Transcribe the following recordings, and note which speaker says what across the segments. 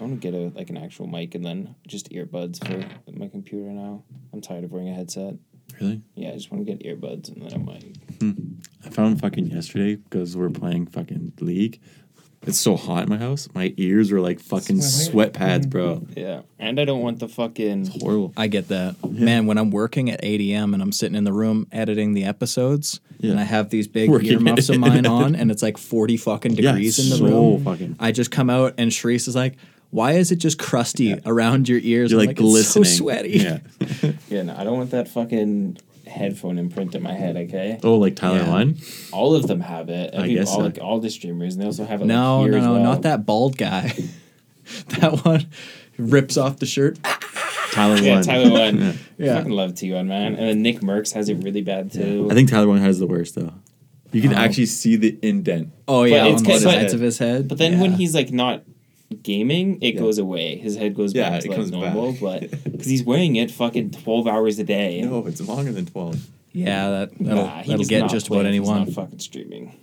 Speaker 1: a like an actual mic and then just earbuds for my computer now. I'm tired of wearing a headset.
Speaker 2: Really?
Speaker 1: Yeah, I just want to get earbuds and then I'm like,
Speaker 2: I found fucking yesterday because we're playing fucking league. It's so hot in my house. My ears are like fucking sweat
Speaker 1: Mm.
Speaker 2: pads, bro.
Speaker 1: yeah. And I don't want the fucking
Speaker 2: Horrible.
Speaker 3: I get that. Man, when I'm working at 8 a.m. and I'm sitting in the room editing the episodes
Speaker 2: Yeah.
Speaker 3: and I have these big
Speaker 2: Working
Speaker 3: earmuffs of
Speaker 2: it.
Speaker 3: mine on and it's like 40 fucking
Speaker 2: Yeah,
Speaker 3: degrees in the
Speaker 2: so
Speaker 3: room,
Speaker 2: fucking-
Speaker 3: I just come out and Sharice is like, why is it just crusty around your ears?
Speaker 2: You're
Speaker 3: I'm
Speaker 2: like, glistening.
Speaker 3: It's so sweaty.
Speaker 2: Yeah.
Speaker 1: yeah. No, I don't want that fucking headphone imprint in my head. Okay,
Speaker 2: Oh, like Tyler
Speaker 3: Yeah.
Speaker 2: Line?
Speaker 1: all of them have it. Every,
Speaker 2: guess
Speaker 1: all,
Speaker 2: so.
Speaker 1: like, all the streamers and they also have it.
Speaker 3: No,
Speaker 1: like, here
Speaker 3: no,
Speaker 1: as
Speaker 3: no,
Speaker 1: well.
Speaker 3: not that bald guy. that one rips off the shirt.
Speaker 2: Tyler
Speaker 1: Yeah,
Speaker 2: Line.
Speaker 1: Tyler one.
Speaker 3: Yeah.
Speaker 1: Fucking love T one man, and then Nick Merckx has it really bad too.
Speaker 2: I think Tyler One has the worst though. You can actually see the indent.
Speaker 3: Oh yeah,
Speaker 1: it's
Speaker 3: on the
Speaker 1: kinda- but-
Speaker 3: sides of his head.
Speaker 1: But then when
Speaker 3: Yeah.
Speaker 1: he's like not gaming, it goes away. His head goes
Speaker 2: Yeah,
Speaker 1: back to
Speaker 2: it
Speaker 1: like
Speaker 2: comes
Speaker 1: normal,
Speaker 2: back.
Speaker 1: but because he's wearing it fucking twelve hours a day.
Speaker 2: No, Oh, it's longer than twelve.
Speaker 3: yeah, that that'll,
Speaker 1: Nah, he
Speaker 3: that'll
Speaker 1: does
Speaker 3: get
Speaker 1: not
Speaker 3: just
Speaker 1: play
Speaker 3: about
Speaker 1: if he's
Speaker 3: anyone.
Speaker 1: Not fucking streaming.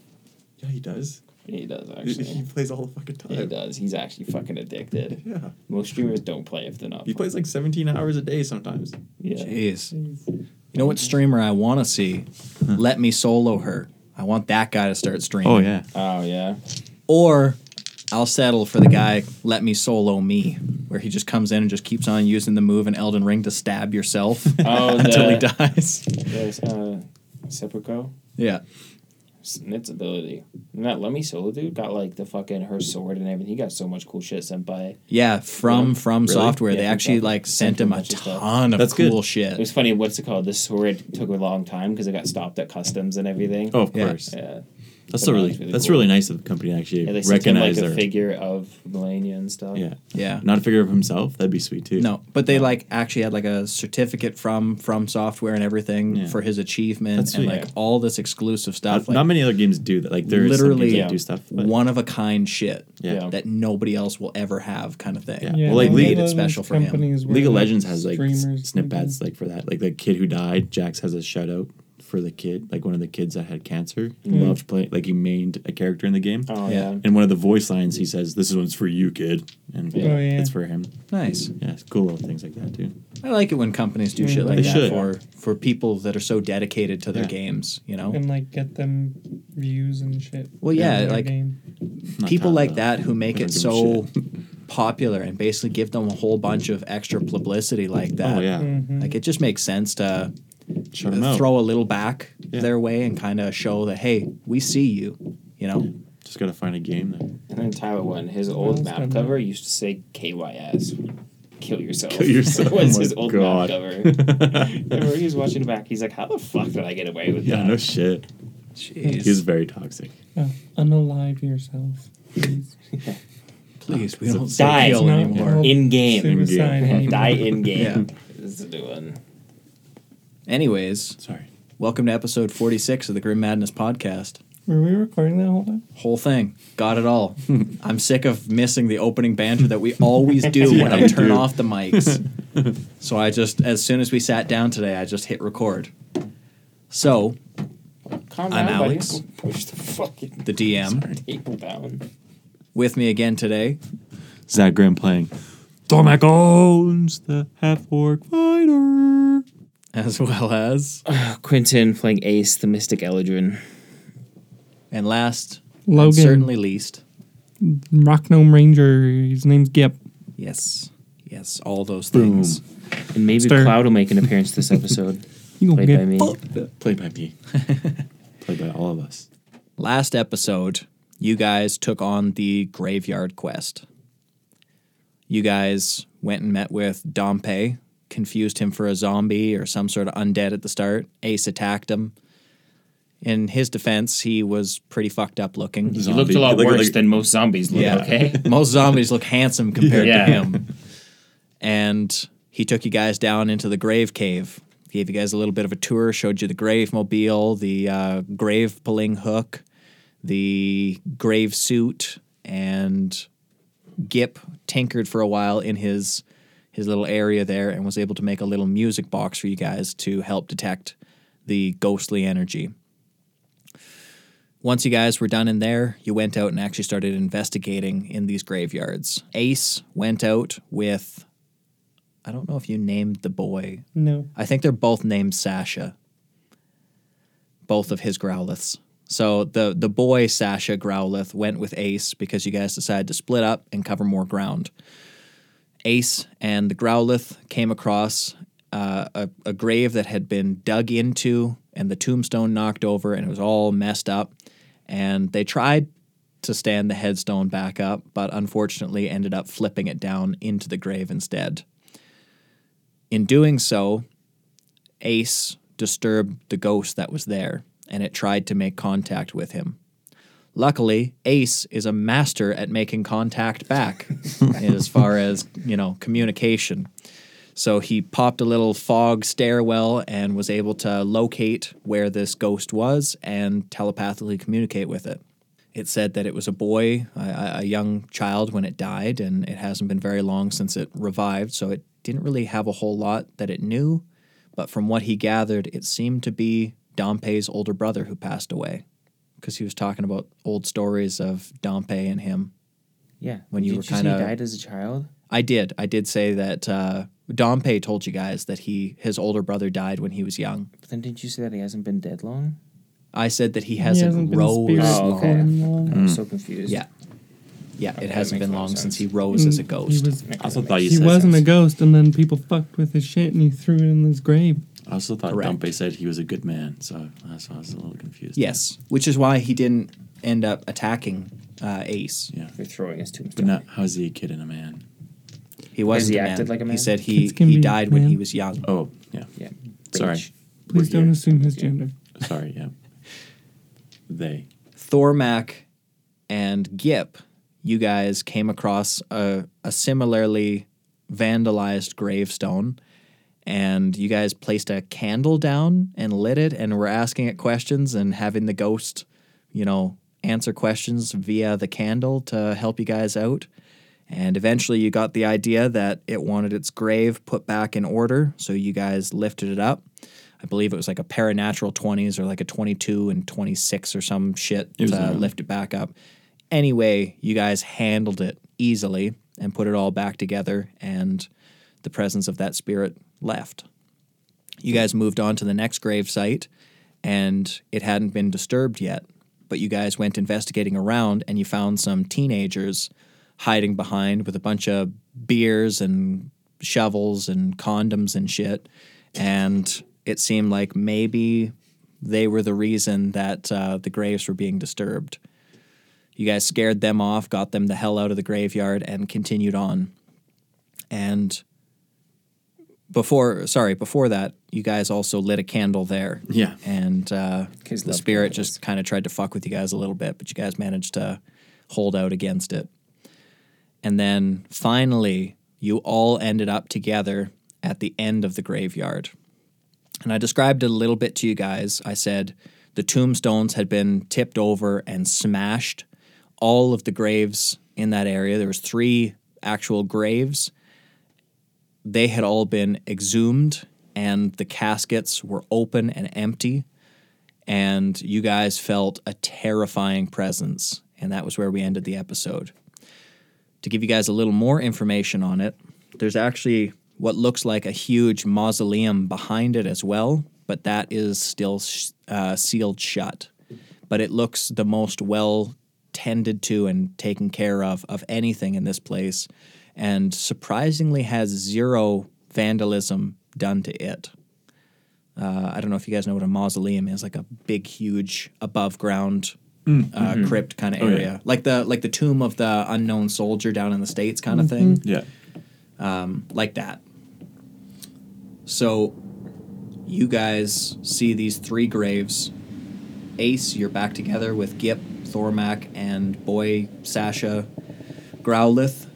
Speaker 2: Yeah, he does.
Speaker 1: He does
Speaker 2: He, he
Speaker 1: actually.
Speaker 2: plays all the fucking
Speaker 1: He
Speaker 2: time.
Speaker 1: does. He's actually fucking addicted.
Speaker 2: Yeah,
Speaker 1: Most streamers don't play if they're not.
Speaker 2: he plays like seventeen hours a day sometimes.
Speaker 1: Yeah.
Speaker 3: Jeez. You know what streamer I want to see?
Speaker 2: Hmm.
Speaker 3: Let me solo her. I want that guy to start streaming.
Speaker 1: Oh yeah.
Speaker 3: Or I'll settle for the guy, let me solo me, where he just comes in and just keeps on using the move in Elden Ring to stab yourself
Speaker 1: Oh,
Speaker 3: until he
Speaker 1: the-
Speaker 3: dies.
Speaker 1: There's uh, Sepulchro.
Speaker 3: yeah.
Speaker 1: Snit's ability. And that Lemmy Solo dude got like the fucking her sword and everything. He got so much cool shit sent by.
Speaker 3: Yeah, from
Speaker 1: Yeah.
Speaker 3: from
Speaker 2: Really?
Speaker 3: software.
Speaker 1: Yeah,
Speaker 3: they
Speaker 1: from
Speaker 3: actually
Speaker 1: software.
Speaker 3: like
Speaker 1: Sent
Speaker 3: sent
Speaker 1: him
Speaker 3: him
Speaker 1: a
Speaker 3: a
Speaker 1: bunch of stuff.
Speaker 3: ton of
Speaker 2: That's good.
Speaker 3: cool
Speaker 1: It
Speaker 3: shit.
Speaker 1: was funny. What's it called? The sword took a long time because it got stopped at customs and everything.
Speaker 2: Oh, of
Speaker 3: Yeah.
Speaker 2: course.
Speaker 1: yeah.
Speaker 2: That's so really,
Speaker 1: That's really
Speaker 2: that's
Speaker 1: cool.
Speaker 2: really nice of the company to actually
Speaker 1: Yeah, they sent him like
Speaker 2: recognize
Speaker 1: a
Speaker 2: their
Speaker 1: figure of Melania and stuff.
Speaker 2: yeah.
Speaker 3: yeah.
Speaker 2: Not a figure of himself. That'd be sweet too.
Speaker 3: No, but they like actually had like a certificate from from software and everything
Speaker 2: Yeah.
Speaker 3: for his achievement
Speaker 2: That's
Speaker 3: and
Speaker 2: sweet.
Speaker 3: like all this exclusive
Speaker 2: Not,
Speaker 3: stuff.
Speaker 2: not
Speaker 3: like,
Speaker 2: many other games do that. Like there is some
Speaker 3: Literally,
Speaker 2: games that
Speaker 1: yeah.
Speaker 2: do stuff. but-
Speaker 3: one of a kind shit
Speaker 2: Yeah.
Speaker 1: Yeah.
Speaker 3: that nobody else will ever have, kind of thing.
Speaker 2: Yeah. Well, like, League-
Speaker 4: none of
Speaker 3: Made it
Speaker 4: those
Speaker 3: special for him.
Speaker 4: companies were
Speaker 2: League of
Speaker 4: like
Speaker 2: Legends has like
Speaker 4: streamers
Speaker 2: snip
Speaker 4: thinking.
Speaker 2: ads like for that. Like the kid who died, Jax has a shout out for the kid, like one of the kids that had cancer. He loved playing like he mained a character in the game.
Speaker 1: Mm. Oh
Speaker 3: Yeah.
Speaker 1: yeah.
Speaker 2: And one of the voice lines he says, This one's for you, kid. And
Speaker 1: Yeah.
Speaker 4: Oh, yeah.
Speaker 2: it's for him.
Speaker 3: Nice.
Speaker 2: Yeah, it's cool little things like that too.
Speaker 3: I like it when companies do shit
Speaker 4: They
Speaker 3: like
Speaker 2: Mm-hmm.
Speaker 3: that
Speaker 2: should.
Speaker 3: for for people that are so dedicated to their
Speaker 2: Yeah.
Speaker 3: games. You know,
Speaker 4: and like get them views and shit.
Speaker 3: Well, yeah,
Speaker 4: on their
Speaker 3: like-
Speaker 4: game.
Speaker 2: Not
Speaker 3: people
Speaker 2: top,
Speaker 3: like
Speaker 2: though.
Speaker 3: that who make
Speaker 2: They don't
Speaker 3: it
Speaker 2: give a
Speaker 3: so popular and basically give them a whole bunch of extra publicity like that.
Speaker 2: Oh yeah.
Speaker 4: Mm-hmm.
Speaker 3: Like it just makes sense to
Speaker 2: Shout 'em out.
Speaker 3: Mm. throw a little back
Speaker 2: Yeah.
Speaker 3: their way and kind of show that hey, we see you. You know,
Speaker 2: Just gotta find a game that
Speaker 1: And then Tyler one, his old
Speaker 4: else
Speaker 1: map
Speaker 4: done
Speaker 1: cover used to say KYS. Kill yourself.
Speaker 2: Kill yourself.
Speaker 1: was
Speaker 2: Oh my
Speaker 1: his old
Speaker 2: God.
Speaker 1: map cover. Remember he was watching it back. He's like, "How the fuck did I get away with
Speaker 2: Yeah,
Speaker 1: that?"
Speaker 2: no shit.
Speaker 3: jeez,
Speaker 2: He's very toxic.
Speaker 4: Uh, unalive yourself. please.
Speaker 3: please, we don't say
Speaker 1: Die.
Speaker 3: kill
Speaker 4: It's not
Speaker 3: anymore.
Speaker 4: helpful.
Speaker 1: in game.
Speaker 4: Suicide.
Speaker 2: In-game.
Speaker 4: anymore.
Speaker 1: Die in game.
Speaker 3: Yeah.
Speaker 1: This is the new one.
Speaker 3: Anyways,
Speaker 2: Sorry.
Speaker 3: welcome to episode forty six of the Grim Madness podcast.
Speaker 4: Were we recording that whole time?
Speaker 3: Whole thing. Got it all. I'm sick of missing the opening banter that we always do when
Speaker 2: Yeah,
Speaker 3: I
Speaker 2: we
Speaker 3: turn
Speaker 2: do.
Speaker 3: off the mics. so I just, as soon as we sat down today, I just hit record. So,
Speaker 1: Calm
Speaker 3: I'm
Speaker 1: down, buddy.
Speaker 3: Alex.
Speaker 1: Push the fucking
Speaker 3: the DM
Speaker 1: table down.
Speaker 3: with me again today.
Speaker 2: Zach Graham playing Dormac owns the half orc fighter.
Speaker 3: As well as,
Speaker 1: Uh, Quentin playing Ace, the Mystic Eldrin.
Speaker 3: and last,
Speaker 4: Logan,
Speaker 3: and certainly least,
Speaker 4: Rock Gnome Ranger. His name's Gip.
Speaker 3: yes, yes, all those
Speaker 2: Boom.
Speaker 3: things.
Speaker 1: And maybe
Speaker 4: Stir.
Speaker 1: Cloud will make an appearance this episode.
Speaker 4: You gonna
Speaker 1: Played
Speaker 4: get
Speaker 1: by me.
Speaker 4: fucked up.
Speaker 2: Played by me. Played by all of us.
Speaker 3: Last episode, you guys took on the graveyard quest. You guys went and met with Dompe, confused him for a zombie or some sort of undead at the start. Ace attacked him. In his defense, he was pretty fucked up looking.
Speaker 1: He looked a lot
Speaker 2: Like- like-
Speaker 1: worse than most zombies look,
Speaker 3: Yeah.
Speaker 1: okay?
Speaker 3: Most zombies look handsome compared
Speaker 1: Yeah.
Speaker 3: to him. And he took you guys down into the grave cave. Gave you guys a little bit of a tour, showed you the grave mobile, the uh, grave pulling hook, the grave suit, and Gip tinkered for a while in his his little area there and was able to make a little music box for you guys to help detect the ghostly energy. Once you guys were done in there, you went out and actually started investigating in these graveyards. Ace went out with, I don't know if you named the boy.
Speaker 4: No.
Speaker 3: I think they're both named Sasha. Both of his Growliths. So the the boy Sasha Growlith went with Ace because you guys decided to split up and cover more ground. Ace and the Growlith came across uh, a, a grave that had been dug into and the tombstone knocked over and it was all messed up. And they tried to stand the headstone back up, but unfortunately ended up flipping it down into the grave instead. In doing so, Ace disturbed the ghost that was there and it tried to make contact with him. Luckily, Ace is a master at making contact back as far as, you know, communication. So he popped a little fog stairwell and was able to locate where this ghost was and telepathically communicate with it. It said that it was a boy, a- a, a young child when it died, and it hasn't been very long since it revived, so it didn't really have a whole lot that it knew. But from what he gathered, it seemed to be Dompe's older brother who passed away because he was talking about old stories of Dompe and him.
Speaker 1: Yeah.
Speaker 3: When you
Speaker 1: Did
Speaker 3: were
Speaker 1: say
Speaker 3: kinda-
Speaker 1: he died as a child.
Speaker 3: I did. I did say that uh, Dompe told you guys that he his older brother died when he was young.
Speaker 1: But then didn't you say that he hasn't been dead long?
Speaker 3: I said that he
Speaker 4: He
Speaker 3: hasn't,
Speaker 4: hasn't been
Speaker 3: rose
Speaker 4: spirit
Speaker 1: Oh,
Speaker 3: long.
Speaker 1: okay.
Speaker 4: for long.
Speaker 1: I'm so confused.
Speaker 3: Mm. Yeah. Yeah, it
Speaker 1: that
Speaker 3: hasn't
Speaker 1: makes
Speaker 3: been
Speaker 1: more
Speaker 3: long since
Speaker 1: sense.
Speaker 3: he rose as a
Speaker 4: Mm, He
Speaker 3: ghost.
Speaker 4: was,
Speaker 2: I also thought you
Speaker 4: he
Speaker 2: said
Speaker 4: wasn't a ghost, and then people fucked with his shit, and he threw it in his grave.
Speaker 2: I also thought
Speaker 3: Correct.
Speaker 2: Dumpy said he was a good man, so that's why I was a little confused.
Speaker 3: yes, which is why he didn't end up attacking uh, Ace.
Speaker 2: Yeah.
Speaker 1: For throwing his tombstone.
Speaker 2: But now, how is he a kid and a man?
Speaker 3: He wasn't
Speaker 1: he
Speaker 3: a
Speaker 1: acted
Speaker 3: man.
Speaker 1: like a
Speaker 3: He
Speaker 1: man?
Speaker 3: said he,
Speaker 4: Kids can
Speaker 3: he
Speaker 4: be
Speaker 3: died when
Speaker 4: man.
Speaker 3: he was young.
Speaker 2: Oh, yeah.
Speaker 1: Yeah.
Speaker 2: Sorry.
Speaker 1: Breach.
Speaker 4: Please
Speaker 1: We're
Speaker 4: don't
Speaker 1: here.
Speaker 4: assume his
Speaker 1: Yeah.
Speaker 4: gender.
Speaker 2: Sorry, yeah. They.
Speaker 3: Thormac and Gip, you guys came across a, a similarly vandalized gravestone, and you guys placed a candle down and lit it, and were asking it questions and having the ghost, you know, answer questions via the candle to help you guys out. And eventually, you got the idea that it wanted its grave put back in order, so you guys lifted it up. I believe it was like a paranatural 20s or like a 22 and 26 or some shit
Speaker 2: was
Speaker 3: to
Speaker 2: around.
Speaker 3: lift it back up. Anyway, you guys handled it easily and put it all back together, and the presence of that spirit left. You guys moved on to the next grave site, and it hadn't been disturbed yet. But you guys went investigating around, and you found some teenagers hiding behind with a bunch of beers and shovels and condoms and shit. And it seemed like maybe they were the reason that uh, the graves were being disturbed. You guys scared them off, got them the hell out of the graveyard, and continued on. And before, sorry, before that, you guys also lit a candle there.
Speaker 2: Yeah.
Speaker 3: And uh,
Speaker 1: Kids
Speaker 3: the
Speaker 1: love
Speaker 3: spirit
Speaker 1: candles.
Speaker 3: just kind of tried to fuck with you guys a little bit, but you guys managed to hold out against it. And then finally, you all ended up together at the end of the graveyard. And I described it a little bit to you guys. I said the tombstones had been tipped over and smashed. All of the graves in that area, there was three actual graves. They had all been exhumed and the caskets were open and empty and you guys felt a terrifying presence and that was where we ended the episode. To give you guys a little more information on it, there's actually what looks like a huge mausoleum behind it as well, but that is still sh- uh, sealed shut. But it looks the most well tended to and taken care of of anything in this place, and surprisingly has zero vandalism done to it. Uh, I don't know if you guys know what a mausoleum is, like a big, huge above ground. Uh, crypt kind of
Speaker 2: yeah.
Speaker 3: area, like the like the tomb of the unknown soldier down in the states kind of thing
Speaker 2: Yeah.
Speaker 3: like that. So you guys see these three graves. Ace, you're back together with Gip, Thormac, and boy Sasha Growlith.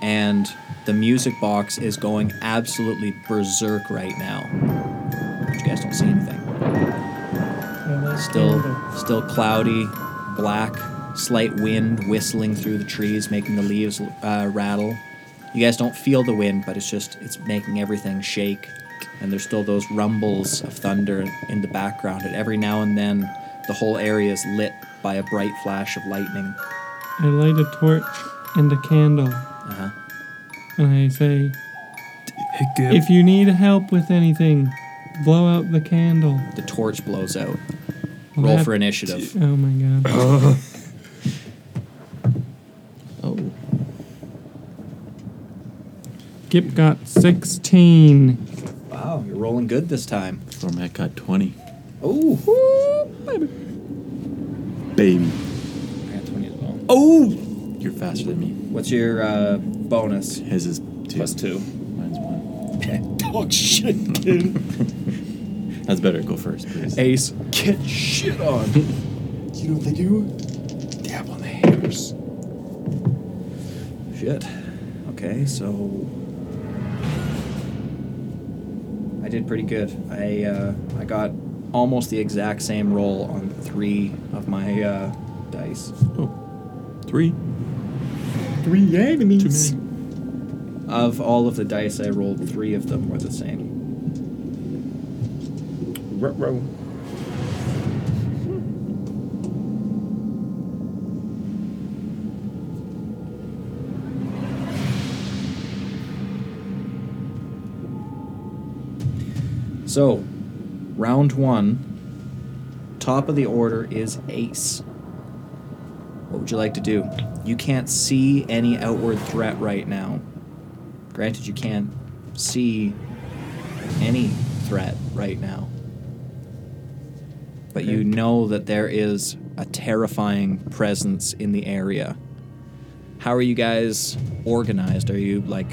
Speaker 3: And the music box is going absolutely berserk right now. But you guys don't see anything. Still still cloudy, black, slight wind whistling through the trees, making the leaves uh, rattle. You guys don't feel the wind, but it's just it's making everything shake. And there's still those rumbles of thunder in the background. And every now and then, The whole area is lit by a bright flash of lightning.
Speaker 4: I light a torch and a candle,
Speaker 3: Uh-huh.
Speaker 4: and I say, If you need help with anything, blow out the candle.
Speaker 3: The torch blows out.
Speaker 4: Well,
Speaker 3: Roll
Speaker 4: that-
Speaker 3: for initiative.
Speaker 4: Oh my god.
Speaker 2: Oh.
Speaker 4: Gip got 16.
Speaker 3: Wow, you're rolling good this time.
Speaker 2: Format got 20.
Speaker 3: Oh,
Speaker 2: Baby.
Speaker 1: I got 20 as well.
Speaker 3: oh!
Speaker 2: You're faster than me.
Speaker 3: What's your uh, bonus?
Speaker 2: His is two.
Speaker 1: Plus two.
Speaker 2: Mine's one.
Speaker 3: Oh shit, dude!
Speaker 2: That's better. Go first, please.
Speaker 3: Ace, get shit on. you know what they do? Dab on the hairs. Shit. Okay, so I did pretty good. I uh, I got almost the exact same roll on three of my uh, dice.
Speaker 2: Oh. Three.
Speaker 4: Three
Speaker 2: Too
Speaker 4: enemies.
Speaker 2: many.
Speaker 3: Of all of the dice I rolled, three of them were the same.
Speaker 1: Ruh-roh.
Speaker 3: So, round one, top of the order is Ace. What would you like to do? You can't see any outward threat right now. Granted, you can't see any threat right now. But you know that there is a terrifying presence in the area. How are you guys organized? Are you like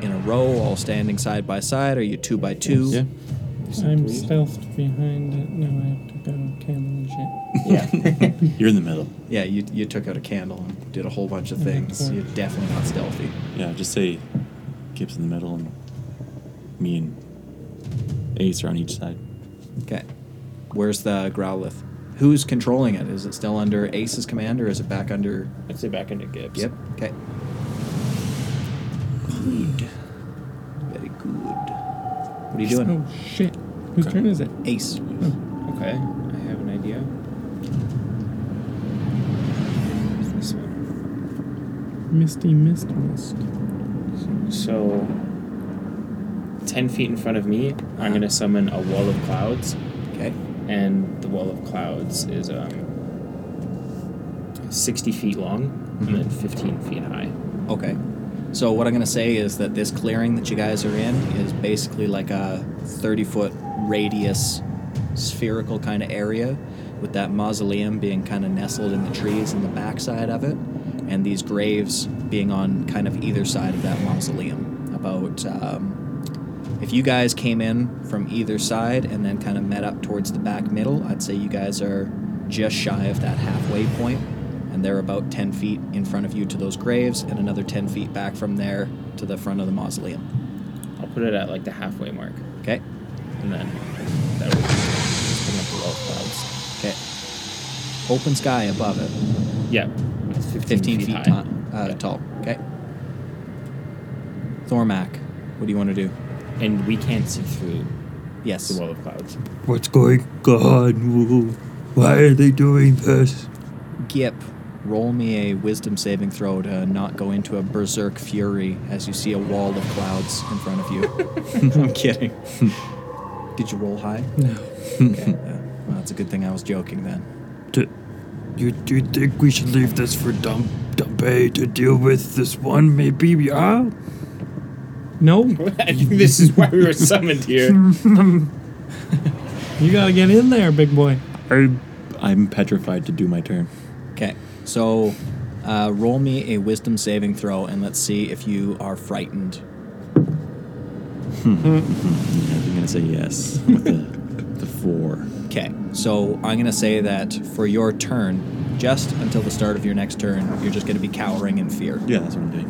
Speaker 3: in a row, all standing side by side? Are you two by two?
Speaker 2: Yeah.
Speaker 4: I'm stealthed behind it. No, I have to go candle and shit.
Speaker 3: Yeah.
Speaker 2: You're in the middle.
Speaker 3: yeah, you, you took out a candle and did a whole bunch of
Speaker 4: Yeah,
Speaker 3: things.
Speaker 4: cool.
Speaker 3: You're definitely not stealthy.
Speaker 2: Yeah, just say Gibbs in the middle and me and Ace are on each side.
Speaker 3: Okay. Where's the Growlithe? Who's controlling it? Is it still under Ace's command or is it back under
Speaker 1: I'd say back into Gibbs.
Speaker 3: Yep. Okay. Good. Very good. What are you doing?
Speaker 4: Oh shit. Whose turn is it?
Speaker 3: Ace.
Speaker 1: Okay. I have an idea. Where's This one.
Speaker 4: Misty Mist Mist.
Speaker 1: So, 10 feet in front of me, I'm going to summon a wall of clouds.
Speaker 3: Okay.
Speaker 1: and the wall of clouds is um, 60 feet long and then
Speaker 3: Mm-hmm.
Speaker 1: 15 feet high.
Speaker 3: Okay. So what I'm gonna say is that this clearing that you guys are in is basically like a 30 foot radius, spherical kind of area, with that mausoleum being kind of nestled in the trees in the backside of it, and these graves being on kind of either side of that mausoleum. About um, if you guys came in from either side and then kind of met up towards the back middle, I'd say you guys are just shy of that halfway point, and they're about 10 feet in front of you to those graves, and another 10 feet back from there to the front of the mausoleum.
Speaker 1: I'll put it at like the halfway mark,
Speaker 3: Okay?
Speaker 1: and then that will just bring up the wall of clouds.
Speaker 3: Okay. Open sky above it,
Speaker 1: Yeah, it's 15,
Speaker 3: 15
Speaker 1: feet,
Speaker 3: feet,
Speaker 1: high.
Speaker 3: ti- uh,
Speaker 1: Yeah.
Speaker 3: tall. Okay. Thormac, what do you want to do?
Speaker 1: and we can't see through
Speaker 3: Yes.
Speaker 1: the wall of clouds.
Speaker 5: What's going on? Why are they doing this?
Speaker 3: Gip, roll me a wisdom saving throw to not go into a berserk fury as you see a wall of clouds in front of you. I'm kidding. Did you roll high? No. okay. yeah. Well, that's a good thing I was joking then.
Speaker 5: Do you, do you think we should leave this for Dom, Dombe to deal with this one? Maybe, yeah?
Speaker 4: No,
Speaker 1: I think this is why we were summoned here.
Speaker 4: you gotta get in there, big boy.
Speaker 2: I, I'm petrified to do my turn.
Speaker 3: Okay. So uh, roll me a wisdom saving throw and let's see if you are frightened.
Speaker 2: Yeah, I'm gonna say yes with the, the four.
Speaker 3: Okay, so I'm going to say that for your turn, just until the start of your next turn, you're just going to be cowering in fear.
Speaker 2: Yeah, that's what I'm doing.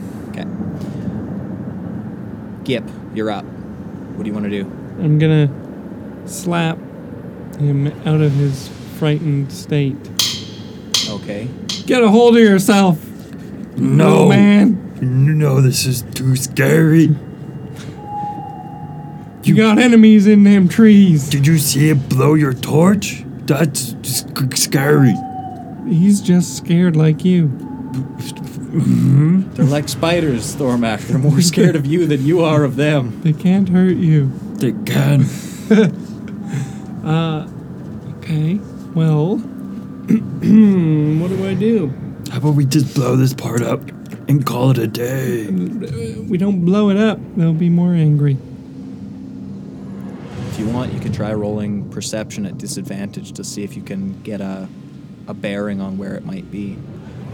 Speaker 3: Okay. Gip, you're up. What do you want to do?
Speaker 4: I'm gonna slap him out of his frightened state.
Speaker 3: Okay.
Speaker 4: Get a hold of yourself, Oh,
Speaker 5: No,
Speaker 4: man.
Speaker 5: No, this is too scary.
Speaker 4: You got enemies in them trees.
Speaker 5: Did you see it blow your torch? That's just c- scary.
Speaker 4: He's just scared like you.
Speaker 3: They're like spiders, Thormac. They're more scared of you than you are of them.
Speaker 4: They can't hurt you.
Speaker 5: They can.
Speaker 4: Okay. Well, what do I do?
Speaker 5: How about we just blow this part up and call it a day?
Speaker 4: We don't blow it up. They'll be more angry.
Speaker 3: If you want, you can try rolling perception at disadvantage to see if you can get a, a bearing on where it might be.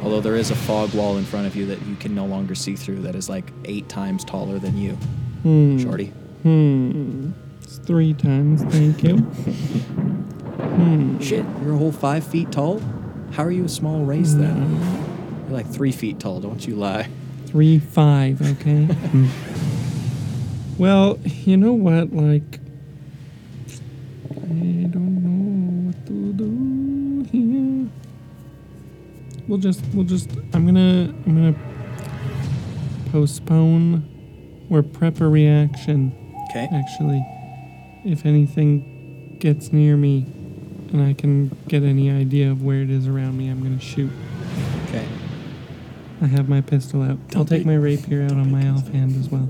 Speaker 3: Although there is a fog wall in front of you that you can no longer see through that is like eight times taller than you, Shorty.
Speaker 4: Hmm. It's three times. Thank you.
Speaker 3: Shit, you're a whole five feet tall? How are you a small race then? You're like three feet tall, don't you lie.
Speaker 4: Three five. Okay. well, you know what? Like, I don't know what to do here. We'll just, we'll just. I'm gonna, I'm gonna postpone or prep a reaction.
Speaker 3: Okay.
Speaker 4: Actually, if anything gets near me and I can get any idea of where it is around me, I'm gonna shoot.
Speaker 3: Okay.
Speaker 4: I have my pistol out. I'll
Speaker 2: Don't
Speaker 4: take
Speaker 2: take-
Speaker 4: my rapier out on
Speaker 2: don't
Speaker 4: my
Speaker 2: take
Speaker 4: elf hand as well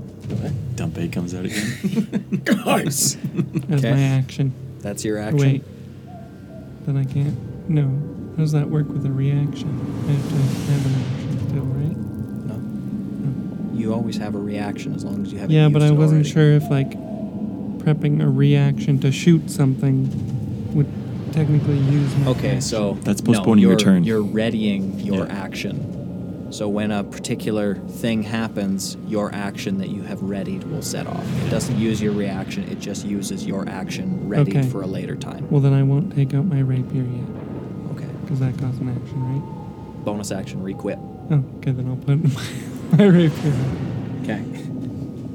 Speaker 2: Dumpe comes out again.
Speaker 1: Guys.
Speaker 4: as
Speaker 3: Okay.
Speaker 4: my action.
Speaker 3: That's your
Speaker 4: Oh,
Speaker 3: action.
Speaker 4: Wait, then I can't. No, how does that work with a reaction? I have to have an action still, right?
Speaker 3: No. You always have a reaction as long as you have
Speaker 4: yeah, but I wasn't sure if like prepping a reaction to shoot something would technically use my.
Speaker 3: Okay,
Speaker 4: action.
Speaker 3: so
Speaker 2: That's
Speaker 3: no,
Speaker 2: postponing your
Speaker 3: you're-
Speaker 2: turn.
Speaker 3: You're readying your
Speaker 2: Yeah.
Speaker 3: action. So when a particular thing happens, your action that you have readied will set off. It doesn't use your reaction; it just uses your action readied
Speaker 4: Okay.
Speaker 3: for a later time.
Speaker 4: Well, then I won't take out my rapier yet
Speaker 3: Okay.
Speaker 4: because that costs an action, right?
Speaker 3: Bonus action: requip.
Speaker 4: Oh, okay, then I'll put my, my rapier. out.
Speaker 3: Okay.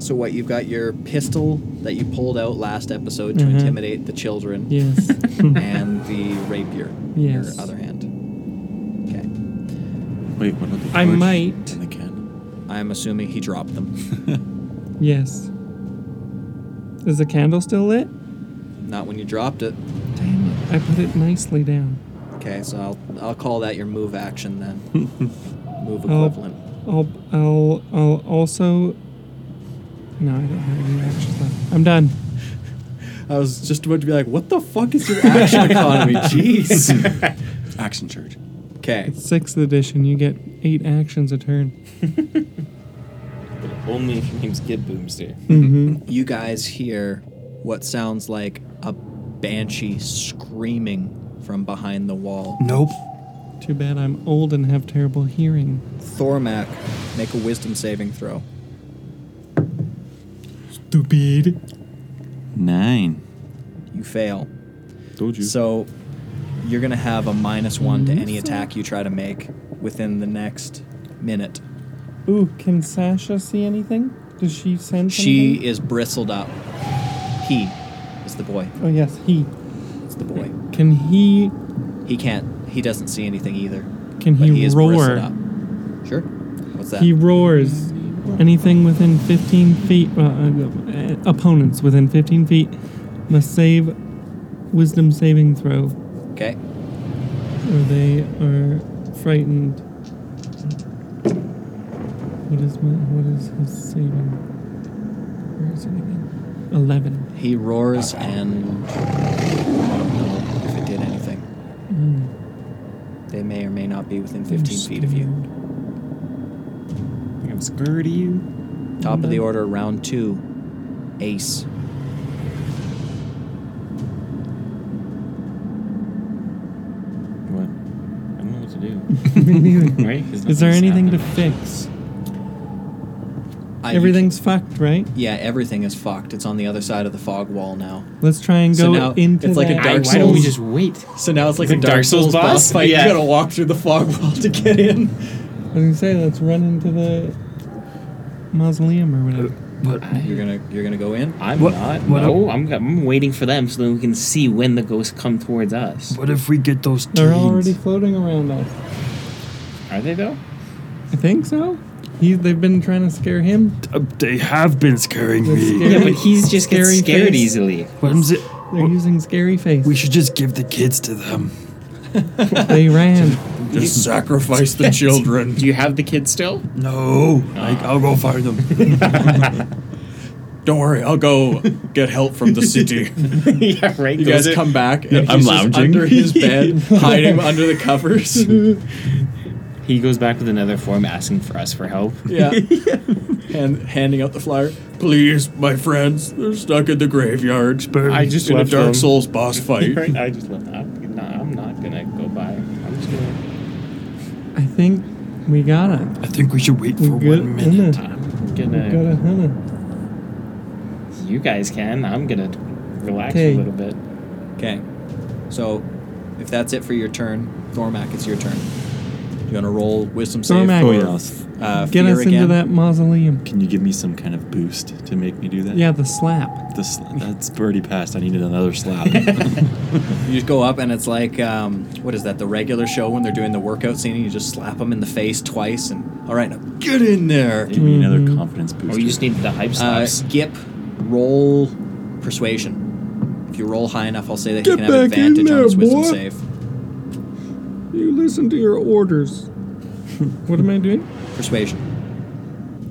Speaker 3: So what you've got your pistol that you pulled out last episode to
Speaker 4: Mhm.
Speaker 3: intimidate the children.
Speaker 4: Yes.
Speaker 3: and the rapier in
Speaker 4: Yes.
Speaker 3: your other hand. Okay.
Speaker 2: Wait, what about the
Speaker 4: I
Speaker 2: torch
Speaker 4: might.
Speaker 2: And the can?
Speaker 3: I'm assuming he dropped them.
Speaker 4: yes. Is the candle still lit?
Speaker 3: Not when you dropped it.
Speaker 4: Damn it. I put it nicely down.
Speaker 3: Okay, so I'll I'll call that your move action then. move
Speaker 4: I'll-
Speaker 3: equivalent.
Speaker 4: I'll, I'll, I'll also. No, I don't have any actions left. I'm done.
Speaker 3: I was just about to be like, what the fuck is your action economy? Jeez.
Speaker 2: Action church.
Speaker 3: Okay.
Speaker 4: Sixth edition, you get eight actions a turn.
Speaker 1: But only if your name's Gid Boomster.
Speaker 3: You guys hear what sounds like a banshee screaming from behind the wall.
Speaker 5: Nope.
Speaker 4: Too bad I'm old and have terrible hearing.
Speaker 3: Thormac, make a wisdom saving throw.
Speaker 4: Stupid.
Speaker 2: Nine.
Speaker 3: You fail.
Speaker 2: Told you.
Speaker 3: So you're going to have a minus one
Speaker 4: Mm-hmm.
Speaker 3: to any attack you try to make within the next minute.
Speaker 4: Ooh, can Sasha see anything? Does she sense
Speaker 3: She
Speaker 4: anything?
Speaker 3: is bristled up. He is the boy.
Speaker 4: Oh, yes, he.
Speaker 3: It's the boy.
Speaker 4: Can he.
Speaker 3: He can't. He doesn't see anything either.
Speaker 4: Can
Speaker 3: But
Speaker 4: he,
Speaker 3: he, is
Speaker 4: roar?
Speaker 3: bristled up. Sure. What's that?
Speaker 4: He roars. Anything within 15 feet, uh, uh, opponents within 15 feet, must save wisdom saving throw,
Speaker 3: okay.
Speaker 4: or they are frightened. What is my? What is his saving? Where is it again? Eleven.
Speaker 3: He roars and I don't know if it did anything.
Speaker 4: Mm.
Speaker 3: They may or may not be within 15 feet of you.
Speaker 1: I'm scared of you.
Speaker 3: Top of the order, round two. Ace.
Speaker 2: What?
Speaker 1: I don't know what to do. right? 'Cause
Speaker 4: Is there
Speaker 1: nothing's
Speaker 4: anything to
Speaker 1: happening.
Speaker 4: fix?
Speaker 3: I- you
Speaker 4: Everything's fucked, right?
Speaker 3: can- yeah, everything is fucked. It's on the other side of the fog wall now.
Speaker 4: Let's try and
Speaker 3: So
Speaker 4: go
Speaker 3: now
Speaker 4: into
Speaker 3: it's like a
Speaker 4: that-
Speaker 1: Why,
Speaker 3: Dark
Speaker 1: why don't we
Speaker 3: Souls.
Speaker 1: just wait?
Speaker 3: So now it's like
Speaker 1: It's
Speaker 3: a
Speaker 1: like Dark Souls boss?
Speaker 3: fight.
Speaker 1: Yeah.
Speaker 3: You gotta walk through the fog wall to get in.
Speaker 4: I was gonna say, let's run into the mausoleum or
Speaker 5: Uh,
Speaker 4: whatever.
Speaker 5: But
Speaker 3: You're gonna you're gonna go in.
Speaker 1: I'm
Speaker 5: What-
Speaker 1: not.
Speaker 5: what-
Speaker 1: no, I'm, I'm waiting for them so that we can see when the ghosts come towards us.
Speaker 5: what if we get those teens?
Speaker 4: They're already floating around us.
Speaker 1: Are they though?
Speaker 4: I think so. He, they've been trying to scare him.
Speaker 5: Uh, they have been scaring
Speaker 4: That's
Speaker 5: me.
Speaker 4: scary.
Speaker 1: Yeah, but he's just gets
Speaker 4: Scary
Speaker 1: scared
Speaker 4: face.
Speaker 1: easily.
Speaker 5: What is it?
Speaker 4: They're using scary face.
Speaker 5: We should just give the kids to them.
Speaker 4: they ran.
Speaker 5: Just sacrifice the children.
Speaker 1: Do you have the kid still?
Speaker 5: No, I, I'll go find them.
Speaker 6: Don't worry, I'll go get help from the city.
Speaker 1: yeah, right.
Speaker 6: You
Speaker 1: goes
Speaker 6: guys
Speaker 1: it-
Speaker 6: come back. And
Speaker 2: I'm
Speaker 6: he's just
Speaker 2: lounging.
Speaker 6: under his bed, hiding under the covers.
Speaker 1: He goes back with another form asking for us for help.
Speaker 6: Yeah. and handing out the flyer. Please, my friends, they're stuck in the graveyard.
Speaker 1: I just
Speaker 6: in a
Speaker 1: left
Speaker 6: Dark
Speaker 1: them.
Speaker 6: Souls boss fight.
Speaker 1: Right, I just left. I'm not, I'm not gonna go by. I'm just gonna.
Speaker 4: I think we got him.
Speaker 5: I think we should wait
Speaker 4: We
Speaker 5: for
Speaker 4: got
Speaker 5: one minute.
Speaker 4: Hannah.
Speaker 1: I'm
Speaker 4: We got
Speaker 1: gonna.
Speaker 4: a Hannah.
Speaker 1: You guys can. I'm gonna relax
Speaker 4: Okay.
Speaker 1: a little bit.
Speaker 3: Okay. So, if that's it for your turn, Thormac, it's your turn. You want to roll wisdom save?
Speaker 4: Thormac.
Speaker 2: Oh,
Speaker 4: Or-
Speaker 2: yes.
Speaker 3: or, Uh,
Speaker 4: Get
Speaker 3: fear
Speaker 4: us
Speaker 3: again?
Speaker 4: into that mausoleum.
Speaker 2: Can you give me some kind of boost to make me do that?
Speaker 4: Yeah, the slap.
Speaker 2: The sl- that's already passed. I needed another slap.
Speaker 3: You just go up and it's like, um, what is that? The regular show when they're doing the workout scene, and you just slap them in the face twice, and all right, now get in there.
Speaker 2: give me another confidence boost.
Speaker 1: Or Oh, you just need the hype
Speaker 3: Uh,
Speaker 1: slaps.
Speaker 3: skip, roll, persuasion. If you roll high enough, I'll say that you
Speaker 6: Get
Speaker 3: can have
Speaker 6: back in
Speaker 3: advantage on
Speaker 6: there,
Speaker 3: his wisdom
Speaker 6: boy.
Speaker 3: save.
Speaker 4: You listen to your orders. what am I doing?
Speaker 3: Persuasion.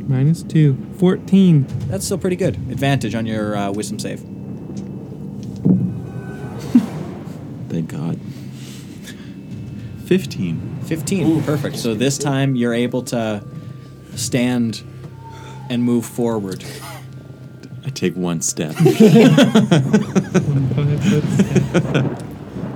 Speaker 4: Minus two. 14.
Speaker 3: That's still pretty good. Advantage on your uh, wisdom save.
Speaker 2: Thank God. Fifteen.
Speaker 3: 15. Perfect. So this time you're able to stand and move forward.
Speaker 2: I take one step.
Speaker 4: Five foot step.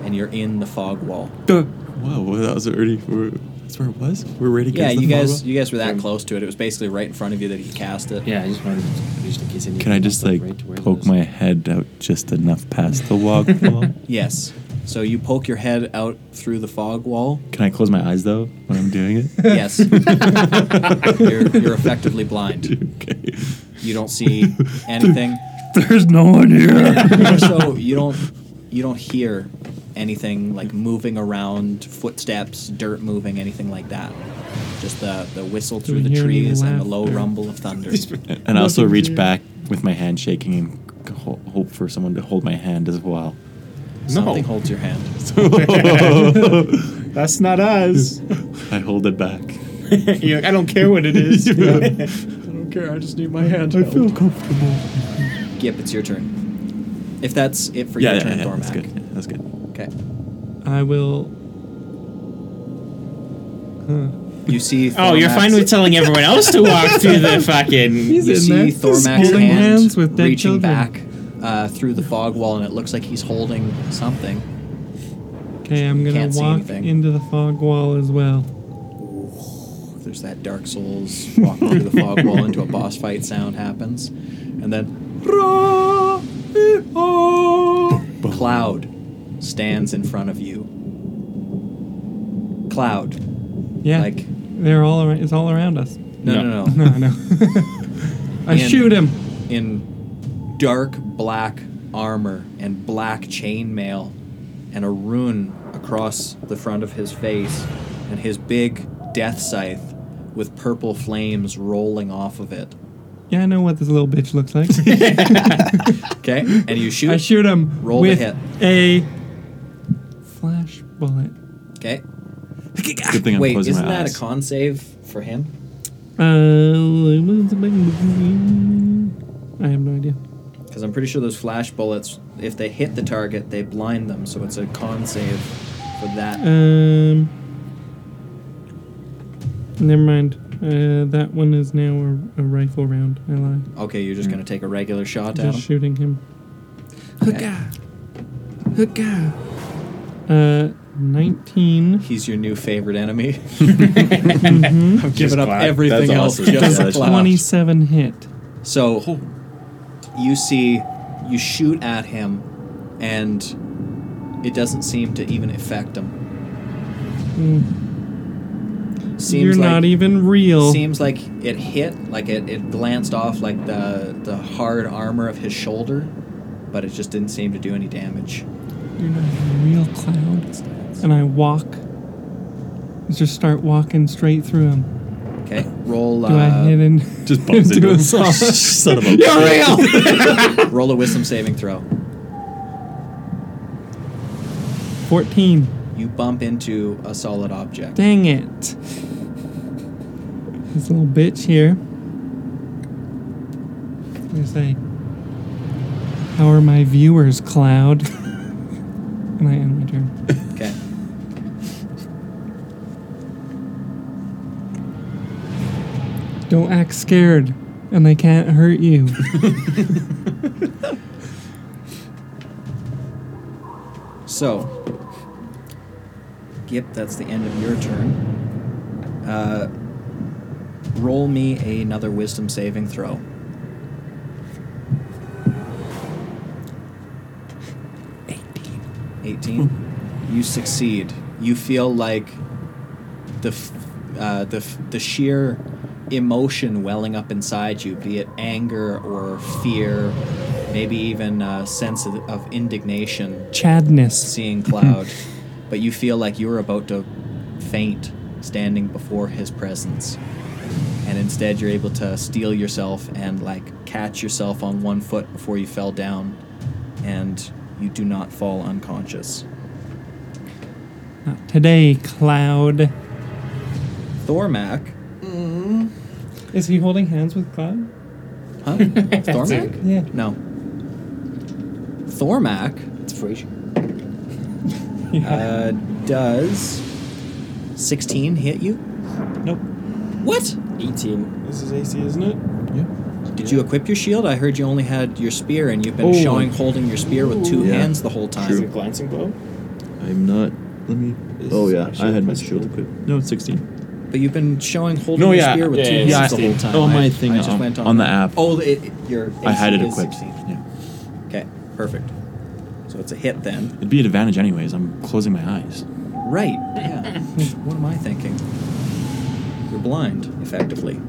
Speaker 3: and you're in the fog wall.
Speaker 2: Wow, well, that was already. We're, that's where it was. We're ready.
Speaker 3: Yeah,
Speaker 2: against
Speaker 3: you
Speaker 2: the
Speaker 3: guys
Speaker 2: Marvel?
Speaker 3: you guys were that close to it. It was basically right in front of you that he cast it.
Speaker 1: yeah, I just wanted to, just in case
Speaker 2: Can I just like poke my head out just enough past the log wall?
Speaker 3: Yes. So you poke your head out through the fog wall.
Speaker 2: Can I close my eyes though when I'm doing it?
Speaker 3: Yes. you're, you're effectively blind.
Speaker 2: okay.
Speaker 3: You don't see anything.
Speaker 5: There's no one here.
Speaker 3: so you don't you don't hear anything like moving around, footsteps, dirt moving, anything like that. Just the, the whistle through
Speaker 4: we
Speaker 3: the
Speaker 4: hear any
Speaker 3: trees and the low
Speaker 4: laughter?
Speaker 3: rumble of thunder.
Speaker 2: And I also
Speaker 4: Nothing
Speaker 2: reach
Speaker 4: here.
Speaker 2: back with my hand shaking and ho- hope for someone to hold my hand as well.
Speaker 3: Something holds your hand.
Speaker 1: That's not us.
Speaker 2: I hold it back.
Speaker 1: You're like, I don't care what it is.
Speaker 6: I don't care. I just need my hand. held.
Speaker 2: comfortable.
Speaker 3: Gip, it's your turn. If that's it for
Speaker 2: Yeah,
Speaker 3: your
Speaker 2: yeah,
Speaker 3: turn,
Speaker 2: yeah, that's
Speaker 3: Dormac.
Speaker 2: good. yeah, That's good.
Speaker 3: Okay.
Speaker 4: I will. Huh.
Speaker 3: You see. Thormac's,
Speaker 1: oh, you're fine with telling everyone else to walk through the fucking.
Speaker 4: He's
Speaker 3: You
Speaker 4: in
Speaker 3: see
Speaker 4: there.
Speaker 3: Thormac's
Speaker 4: holding
Speaker 3: hand
Speaker 4: hands with dead
Speaker 3: reaching
Speaker 4: children.
Speaker 3: back uh, through the fog wall, and it looks like he's holding something.
Speaker 4: Okay, I'm gonna
Speaker 3: Can't see
Speaker 4: walk
Speaker 3: anything.
Speaker 4: into the fog wall as well.
Speaker 3: There's that Dark Souls walking through the fog wall into a boss fight sound happens, and then Cloud stands in front of you. Cloud,
Speaker 4: Yeah,
Speaker 3: like
Speaker 4: they're all around. It's all around us.
Speaker 3: no,
Speaker 1: No.
Speaker 3: no, no.
Speaker 4: No, I know. I
Speaker 3: And-
Speaker 4: shoot him.
Speaker 3: in dark black armor and black chainmail and a rune across the front of his face and his big death scythe with purple flames rolling off of it.
Speaker 4: Yeah, I know what this little bitch looks like.
Speaker 3: Okay? And you shoot.
Speaker 4: I shoot him
Speaker 3: Roll to
Speaker 4: with
Speaker 3: hit.
Speaker 4: a flash bullet.
Speaker 3: Okay.
Speaker 2: Good thing I'm
Speaker 3: Wait,
Speaker 2: closing
Speaker 3: isn't
Speaker 2: my
Speaker 3: that
Speaker 2: eyes.
Speaker 3: a con save for him?
Speaker 4: Uh, I have no idea.
Speaker 3: Because I'm pretty sure those flash bullets, if they hit the target, they blind them, so it's a con save for that.
Speaker 4: Um, never mind. Uh, that one is now a, a rifle round. I lied.
Speaker 3: Okay, you're
Speaker 4: Mm.
Speaker 3: just going to take a regular shot at
Speaker 4: Just
Speaker 3: him.
Speaker 4: shooting him.
Speaker 3: Okay.
Speaker 4: Uh, 19.
Speaker 3: He's your new favorite enemy.
Speaker 4: Mm-hmm.
Speaker 1: I'm
Speaker 6: Giving up everything
Speaker 2: That's
Speaker 6: else.
Speaker 2: awesome.
Speaker 6: Just
Speaker 2: That's
Speaker 6: cloud.
Speaker 4: 27 hit.
Speaker 3: So you see, you shoot at him, and it doesn't seem to even affect him. Seems
Speaker 4: Mm. You're
Speaker 3: like,
Speaker 4: not even real.
Speaker 3: Seems like it hit, like it, it glanced off like the the hard armor of his shoulder, but it just didn't seem to do any damage.
Speaker 4: You're not even real, Cloud. And I walk. Just start walking straight through him.
Speaker 3: Okay, roll.
Speaker 4: Do I hit
Speaker 3: Uh,
Speaker 4: in?
Speaker 2: Just bumps
Speaker 4: into
Speaker 2: into
Speaker 4: a
Speaker 2: him.
Speaker 4: solid-
Speaker 2: Son of a.
Speaker 4: real!
Speaker 3: roll a wisdom saving throw.
Speaker 4: 14.
Speaker 3: You bump into a solid object.
Speaker 4: Dang it. This little bitch here. I'm gonna say, How are my viewers, Cloud? and I end my turn.
Speaker 3: Okay.
Speaker 4: Don't act scared, and they can't hurt you.
Speaker 3: So, Gip, that's the end of your turn. Uh, roll me another wisdom saving throw. Eighteen. Eighteen. you succeed. You feel like the f- uh, the f- the sheer emotion welling up inside you, be it anger or fear, maybe even a sense of, of indignation
Speaker 4: Chadness.
Speaker 3: seeing Cloud, but you feel like you're about to faint standing before his presence. And instead, you're able to steel yourself and like catch yourself on one foot before you fell down, and you do not fall unconscious.
Speaker 4: Not today, Cloud.
Speaker 3: Thormac,
Speaker 4: Is he holding hands with Cloud?
Speaker 3: huh? Thormac?
Speaker 4: Yeah.
Speaker 3: No. Thormac
Speaker 1: It's Frasier.
Speaker 3: uh, does 16 hit you?
Speaker 4: Nope.
Speaker 3: What?
Speaker 1: 18.
Speaker 7: This is AC, isn't it?
Speaker 3: Did you equip your shield? I heard you only had your spear, and you've been
Speaker 2: Oh.
Speaker 3: showing holding your spear with two
Speaker 2: Yeah.
Speaker 3: hands the whole time.
Speaker 1: Is it a glancing blow?
Speaker 2: I'm not. Let me.
Speaker 7: Is
Speaker 2: Oh
Speaker 7: my
Speaker 2: yeah, I had
Speaker 7: shield
Speaker 2: my
Speaker 7: plus
Speaker 2: shield
Speaker 7: two?
Speaker 2: equipped. No, it's 16.
Speaker 3: But you've been showing holding
Speaker 2: No,
Speaker 3: your
Speaker 2: yeah.
Speaker 3: spear with
Speaker 1: Yeah,
Speaker 3: two
Speaker 1: yeah,
Speaker 3: hands
Speaker 1: yeah.
Speaker 3: the whole time.
Speaker 2: Oh, my
Speaker 3: I-
Speaker 2: thing
Speaker 3: I just
Speaker 2: on-
Speaker 3: went on,
Speaker 2: on the app.
Speaker 3: Oh, it, it- your
Speaker 2: I had
Speaker 3: AC
Speaker 2: it
Speaker 3: is
Speaker 2: equipped.
Speaker 3: 16.
Speaker 2: Yeah,
Speaker 3: Okay, perfect. So it's a hit then.
Speaker 2: it'd be an advantage anyways. I'm closing my eyes.
Speaker 3: Right. Yeah. what am I thinking? You're blind, effectively. Huh?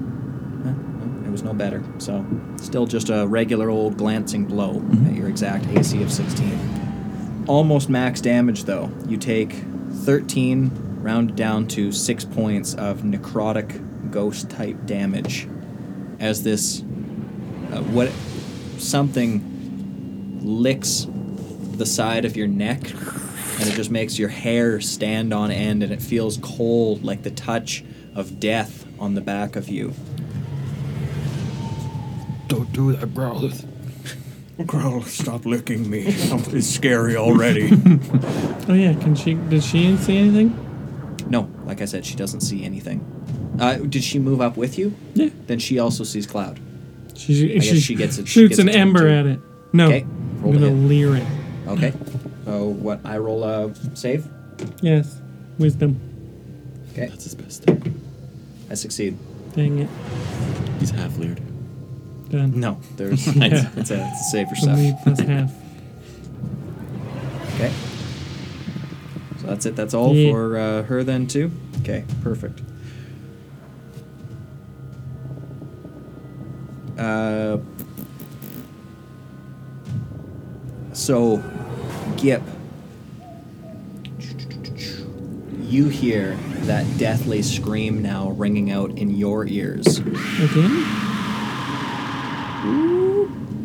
Speaker 3: Well, It was no better. So still just a regular old glancing blow at your exact AC of 16. Almost max damage though. You take 13 rounded down to 6 points of necrotic ghost type damage as this uh, what something licks the side of your neck and it just makes your hair stand on end and it feels cold like the touch of death on the back of you.
Speaker 5: Don't do that, Growlithe.
Speaker 6: Girl, stop licking me. It's scary already.
Speaker 4: Oh yeah, can she? Did she see anything?
Speaker 3: No, like I said, she doesn't see anything. Uh, did she move up with you?
Speaker 4: Yeah.
Speaker 3: Then she also sees Cloud.
Speaker 4: She,
Speaker 3: I guess
Speaker 4: she,
Speaker 3: she gets it- she
Speaker 4: Shoots
Speaker 3: gets
Speaker 4: an
Speaker 3: a turn too.
Speaker 4: ember at it. No.
Speaker 3: Okay,
Speaker 4: I'm
Speaker 3: roll to
Speaker 4: gonna
Speaker 3: hit.
Speaker 4: leer it.
Speaker 3: Okay. So what? I roll a save.
Speaker 4: Yes. Wisdom.
Speaker 3: Okay.
Speaker 2: That's his best thing.
Speaker 3: I succeed.
Speaker 4: Dang it.
Speaker 2: He's half leered.
Speaker 4: Done.
Speaker 3: No, there's
Speaker 2: Nice.
Speaker 3: it's a it's a save for
Speaker 4: Only
Speaker 3: stuff.
Speaker 4: plus half.
Speaker 3: Okay. So that's it. That's all
Speaker 4: Yeah.
Speaker 3: for uh, her then too. Okay, perfect. Uh, so, Gip, you hear that deathly scream now ringing out in your ears.
Speaker 4: Again?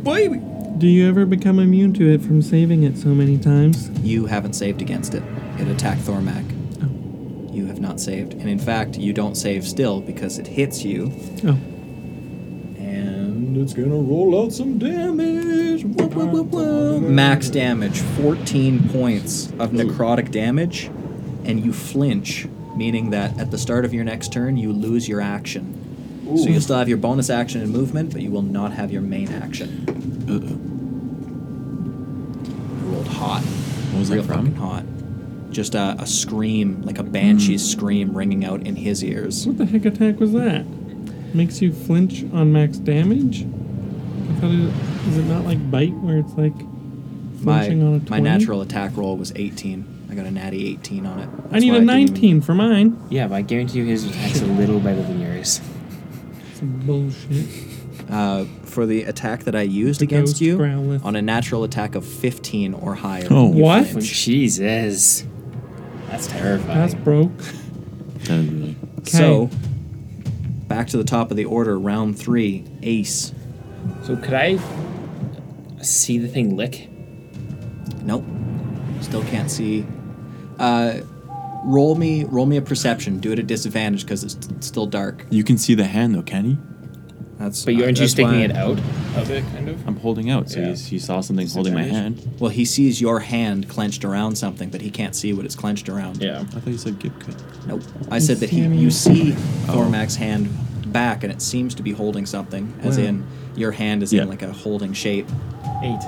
Speaker 3: Baby,
Speaker 4: Do you ever become immune to it from saving it so many times?
Speaker 3: you haven't saved against it. It attacked Thormac.
Speaker 4: Oh.
Speaker 3: You have not saved, and in fact, you don't save still because it hits you.
Speaker 4: Oh.
Speaker 3: And
Speaker 6: and it's gonna roll out some damage. Wah, wah, wah, wah.
Speaker 3: max damage 14 points of necrotic damage, and you flinch, meaning that at the start of your next turn, you lose your action. So you'll still have your bonus action and movement, but you will not have your main action. You rolled hot.
Speaker 2: What was
Speaker 3: Real
Speaker 2: that
Speaker 3: fucking
Speaker 2: from?
Speaker 3: hot. Just a, a scream, like a banshee's
Speaker 2: Hmm.
Speaker 3: scream ringing out in his ears.
Speaker 4: What the heck attack was that? Makes you flinch on max damage? I thought it is it not like bite where it's like
Speaker 3: My,
Speaker 4: flinching on a 20?
Speaker 3: my natural attack roll was 18. I got a natty 18 on it.
Speaker 4: I
Speaker 3: That's
Speaker 4: need
Speaker 3: why didn't
Speaker 4: a
Speaker 3: even-
Speaker 4: 19 for mine.
Speaker 1: Yeah, but I guarantee you his attack's a little better than yours.
Speaker 4: Some bullshit.
Speaker 3: uh, for the attack that I used
Speaker 4: The
Speaker 3: against
Speaker 4: ghost
Speaker 3: you
Speaker 4: growleth.
Speaker 3: on a natural attack of 15 or higher.
Speaker 2: Oh.
Speaker 3: you
Speaker 4: What?
Speaker 1: Oh,
Speaker 3: flinch.
Speaker 1: Jesus. That's terrifying.
Speaker 4: That's broke.
Speaker 2: That would really.
Speaker 3: So, back to the top of the order, round three, ace.
Speaker 1: so could I see the thing lick?
Speaker 3: Nope. Still can't see Uh, Roll me, roll me a perception. Do it at disadvantage because it's it's still dark.
Speaker 2: You can see the hand though, can he?
Speaker 3: That's
Speaker 1: But you aren't
Speaker 6: That's
Speaker 1: just taking
Speaker 6: why-
Speaker 1: it out of it, kind of?
Speaker 2: I'm holding out, so
Speaker 1: Yeah.
Speaker 2: he's, he saw something holding my hand.
Speaker 3: well. He sees your hand clenched around something, but he can't see what it's clenched around.
Speaker 1: Yeah.
Speaker 2: I thought you said Gipka.
Speaker 3: Nope. I said that he, you see Thormac's hand back, and it seems to be holding something, as
Speaker 2: Wow.
Speaker 3: in your hand is
Speaker 2: Yeah.
Speaker 3: in like a holding shape.
Speaker 1: Eight.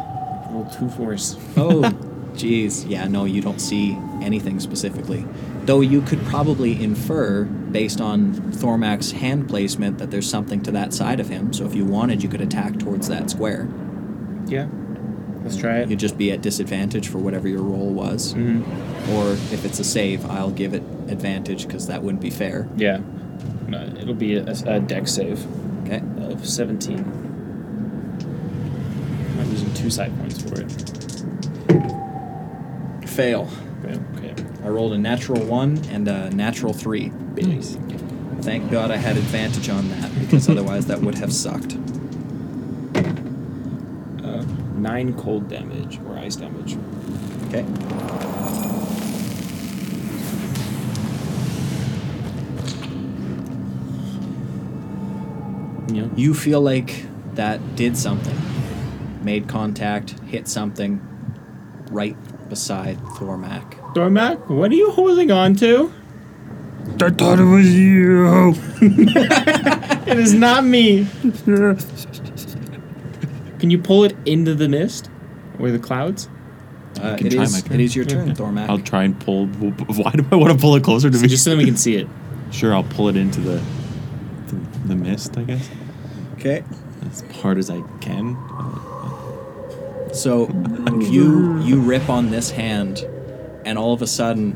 Speaker 1: Roll two fours.
Speaker 3: Oh, jeez. Yeah, no, you don't see anything specifically. Though you could probably infer, based on Thormac's hand placement, that there's something to that side of him. So if you wanted, you could attack towards that square.
Speaker 1: Yeah. Let's try it.
Speaker 3: You'd just be at disadvantage for whatever your roll was.
Speaker 1: Mm-hmm.
Speaker 3: Or if it's a save, I'll give it advantage because that wouldn't be fair.
Speaker 1: Yeah. No, it'll be a, a deck save
Speaker 3: Okay.
Speaker 1: of 17. I'm losing two side points for it.
Speaker 3: Fail.
Speaker 1: Okay. okay.
Speaker 3: I rolled a natural one and a natural three.
Speaker 1: Nice.
Speaker 3: Thank God I had advantage on that because otherwise that would have sucked.
Speaker 1: Uh, nine cold damage or ice damage.
Speaker 3: Okay.
Speaker 2: Yeah.
Speaker 3: You feel like that did something. Made contact, hit something right beside Thormac.
Speaker 1: Dormac, what are you holding on to?
Speaker 5: I thought it was you.
Speaker 1: It is not me. Can you pull it into the mist? Or the clouds?
Speaker 3: Uh,
Speaker 2: can
Speaker 3: it,
Speaker 2: try
Speaker 3: is,
Speaker 2: my turn.
Speaker 3: it is your turn,
Speaker 2: I'll
Speaker 3: Thormac.
Speaker 2: try and pull. Why do I want to pull it closer to me?
Speaker 1: Just so that we can see it.
Speaker 2: Sure, I'll pull it into the, the the mist, I guess,
Speaker 3: Okay.
Speaker 2: as hard as I can.
Speaker 3: So you you rip on this hand, and all of a sudden,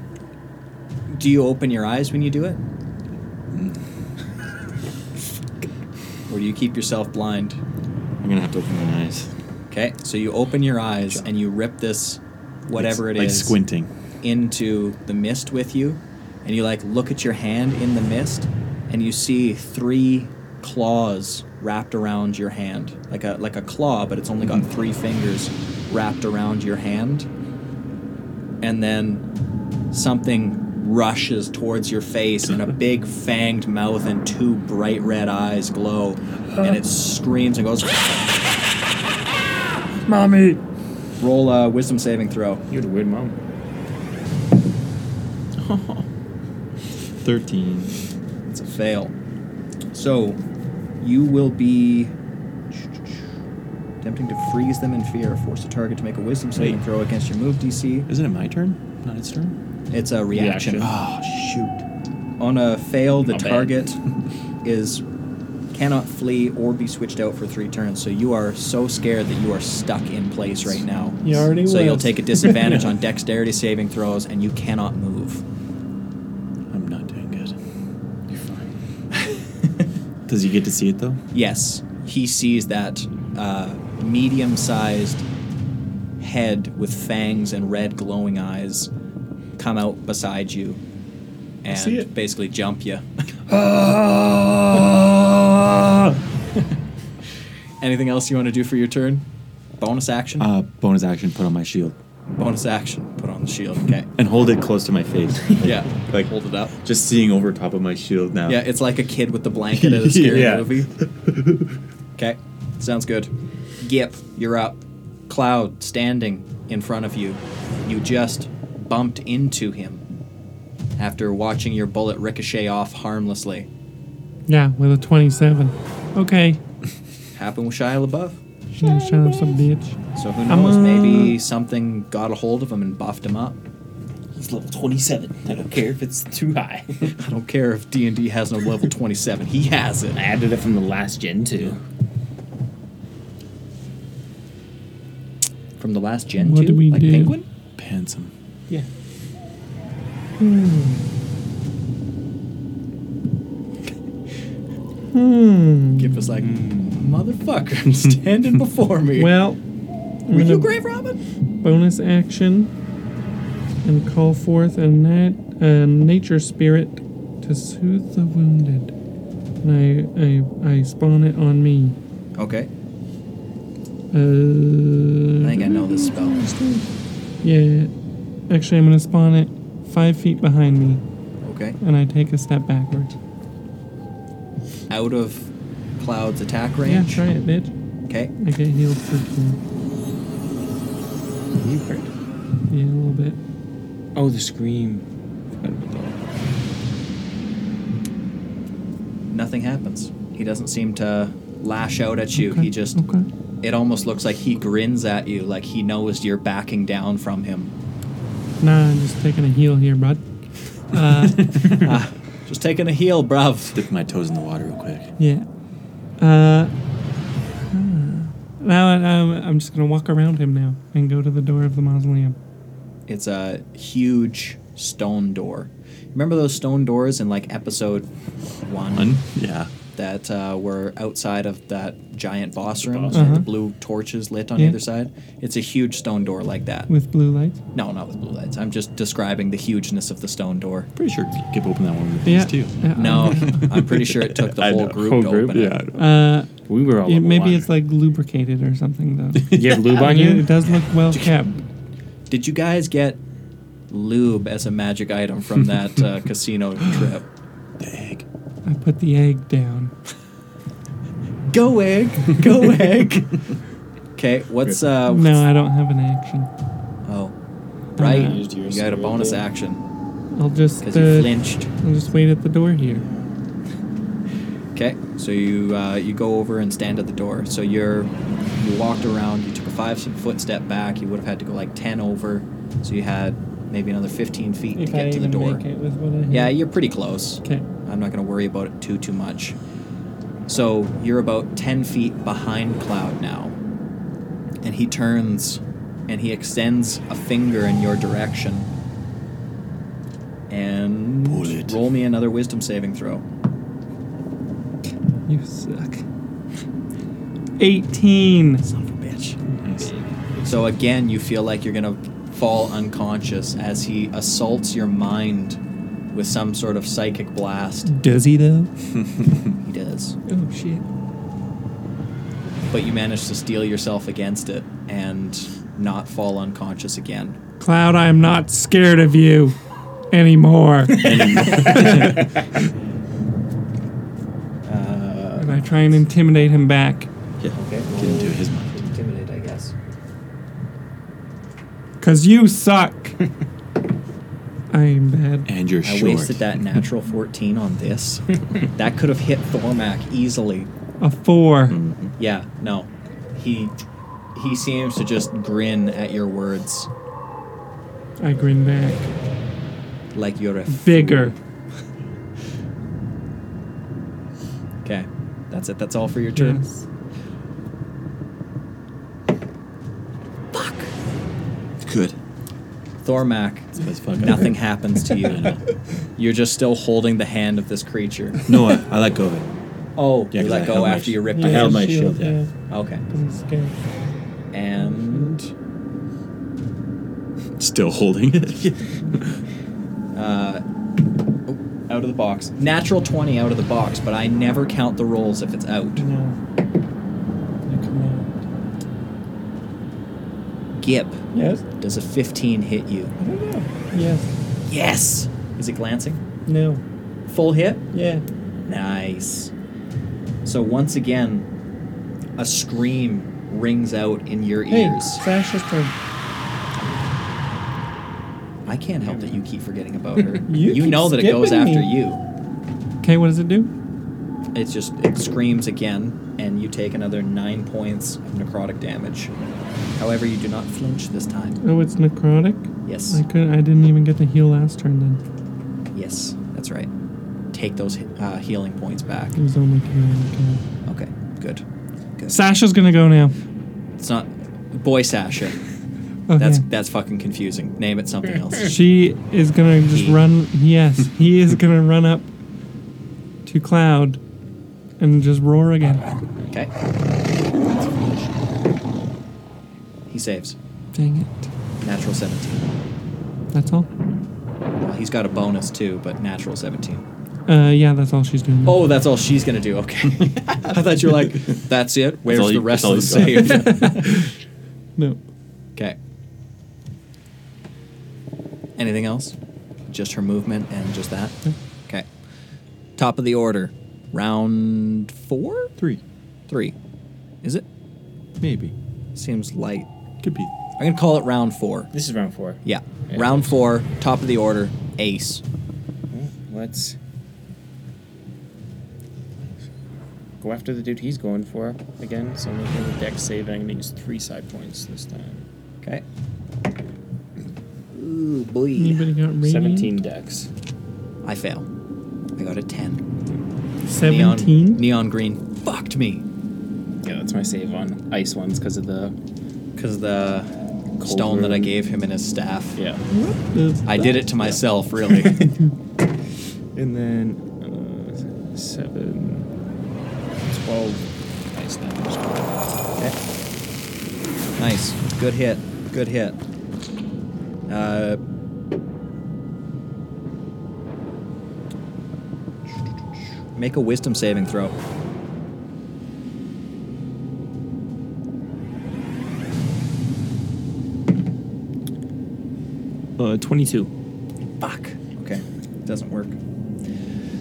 Speaker 3: do you open your eyes when you do it, or do you keep yourself blind?
Speaker 2: I'm gonna have to open my eyes.
Speaker 3: Okay, so you open your eyes and you rip this, whatever
Speaker 2: it's
Speaker 3: it
Speaker 2: like
Speaker 3: is,
Speaker 2: squinting.
Speaker 3: into the mist with you, and you like look at your hand in the mist, and you see three claws wrapped around your hand, like a like a claw, but it's only got three fingers wrapped around your hand, and then something rushes towards your face, and a big fanged mouth and two bright red eyes glow, and it screams and goes.
Speaker 5: Mommy.
Speaker 3: Roll a wisdom saving throw.
Speaker 1: You had a weird mom.
Speaker 2: Thirteen.
Speaker 3: It's a fail. So you will be attempting to freeze them in fear. Force the target to make a wisdom saving
Speaker 2: Wait.
Speaker 3: throw against your move DC.
Speaker 2: Isn't it my turn? Not its turn.
Speaker 3: It's a reaction.
Speaker 1: Reaction.
Speaker 3: Oh shoot. On a fail, the
Speaker 1: My bad.
Speaker 3: target is cannot flee or be switched out for three turns. So you are so scared that you are stuck in place right now.
Speaker 4: You already
Speaker 3: so you'll
Speaker 4: was.
Speaker 3: take a disadvantage on dexterity saving throws and you cannot move.
Speaker 2: I'm not doing good. You're fine. Does he get to see it though?
Speaker 3: Yes, he sees that uh, medium sized head with fangs and red glowing eyes come out beside you and
Speaker 1: see it.
Speaker 3: basically jump you. Uh. Anything else you want to do for your turn? Bonus action?
Speaker 2: Uh, bonus action. Put on my shield
Speaker 3: Bonus action. Put on the shield. Okay.
Speaker 2: and hold it close to my face.
Speaker 3: Yeah.
Speaker 2: Like-
Speaker 3: hold it up.
Speaker 2: Just seeing over top of my shield now.
Speaker 4: Um,
Speaker 3: Yeah, it's like a kid with the blanket at a scary
Speaker 2: Yeah.
Speaker 3: movie. Okay, sounds good. Gip, you're up. Cloud standing in front of you. You just bumped into him after watching your bullet ricochet off harmlessly.
Speaker 4: Yeah, with a 27. Okay.
Speaker 3: Happened with Shia LaBeouf.
Speaker 4: Yeah, Shut up, some bitch.
Speaker 3: So who
Speaker 4: I'm,
Speaker 3: knows?
Speaker 4: uh,
Speaker 3: Maybe something got a hold of him and buffed him up.
Speaker 1: He's level 27. I don't care if it's too high.
Speaker 3: I don't care if D and D has no level 27. He has it.
Speaker 1: I added it from the last gen, too.
Speaker 3: From the last gen
Speaker 4: What
Speaker 3: two,
Speaker 4: do we
Speaker 3: like
Speaker 4: do?
Speaker 3: Penguin.
Speaker 2: Handsome.
Speaker 1: Yeah.
Speaker 3: Gip was like, motherfucker, standing before me.
Speaker 4: Hmm. Well, I'm
Speaker 3: Were you
Speaker 4: gonna
Speaker 3: Grave Robin?
Speaker 4: bonus action and call forth a, nat- a nature spirit to soothe the wounded. And I, I, I spawn it on me.
Speaker 3: Okay.
Speaker 4: Uh,
Speaker 3: I think I know this spell.
Speaker 4: Yeah. Actually, I'm gonna spawn it five feet behind me,
Speaker 3: Okay.
Speaker 4: and I take a step backwards.
Speaker 3: Out of Cloud's attack
Speaker 4: Yeah,
Speaker 3: range.
Speaker 4: try it, bitch.
Speaker 3: Okay.
Speaker 4: I get healed for two.
Speaker 1: You hurt?
Speaker 4: Yeah, a little bit.
Speaker 1: Oh, the scream. Forgot about that.
Speaker 3: Nothing happens. He doesn't seem to lash out at you. He just
Speaker 4: Okay.
Speaker 3: it almost looks like he grins at you like he knows you're backing down from him.
Speaker 4: Nah, I'm just taking a heal here, bud. Uh,
Speaker 3: Just taking a heal, bruv.
Speaker 2: Dip my toes in the water real quick.
Speaker 4: yeah. Uh, now I, I'm, I'm just gonna walk around him now and go to the door of the mausoleum.
Speaker 3: It's a huge stone door. Remember those stone doors in like episode one,
Speaker 2: One? Yeah.
Speaker 3: that uh, were outside of that giant boss room
Speaker 1: boss
Speaker 3: with the
Speaker 4: room.
Speaker 3: blue torches lit on
Speaker 4: Yeah.
Speaker 3: either side? It's a huge stone door like that.
Speaker 4: with blue lights.
Speaker 3: No, not with blue lights. I'm just describing the hugeness of the stone door.
Speaker 2: Pretty sure Gip opened that one with
Speaker 4: Yeah. Uh,
Speaker 2: these too.
Speaker 4: yeah,
Speaker 3: No, I'm pretty sure it took the
Speaker 2: I
Speaker 3: whole
Speaker 2: know.
Speaker 3: group
Speaker 2: Whole
Speaker 3: to
Speaker 2: group,
Speaker 3: open
Speaker 2: yeah. I
Speaker 3: it.
Speaker 2: know.
Speaker 4: Uh,
Speaker 1: We were all.
Speaker 4: it,
Speaker 1: level
Speaker 4: maybe
Speaker 1: one.
Speaker 4: it's like lubricated or something though.
Speaker 1: You have lube on
Speaker 4: It-
Speaker 1: you?
Speaker 4: It does look well kept.
Speaker 3: Did you guys get lube as a magic item from that uh, casino trip?
Speaker 2: Dang.
Speaker 4: I put the egg down.
Speaker 3: Go egg, go egg. Okay, what's uh?
Speaker 4: No, I don't have an action.
Speaker 3: Oh, right.
Speaker 4: Uh,
Speaker 1: Used your
Speaker 3: you got a
Speaker 1: spirit
Speaker 3: bonus
Speaker 1: thing.
Speaker 3: action
Speaker 4: I'll just
Speaker 3: because you
Speaker 4: uh,
Speaker 3: flinched.
Speaker 4: I'll just wait at the door here.
Speaker 3: Okay, so you uh, you go over and stand at the door. So you're you walked around. You took a five foot step back. You would have had to go like ten over. So you had maybe another fifteen feet
Speaker 4: If
Speaker 3: to
Speaker 4: I
Speaker 3: get to the
Speaker 4: even
Speaker 3: door.
Speaker 4: make it with what I have.
Speaker 3: Yeah, you're pretty close.
Speaker 4: Okay.
Speaker 3: I'm not going to worry about it too too much. So you're about ten feet behind Cloud now, and he turns and he extends a finger in your direction. And
Speaker 2: Pull it.
Speaker 3: roll me another Wisdom saving throw.
Speaker 4: You suck. Eighteen.
Speaker 3: Son of a bitch. So again, you feel like you're gonna fall unconscious as he assaults your mind with some sort of psychic blast.
Speaker 4: Does he though?
Speaker 3: He does.
Speaker 4: Oh shit.
Speaker 3: But you manage to steel yourself against it and not fall unconscious again.
Speaker 4: Cloud, I am not scared of you anymore. and
Speaker 3: Uh,
Speaker 4: I try and intimidate him back.
Speaker 2: Yeah. Get into his mind.
Speaker 3: Intimidate, I guess.
Speaker 4: Cause you suck. I'm bad.
Speaker 2: And you're
Speaker 3: I
Speaker 2: short.
Speaker 3: wasted that natural 14 on this. that could have hit Thormac easily.
Speaker 4: A four.
Speaker 3: Mm. Yeah, no. He he seems to just grin at your words
Speaker 4: I grin back.
Speaker 3: like you're a
Speaker 4: Bigger.
Speaker 3: Okay. That's it. That's all for your turn.
Speaker 4: Yes.
Speaker 2: Good.
Speaker 3: Thormac,
Speaker 2: That's fucking
Speaker 3: nothing happens to you. You're just still holding the hand of this creature.
Speaker 2: No, I, I let go of it.
Speaker 3: Oh,
Speaker 2: Yeah,
Speaker 3: you
Speaker 2: 'cause I
Speaker 3: let go
Speaker 2: held my
Speaker 3: after you ripped
Speaker 2: I
Speaker 3: it.
Speaker 2: held my shield, yeah.
Speaker 4: yeah.
Speaker 3: Okay.
Speaker 4: 'cause I'm scared.
Speaker 3: And
Speaker 2: Still holding it.
Speaker 3: out of the box. Natural 20 out of the box, but I never count the rolls if it's out.
Speaker 4: No. I come
Speaker 3: Gip,
Speaker 4: out. Yes.
Speaker 3: does a 15 hit you?
Speaker 4: I don't know. Yes.
Speaker 3: Yes! Is it glancing?
Speaker 4: No.
Speaker 3: Full hit?
Speaker 4: Yeah.
Speaker 3: Nice. So once again, a scream rings out in your
Speaker 4: Hey,
Speaker 3: ears.
Speaker 4: Sasha's turn.
Speaker 3: I can't help that you keep forgetting about her.
Speaker 4: You keep
Speaker 3: know that it goes
Speaker 4: skipping
Speaker 3: after
Speaker 4: me.
Speaker 3: you.
Speaker 4: Okay, what does it do?
Speaker 3: It just it screams again, and you take another nine points of necrotic damage. However, you do not flinch this time.
Speaker 4: Oh, it's necrotic.
Speaker 3: Yes,
Speaker 4: I could. I didn't even get to heal last turn. Then
Speaker 3: yes, that's right. Take those uh, healing points back.
Speaker 4: it was only healing.
Speaker 3: Okay, good.
Speaker 4: Okay. Sasha's gonna go now.
Speaker 3: It's not boy Sasha.
Speaker 4: Okay.
Speaker 3: That's that's fucking confusing. Name it something else.
Speaker 4: she is gonna just
Speaker 3: He.
Speaker 4: run. Yes, he is gonna run up to Cloud and just roar again.
Speaker 3: Okay. He saves.
Speaker 4: Dang it!
Speaker 3: Natural 17.
Speaker 4: That's all.
Speaker 3: Well, he's got a bonus too, but natural 17.
Speaker 4: Uh, yeah, that's all she's doing.
Speaker 3: Oh, that's all she's gonna do. Okay. I thought you were like, that's it. Where's
Speaker 2: all
Speaker 3: the
Speaker 2: you-
Speaker 3: rest of the
Speaker 2: that's all you
Speaker 3: save?
Speaker 4: no.
Speaker 3: okay. Anything else? just her movement and just that? Okay. Top of the order. Round four?
Speaker 2: Three,
Speaker 3: Three. Is it?
Speaker 2: maybe.
Speaker 3: Seems light.
Speaker 2: Could be.
Speaker 3: I'm going to call it round four.
Speaker 1: This is round four.
Speaker 3: Yeah. Round four, top of the order, ace.
Speaker 1: Let's go after the dude he's going for again. So I'm making a deck save, and I'm gonna use three side points this time.
Speaker 3: Okay. Ooh, boy.
Speaker 4: Anybody got radiant?
Speaker 1: Seventeen decks.
Speaker 3: I fail. I got a 10. Neon,
Speaker 4: 17?
Speaker 3: neon green fucked me.
Speaker 1: Yeah, that's my save on ice ones because of the
Speaker 3: Because the stone that I gave him in his staff.
Speaker 1: yeah.
Speaker 4: What the-
Speaker 3: I did it to myself, really.
Speaker 1: And then uh, seven, twelve ice damage.
Speaker 3: nice. Good hit. Good hit. Uh, make a wisdom saving throw.
Speaker 1: Uh, twenty-two.
Speaker 3: Fuck. Okay. Doesn't work.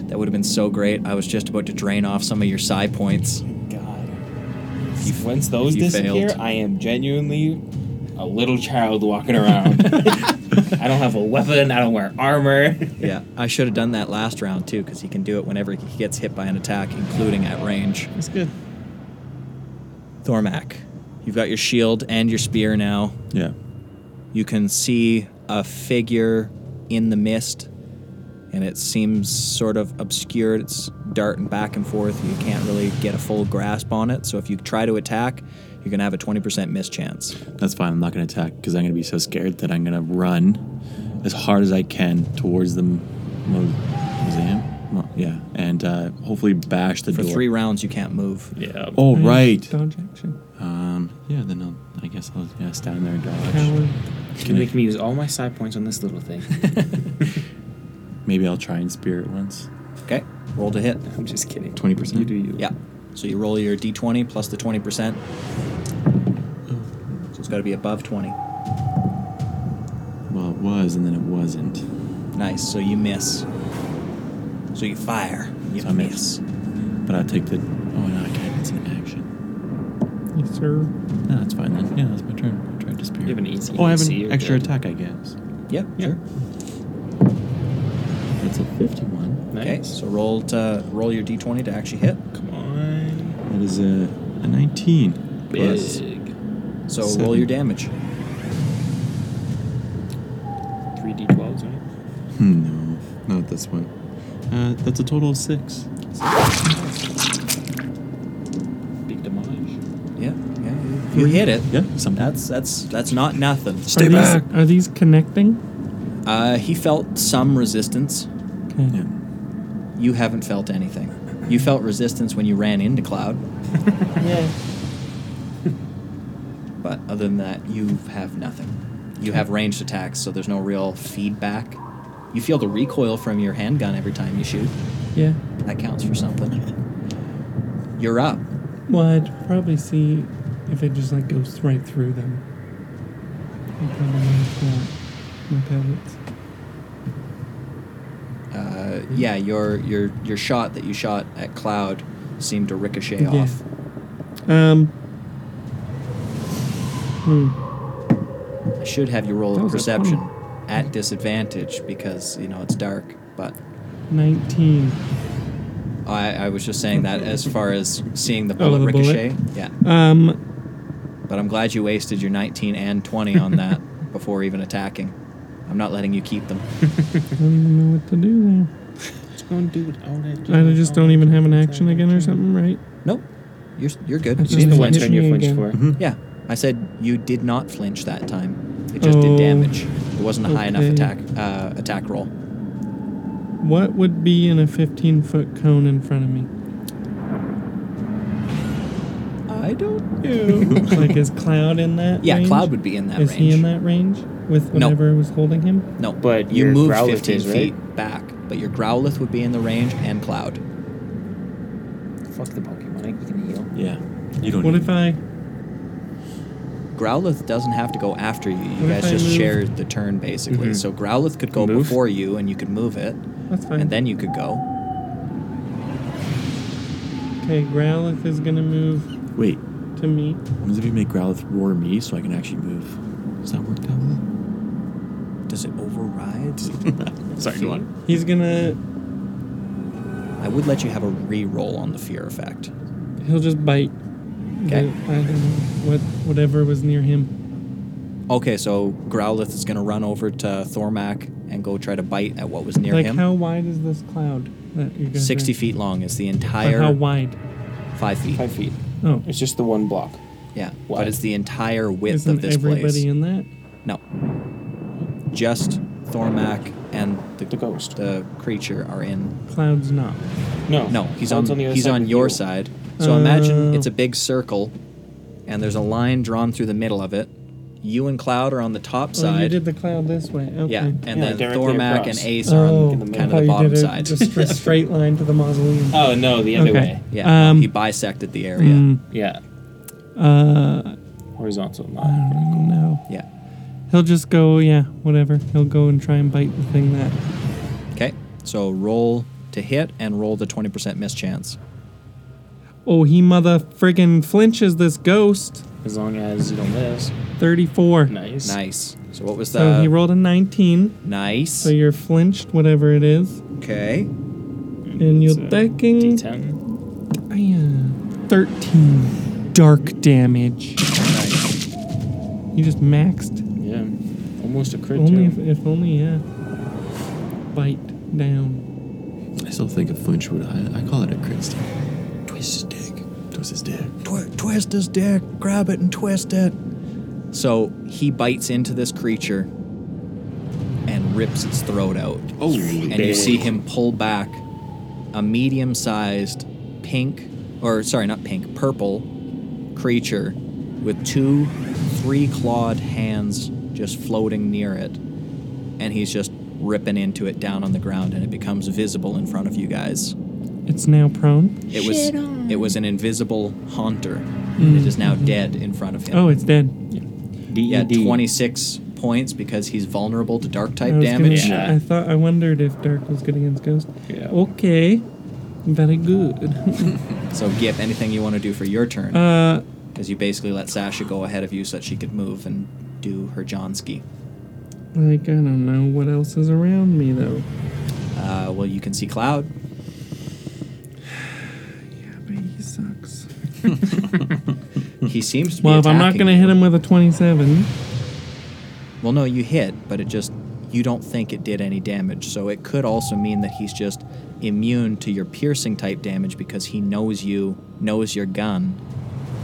Speaker 3: That would have been so great. I was just about to drain off some of your psi points.
Speaker 1: God. Once those
Speaker 3: you
Speaker 1: disappear,
Speaker 3: failed.
Speaker 1: I am genuinely a little child walking around. I don't have a weapon. I don't wear armor.
Speaker 3: Yeah, I should have done that last round too, because he can do it whenever he gets hit by an attack, including at range.
Speaker 4: That's good.
Speaker 3: Thormac, you've got your shield and your spear now.
Speaker 2: Yeah.
Speaker 3: You can see a figure in the mist, and it seems sort of obscured. It's darting back and forth. You can't really get a full grasp on it. So if you try to attack, you're gonna have a 20% miss chance.
Speaker 2: That's fine. I'm not going to attack because I'm going to be so scared that I'm going to run as hard as I can towards the m- mo- museum. Mo- yeah. And uh, hopefully bash the
Speaker 3: For
Speaker 2: door.
Speaker 3: three rounds, you can't move.
Speaker 1: Yeah.
Speaker 2: Oh,
Speaker 4: Nice.
Speaker 2: right.
Speaker 4: Dodge action.
Speaker 2: Um, yeah, then I'll, I guess I'll yeah, stand there and dodge.
Speaker 4: Coward.
Speaker 1: Can you
Speaker 2: I-
Speaker 1: make me use all my side points on this little thing?
Speaker 2: Maybe I'll try and spear it once.
Speaker 3: Okay, roll to hit.
Speaker 1: I'm just kidding.
Speaker 2: 20%?
Speaker 1: You do you.
Speaker 3: Yeah. So you roll your d20 plus the 20%. So it's got to be above 20.
Speaker 2: Well, it was, and then it wasn't.
Speaker 3: Nice. So you miss. So you fire. You
Speaker 2: So I
Speaker 3: miss.
Speaker 2: miss. But I take the. Oh, no, I can't. It's an action.
Speaker 4: Yes, sir.
Speaker 2: No, that's fine then. Yeah, that's my turn. I'll try to spear.
Speaker 1: You have an easy
Speaker 2: Oh, I have
Speaker 1: AC,
Speaker 2: an
Speaker 1: you're
Speaker 2: extra
Speaker 1: good.
Speaker 2: attack, I guess.
Speaker 3: Yeah, sure.
Speaker 2: That's a 51.
Speaker 1: Nice.
Speaker 3: Okay. So roll to roll your d20 to actually hit.
Speaker 1: Come on.
Speaker 2: That is a, a 19. Plus.
Speaker 1: Big.
Speaker 3: So roll
Speaker 2: Seven.
Speaker 3: your damage.
Speaker 1: Three d12s, right?
Speaker 2: Hmm, No, not this one. Uh, that's a total of six.
Speaker 1: Big damage.
Speaker 3: Yeah. Yeah. You hit it.
Speaker 2: Yeah, some
Speaker 3: That's that's that's not nothing.
Speaker 5: Stay
Speaker 4: are
Speaker 5: back.
Speaker 4: These, are these connecting?
Speaker 3: Uh, he felt some resistance.
Speaker 4: Okay.
Speaker 2: Yeah.
Speaker 3: You haven't felt anything. You felt resistance when you ran into Cloud. But other than that, you have nothing. You have ranged attacks, so there's no real feedback. You feel the recoil from your handgun every time you shoot.
Speaker 4: Yeah.
Speaker 3: That counts for something. You're up.
Speaker 4: Well, I'd probably see if it just like goes right through them. I'd probably use that. My pellets.
Speaker 3: Uh, yeah, your your your shot that you shot at Cloud seemed to ricochet
Speaker 4: Yeah.
Speaker 3: off.
Speaker 4: Um. Hmm.
Speaker 3: I should have you roll
Speaker 4: That
Speaker 3: a
Speaker 4: was a
Speaker 3: perception
Speaker 4: 20.
Speaker 3: at disadvantage because you know it's dark. But
Speaker 4: 19.
Speaker 3: I, I was just saying that as far as seeing the
Speaker 4: Oh,
Speaker 3: bullet
Speaker 4: the bullet?
Speaker 3: ricochet. Yeah.
Speaker 4: Um,
Speaker 3: But I'm glad you wasted your 19 and 20 on that before even attacking. I'm not letting you keep them.
Speaker 4: I don't even know what to do there.
Speaker 1: Let's go and do it. All that
Speaker 4: I just don't even have an action again or something, right?
Speaker 3: Nope. You're, you're good.
Speaker 4: That's
Speaker 3: You
Speaker 1: She's the
Speaker 3: didn't
Speaker 1: one
Speaker 4: Hit
Speaker 3: flinch.
Speaker 1: turn you
Speaker 4: me
Speaker 1: flinched
Speaker 4: again.
Speaker 1: for.
Speaker 3: Yeah. I said you did not flinch that time. It just did
Speaker 4: Oh.
Speaker 3: damage. It wasn't a high enough
Speaker 4: Okay.
Speaker 3: attack uh, attack roll.
Speaker 4: What would be in a 15 foot cone in front of me?
Speaker 3: I don't
Speaker 4: like, is Cloud in that?
Speaker 3: Yeah,
Speaker 4: range?
Speaker 3: Cloud would be in that
Speaker 4: Is
Speaker 3: range.
Speaker 4: he in that range with
Speaker 3: No.
Speaker 4: whatever was holding him?
Speaker 3: No.
Speaker 1: But
Speaker 3: you
Speaker 1: your
Speaker 3: moved
Speaker 1: Growlithe
Speaker 3: 15
Speaker 1: is, right?
Speaker 3: feet back, but your Growlithe would be in the range and Cloud.
Speaker 1: Fuck the Pokemon. I can heal.
Speaker 2: Yeah. You don't
Speaker 4: What
Speaker 2: need
Speaker 4: if I
Speaker 3: Growlithe doesn't have to go after you. You
Speaker 4: What if
Speaker 3: guys
Speaker 4: I
Speaker 3: just
Speaker 4: move- Mm-hmm.
Speaker 3: share the turn basically. So Growlithe could go
Speaker 1: Move?
Speaker 3: before you, and you could move it,
Speaker 4: That's fine.
Speaker 3: and then you could go.
Speaker 4: okay, Growlithe is gonna move
Speaker 2: Wait,
Speaker 4: to me.
Speaker 2: what if you make Growlithe roar me so I can actually move? Does that work that well?
Speaker 3: Does it override?
Speaker 2: Sorry, go on.
Speaker 4: He's gonna.
Speaker 3: I would let you have a re-roll on the fear effect.
Speaker 4: He'll just bite.
Speaker 3: Okay.
Speaker 4: the- I don't know what whatever was near him.
Speaker 3: Okay, so Growlithe is going to run over to Thormac and go try to bite at what was near
Speaker 4: like
Speaker 3: him.
Speaker 4: how wide is this cloud that you're gonna?
Speaker 3: 60 feet long is the entire
Speaker 4: But how wide?
Speaker 3: 5 feet.
Speaker 1: Five feet.
Speaker 4: Oh,
Speaker 1: It's just the one block.
Speaker 3: Yeah, but
Speaker 1: Wide.
Speaker 3: it's the entire width
Speaker 4: isn't
Speaker 3: of this
Speaker 4: everybody
Speaker 3: place.
Speaker 4: in that?
Speaker 3: no. Just Thormac and the,
Speaker 1: The ghost.
Speaker 3: the creature are in.
Speaker 4: Cloud's not. Oh,
Speaker 1: No.
Speaker 3: Uh, No, he's
Speaker 1: Cloud's
Speaker 3: on,
Speaker 1: the other
Speaker 3: he's
Speaker 1: side
Speaker 3: on
Speaker 1: with
Speaker 3: your
Speaker 1: you.
Speaker 3: side. So imagine
Speaker 4: Oh.
Speaker 3: it's a big circle and there's a line drawn through the middle of it. You and Cloud are on the top
Speaker 4: Oh, you
Speaker 3: side.
Speaker 4: did the cloud this way. Okay.
Speaker 3: yeah, and then
Speaker 1: directly
Speaker 3: Thormac
Speaker 1: across.
Speaker 3: and Ace are
Speaker 4: Oh,
Speaker 3: on
Speaker 1: the
Speaker 3: kind
Speaker 4: I
Speaker 3: of
Speaker 4: thought
Speaker 3: the
Speaker 4: you
Speaker 3: bottom
Speaker 4: did a-
Speaker 3: side.
Speaker 4: Just a straight line to the mausoleum.
Speaker 1: Oh no, the other
Speaker 4: Okay.
Speaker 1: way.
Speaker 3: Yeah,
Speaker 4: Um,
Speaker 3: he bisected the area.
Speaker 4: Mm,
Speaker 1: Yeah.
Speaker 4: uh,
Speaker 1: Horizontal
Speaker 4: I
Speaker 3: Uh.
Speaker 1: line.
Speaker 4: don't know.
Speaker 3: Yeah.
Speaker 4: He'll just go. Yeah, whatever. He'll go and try and bite the thing that.
Speaker 3: Okay. So roll to hit and roll the 20% miss chance.
Speaker 4: Oh, he mother friggin' flinches this ghost.
Speaker 1: As long as you don't miss.
Speaker 4: Thirty-four.
Speaker 1: Nice.
Speaker 3: Nice. So what was
Speaker 4: So
Speaker 3: the
Speaker 4: he rolled a nineteen.
Speaker 3: nice?
Speaker 4: So you're flinched, whatever it is,
Speaker 3: okay.
Speaker 4: and you're
Speaker 1: It's a
Speaker 4: taking
Speaker 1: D10.
Speaker 4: uh, thirteen dark damage.
Speaker 3: Nice.
Speaker 4: You just maxed.
Speaker 1: Yeah. Almost a crit
Speaker 4: Only if,
Speaker 1: too.
Speaker 4: if only yeah. Bite down.
Speaker 2: I still think of flinch would. I, I call it a crit stick. Twist his dick. Twist his dick.
Speaker 3: Twi- twist his dick. Grab it and twist it. So he bites into this creature and rips its throat out.
Speaker 2: Oh,
Speaker 3: and you see him pull back a medium-sized pink or sorry not pink purple creature with two three-clawed hands just floating near it and he's just ripping into it down on the ground and it becomes visible in front of you guys
Speaker 4: It's now prone.
Speaker 3: it was it was an invisible haunter it is now dead in front of him
Speaker 4: Mm-hmm. Oh, it's dead.
Speaker 3: yeah
Speaker 1: DED.
Speaker 3: 26 points because he's vulnerable to dark type
Speaker 4: I was
Speaker 3: damage
Speaker 4: gonna-
Speaker 1: Yeah.
Speaker 4: I thought I wondered if Dark was good against Ghost.
Speaker 1: Yeah.
Speaker 4: Okay, very good.
Speaker 3: so gip anything you want to do for your turn
Speaker 4: uh,
Speaker 3: because you basically let Sasha go ahead of you so that she could move and do her Johnski.
Speaker 4: like I don't know what else is around me though.
Speaker 3: Uh, well, you can see Cloud.
Speaker 4: Yeah, but he sucks.
Speaker 3: He seems to be.
Speaker 4: Hmm. Well, if I'm not
Speaker 3: attacking
Speaker 4: gonna
Speaker 3: you.
Speaker 4: hit him with a 27,
Speaker 3: Well, no, you hit, but it just you don't think it did any damage. So it could also mean that he's just immune to your piercing type damage because he knows you, knows your gun,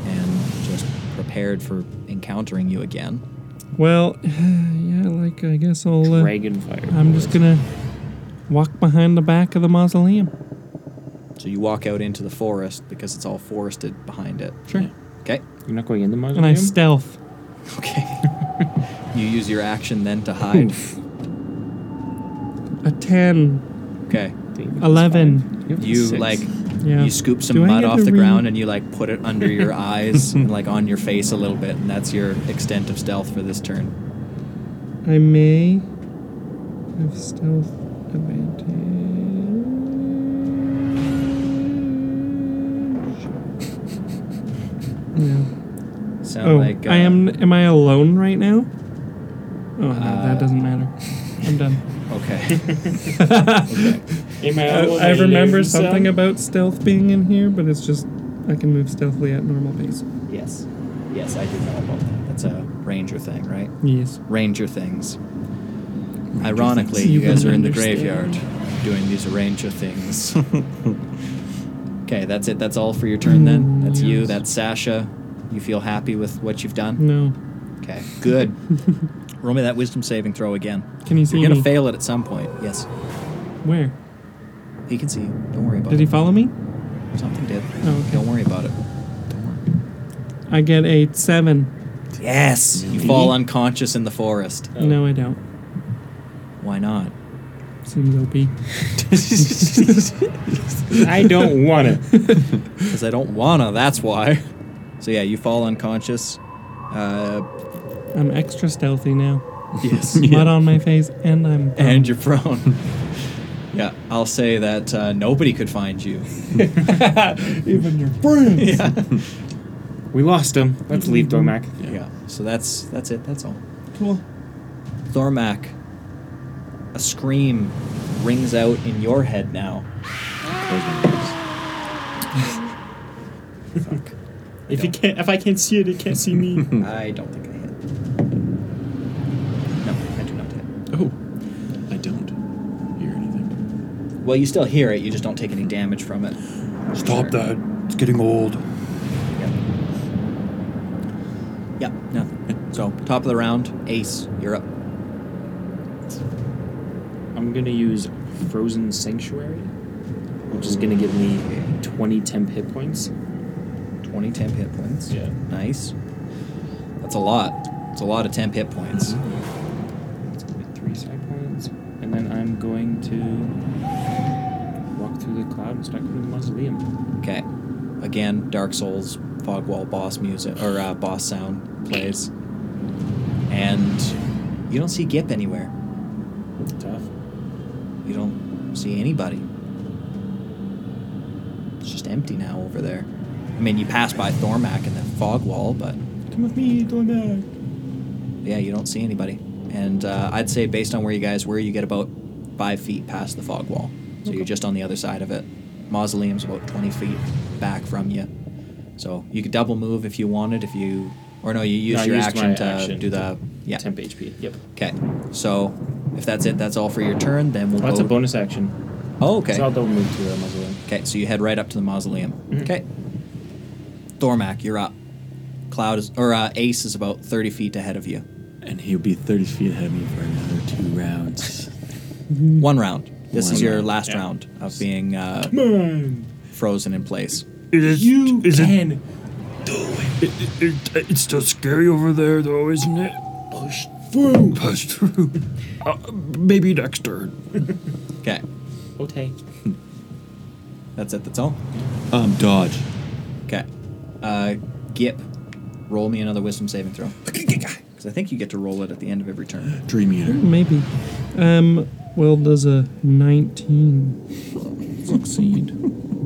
Speaker 3: and just prepared for encountering you again.
Speaker 4: well, yeah, like I guess I'll. Uh,
Speaker 1: Dragon fire.
Speaker 4: I'm just gonna walk behind the back of the mausoleum.
Speaker 3: So you walk out into the forest because it's all forested behind it.
Speaker 4: Sure.
Speaker 3: Okay.
Speaker 1: You're not going in the mausoleum.
Speaker 4: And I stealth.
Speaker 3: Okay. you use your action then to hide.
Speaker 4: A 10,
Speaker 3: Okay.
Speaker 1: David, it's
Speaker 4: 11.
Speaker 1: fine. have
Speaker 3: You
Speaker 1: six.
Speaker 3: like
Speaker 4: Yeah.
Speaker 3: you scoop some
Speaker 4: Do I
Speaker 3: mud
Speaker 4: get
Speaker 3: off
Speaker 4: to
Speaker 3: the
Speaker 4: read-
Speaker 3: ground and you like put it under your eyes and like on your face a little bit, and that's your extent of stealth for this turn.
Speaker 4: I may have stealth advantage. No.
Speaker 3: Sound
Speaker 4: Oh,
Speaker 3: like
Speaker 4: I am. Am I alone right now? Oh, no,
Speaker 3: Uh,
Speaker 4: that doesn't matter. I'm done.
Speaker 3: Okay.
Speaker 1: Am I,
Speaker 4: I,
Speaker 1: all
Speaker 4: I remember
Speaker 1: alone, son?
Speaker 4: something about stealth being in here, but it's just I can move stealthily at normal pace.
Speaker 3: yes. Yes, I do know about that. That's a ranger thing, right?
Speaker 4: Yes.
Speaker 3: Ranger things. Ironically,
Speaker 4: things.
Speaker 3: you
Speaker 4: You
Speaker 3: guys are in the
Speaker 4: wouldn't
Speaker 3: graveyard
Speaker 4: understand.
Speaker 3: doing these ranger things. okay, that's it. That's all for your turn then.
Speaker 4: Mm,
Speaker 3: That's you.
Speaker 4: yes.
Speaker 3: That's Sasha. You feel happy with what you've done?
Speaker 4: No.
Speaker 3: Okay, good. Roll me that wisdom saving throw again.
Speaker 4: Can he see
Speaker 3: You're gonna
Speaker 4: me?
Speaker 3: fail it at some point. Yes,
Speaker 4: Where?
Speaker 3: he can see you. Don't worry about
Speaker 4: Did he
Speaker 3: it.
Speaker 4: follow me?
Speaker 3: Something did.
Speaker 4: Oh, okay.
Speaker 3: Don't worry about it.
Speaker 4: I get a seven.
Speaker 3: Yes, you fall unconscious in the forest.
Speaker 4: No, I don't.
Speaker 3: Why not?
Speaker 4: Seems OP.
Speaker 1: I don't want it.
Speaker 3: Because I don't wanna. That's why. So yeah, you fall unconscious, Uh,
Speaker 4: I'm extra stealthy now.
Speaker 3: yes.
Speaker 4: Mud on my face, and I'm. prone.
Speaker 3: and you're prone. yeah, I'll say that uh, nobody could find you.
Speaker 1: Even your friends. we lost him. Let's leave Dormac.
Speaker 3: Yeah. So that's that's it. That's all.
Speaker 1: Cool.
Speaker 3: Thormac, a scream rings out in your head now. Fuck.
Speaker 1: If you can't, if I can't see it, it can't see me.
Speaker 3: I don't think I hit. No, I do not hit.
Speaker 2: Oh, I don't hear anything.
Speaker 3: Well, you still hear it. You just don't take any damage from it.
Speaker 5: Stop that. It's getting old.
Speaker 3: Yep. Yep. Nothing. So top of the round, Ace, you're up.
Speaker 1: I'm gonna use Frozen Sanctuary, which is gonna give me 20 temp hit points.
Speaker 3: 20 temp hit points.
Speaker 1: Yeah.
Speaker 3: Nice. That's a lot. It's a lot of temp hit
Speaker 1: Mm-hmm.
Speaker 3: points.
Speaker 1: That's gonna be three side points, and then I'm going to walk through the cloud and start going to the mausoleum.
Speaker 3: Okay. Again, Dark Souls fog wall boss music or uh, boss sound plays, and you don't see Gip anywhere.
Speaker 1: Tough.
Speaker 3: You don't see anybody. It's just empty now over there. I mean, you pass by Thormac and the fog wall, but
Speaker 1: Come with me, Dormac.
Speaker 3: yeah, you don't see anybody. And uh, I'd say based on where you guys were, you get about five feet past the fog wall. So you're just on the other side of it. Mausoleum's about 20 feet back from you. So you could double move if you wanted, if you. Or no, you use
Speaker 1: I
Speaker 3: your
Speaker 1: used my
Speaker 3: action to
Speaker 1: action
Speaker 3: do the.
Speaker 1: to
Speaker 3: Yeah.
Speaker 1: Temp HP. Yep.
Speaker 3: Okay. So if that's it, that's all for your turn. Then we'll
Speaker 1: Well, that's
Speaker 3: go.
Speaker 1: a bonus action.
Speaker 3: Oh, okay.
Speaker 1: So I'll Mm-hmm. double move to the mausoleum.
Speaker 3: Okay, so you head right up to the mausoleum. Okay. Thormac, you're up. Cloud is, or uh, Ace is about 30 feet ahead of you.
Speaker 2: And he'll be 30 feet ahead of me for another two rounds.
Speaker 3: One round. This
Speaker 2: One
Speaker 3: is your
Speaker 2: round,
Speaker 3: last
Speaker 1: yeah.
Speaker 3: round of being uh, frozen in place.
Speaker 5: It is,
Speaker 1: You
Speaker 5: is it-
Speaker 1: can
Speaker 5: It, it, it, it's still scary over there, though, isn't it? Push through. Push through. Uh, maybe next turn.
Speaker 3: Okay,
Speaker 1: Okay.
Speaker 3: that's it. That's all.
Speaker 2: um, dodge.
Speaker 3: Okay. Uh, Gip, roll me another wisdom saving throw. Because I think you get to roll it at the end of every turn.
Speaker 2: Dream Eater.
Speaker 4: Maybe. Um. Well, does a 19 succeed?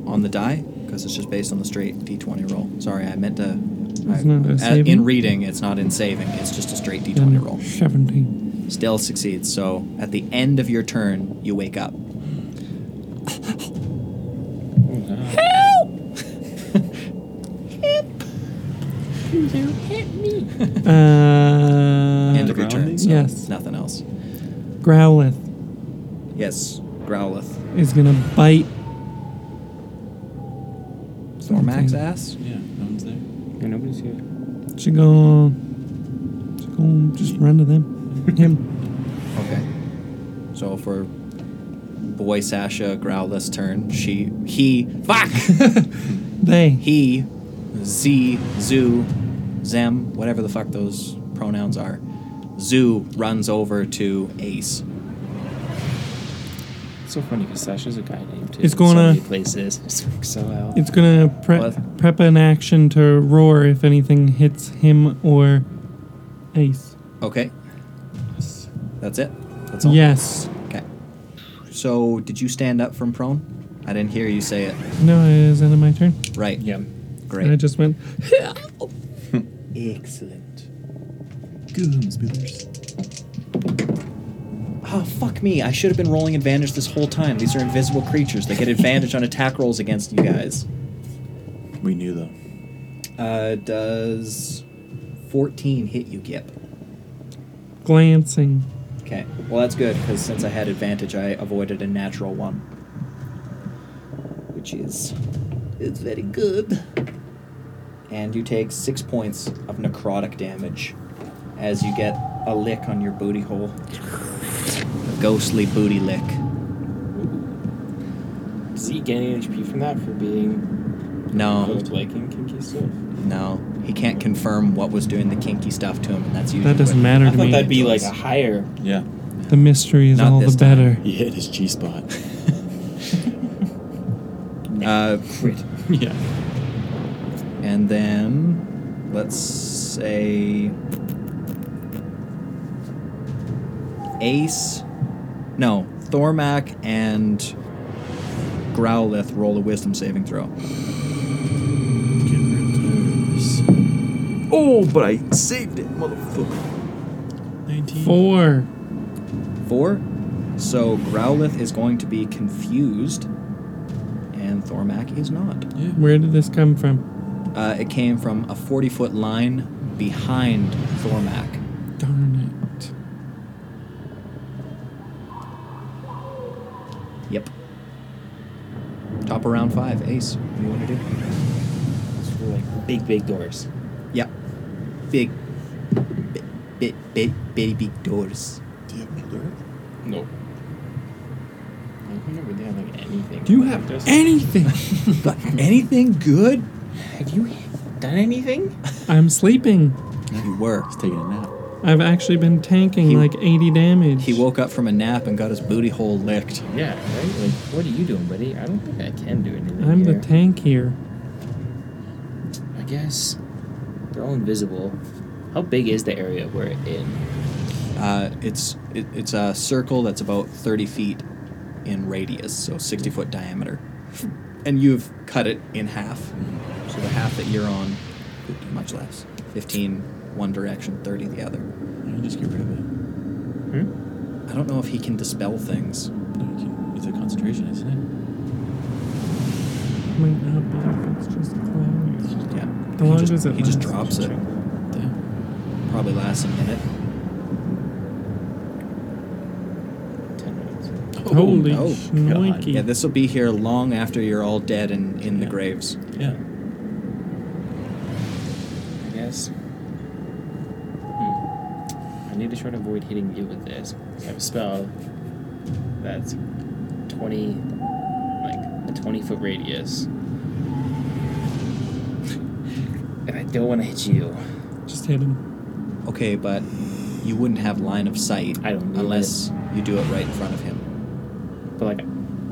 Speaker 3: On the die, because it's just based on the straight d20 roll. Sorry, I meant to.
Speaker 4: It's
Speaker 3: I-
Speaker 4: not a
Speaker 3: uh, in
Speaker 4: saving?
Speaker 3: reading, it's not in saving, it's just a straight d20
Speaker 4: Then
Speaker 3: roll.
Speaker 4: 17.
Speaker 3: Still succeeds. So at the end of your turn, you wake up. End
Speaker 4: Uh.
Speaker 3: of your turn.
Speaker 2: growling?
Speaker 3: So
Speaker 4: Yes.
Speaker 3: Nothing else.
Speaker 4: Growlithe
Speaker 3: Yes. Growlithe.
Speaker 4: is gonna bite.
Speaker 3: Thormac's ass.
Speaker 2: Yeah, no one's there.
Speaker 1: Yeah, nobody's here.
Speaker 4: She gonna. She gonna just run to them. Him.
Speaker 3: Okay. So for boy Sasha Growlithe's turn, she he fuck
Speaker 4: They.
Speaker 3: he Z Zoo Zem whatever the fuck those pronouns are. Zoo runs over to Ace.
Speaker 1: It's so funny because Sasha's a guy named too.
Speaker 4: It's
Speaker 1: in
Speaker 4: gonna-
Speaker 1: So many places. It's so out.
Speaker 4: It's gonna pre-
Speaker 3: What?
Speaker 4: prep an action to roar if anything hits him or Ace.
Speaker 3: Okay. That's it. That's all.
Speaker 4: Yes.
Speaker 3: Okay. So did you stand up from prone? I didn't hear you say it.
Speaker 4: No, it is end of my turn.
Speaker 3: Right.
Speaker 1: Yeah.
Speaker 4: I
Speaker 3: Great.
Speaker 4: just went.
Speaker 3: Excellent.
Speaker 2: Goons, Billers.
Speaker 3: Oh, fuck me. I should have been rolling advantage this whole time. These are invisible creatures. They get advantage on attack rolls against you guys.
Speaker 2: We knew though.
Speaker 3: Uh, does 14 hit you, Gip?
Speaker 4: glancing.
Speaker 3: Okay. Well, that's good, because since I had advantage, I avoided a natural one. Which is. is very good. And you take six points of necrotic damage as you get a lick on your booty hole. A ghostly booty lick.
Speaker 1: Does he get any HP from that for being
Speaker 3: No.
Speaker 1: close liking kinky stuff?
Speaker 3: No, he can't confirm what was doing the kinky stuff to him, and that's usually
Speaker 4: That doesn't
Speaker 3: what-
Speaker 4: matter
Speaker 1: I
Speaker 4: to
Speaker 1: thought
Speaker 4: me.
Speaker 1: that'd be like a higher.
Speaker 2: Yeah.
Speaker 4: the mystery is
Speaker 3: Not
Speaker 4: all
Speaker 3: this
Speaker 4: the
Speaker 3: time.
Speaker 4: better.
Speaker 2: He hit his G spot.
Speaker 3: Uh,
Speaker 1: Crit.
Speaker 2: yeah.
Speaker 3: and then let's say Ace, no, Thormac and Growlithe roll a wisdom saving throw.
Speaker 6: Oh, but I saved it, motherfucker.
Speaker 2: 19.
Speaker 4: Four.
Speaker 3: Four. So Growlithe is going to be confused, and Thormac is not.
Speaker 4: Where did this come from?
Speaker 3: Uh, it came from a 40 foot line behind Thormac.
Speaker 4: Darn it.
Speaker 3: Yep. Top of round five, Ace. What do you want to do?
Speaker 1: We're like big, big doors.
Speaker 3: Yep. Big, big, big, big, big, big doors.
Speaker 6: Do you have another?
Speaker 1: Nope. I don't think I really have like anything.
Speaker 4: Do you have
Speaker 1: Just-
Speaker 4: anything?
Speaker 3: Got anything good?
Speaker 1: Have you done anything?
Speaker 4: I'm sleeping.
Speaker 3: You were.
Speaker 2: Taking a nap.
Speaker 4: I've actually been tanking
Speaker 3: He-
Speaker 4: like 80 damage.
Speaker 3: He woke up from a nap and got his booty hole licked.
Speaker 1: Yeah, right? Like, what are you doing, buddy? I don't think I can do anything.
Speaker 4: I'm the
Speaker 1: here.
Speaker 4: tank here.
Speaker 1: I guess they're all invisible. How big is the area we're in?
Speaker 3: Uh, it's it, it's a circle that's about 30 feet in radius, so 60 foot diameter. And you've cut it in half. So the half that you're on, much less. 15 one direction, 30 the other.
Speaker 2: You can just get rid of it.
Speaker 1: Hmm?
Speaker 3: I don't know if he can dispel things.
Speaker 2: No, you can- It's a concentration, isn't
Speaker 4: Might not be if it's just clouds.
Speaker 3: Yeah.
Speaker 4: How
Speaker 3: he
Speaker 4: long
Speaker 3: just,
Speaker 4: does it
Speaker 3: He just
Speaker 4: last?
Speaker 3: drops it.
Speaker 2: it? Damn.
Speaker 3: Probably lasts a minute.
Speaker 1: Ten minutes.
Speaker 4: Holy
Speaker 3: no.
Speaker 4: shnikey.
Speaker 3: Oh, Yeah, this will be here long after you're all dead and in the
Speaker 2: Yeah.
Speaker 3: graves.
Speaker 2: Yeah.
Speaker 1: I guess. Hmm. I need to try to avoid hitting you with this. I have a spell that's 20, like a 20 foot radius. And I don't want to hit you.
Speaker 4: Just hit him.
Speaker 3: Okay, but you wouldn't have line of sight
Speaker 1: I don't need
Speaker 3: unless you do it right in front of him.
Speaker 1: But, like,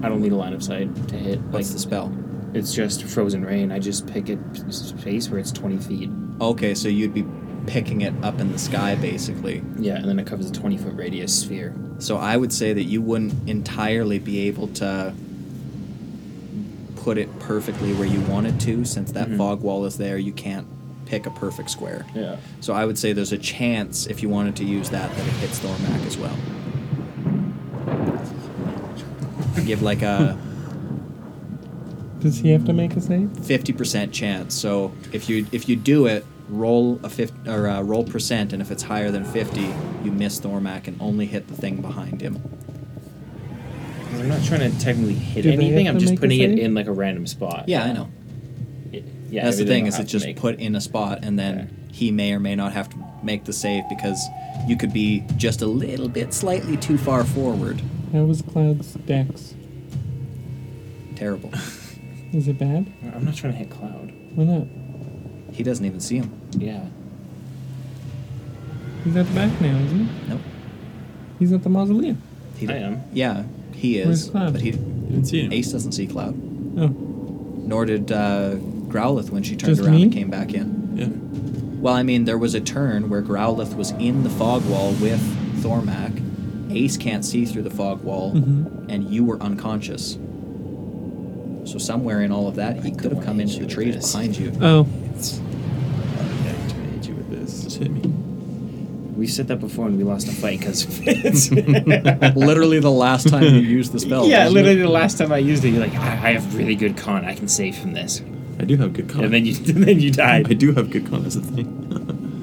Speaker 1: I don't need a line of sight to hit. Like,
Speaker 3: What's the spell?
Speaker 1: it's just frozen rain. I just pick a p- space where it's 20 feet.
Speaker 3: Okay, so you'd be picking it up in the sky basically.
Speaker 1: Yeah, and then it covers a 20 foot radius sphere.
Speaker 3: So I would say that you wouldn't entirely be able to put it perfectly where you wanted to since that fog wall is there, you can't pick a perfect square.
Speaker 1: Yeah.
Speaker 3: So I would say there's a chance if you wanted to use that that it hits Thormac as well. Give like a
Speaker 4: Does he have to make a save?
Speaker 3: 50% chance. So if you if you do it, roll a 50 or uh, roll percent and if it's higher than 50, you miss Thormac and only hit the thing behind him.
Speaker 1: I'm not trying to technically hit
Speaker 4: Do they
Speaker 1: anything,
Speaker 4: have
Speaker 1: I'm
Speaker 4: to
Speaker 1: just
Speaker 4: make a
Speaker 1: putting it
Speaker 4: save?
Speaker 1: in like a random spot.
Speaker 3: Yeah, I know.
Speaker 1: Y- Yeah,
Speaker 3: That's the
Speaker 1: everything
Speaker 3: thing
Speaker 1: I'll
Speaker 3: is
Speaker 1: have
Speaker 3: it
Speaker 1: to
Speaker 3: just
Speaker 1: make.
Speaker 3: put in a spot and then
Speaker 1: Okay.
Speaker 3: he may or may not have to make the save because you could be just a little bit slightly too far forward.
Speaker 4: How was Cloud's dex?
Speaker 3: Terrible.
Speaker 4: Is it bad?
Speaker 1: I'm not trying to hit Cloud.
Speaker 4: Why not?
Speaker 3: he doesn't even see him.
Speaker 1: Yeah.
Speaker 4: He's at the back now, isn't he?
Speaker 3: Nope.
Speaker 4: He's at the mausoleum.
Speaker 3: He
Speaker 1: I
Speaker 3: do-
Speaker 1: am.
Speaker 3: Yeah, he
Speaker 4: Where's
Speaker 3: is.
Speaker 4: Cloud?
Speaker 3: But he
Speaker 2: You didn't see him.
Speaker 3: Ace doesn't see Cloud.
Speaker 4: Oh,
Speaker 3: Nor did uh, Growlithe when she turned
Speaker 4: Just
Speaker 3: around
Speaker 4: me?
Speaker 3: and came back in.
Speaker 2: Yeah.
Speaker 3: Well, I mean, there was a turn where Growlithe was in the fog wall with Thormac. Ace can't see through the fog wall,
Speaker 1: Mm-hmm.
Speaker 4: Mhm.
Speaker 3: and you were unconscious. So somewhere in all of that, he could have come
Speaker 1: wanna
Speaker 3: into
Speaker 1: hit
Speaker 3: the
Speaker 1: you with
Speaker 3: trees
Speaker 1: this.
Speaker 3: behind you.
Speaker 4: oh,
Speaker 2: hit you with this. Just hit me.
Speaker 1: We said that before and we lost a fight because
Speaker 3: literally the last time you used the spell.
Speaker 1: yeah,
Speaker 3: wasn't it?
Speaker 1: literally the last time I used it, you're like, I, I have really good con. I can save from this.
Speaker 2: I do have good con.
Speaker 1: And then you and then you
Speaker 2: I
Speaker 1: died.
Speaker 2: do have good con. That's the thing.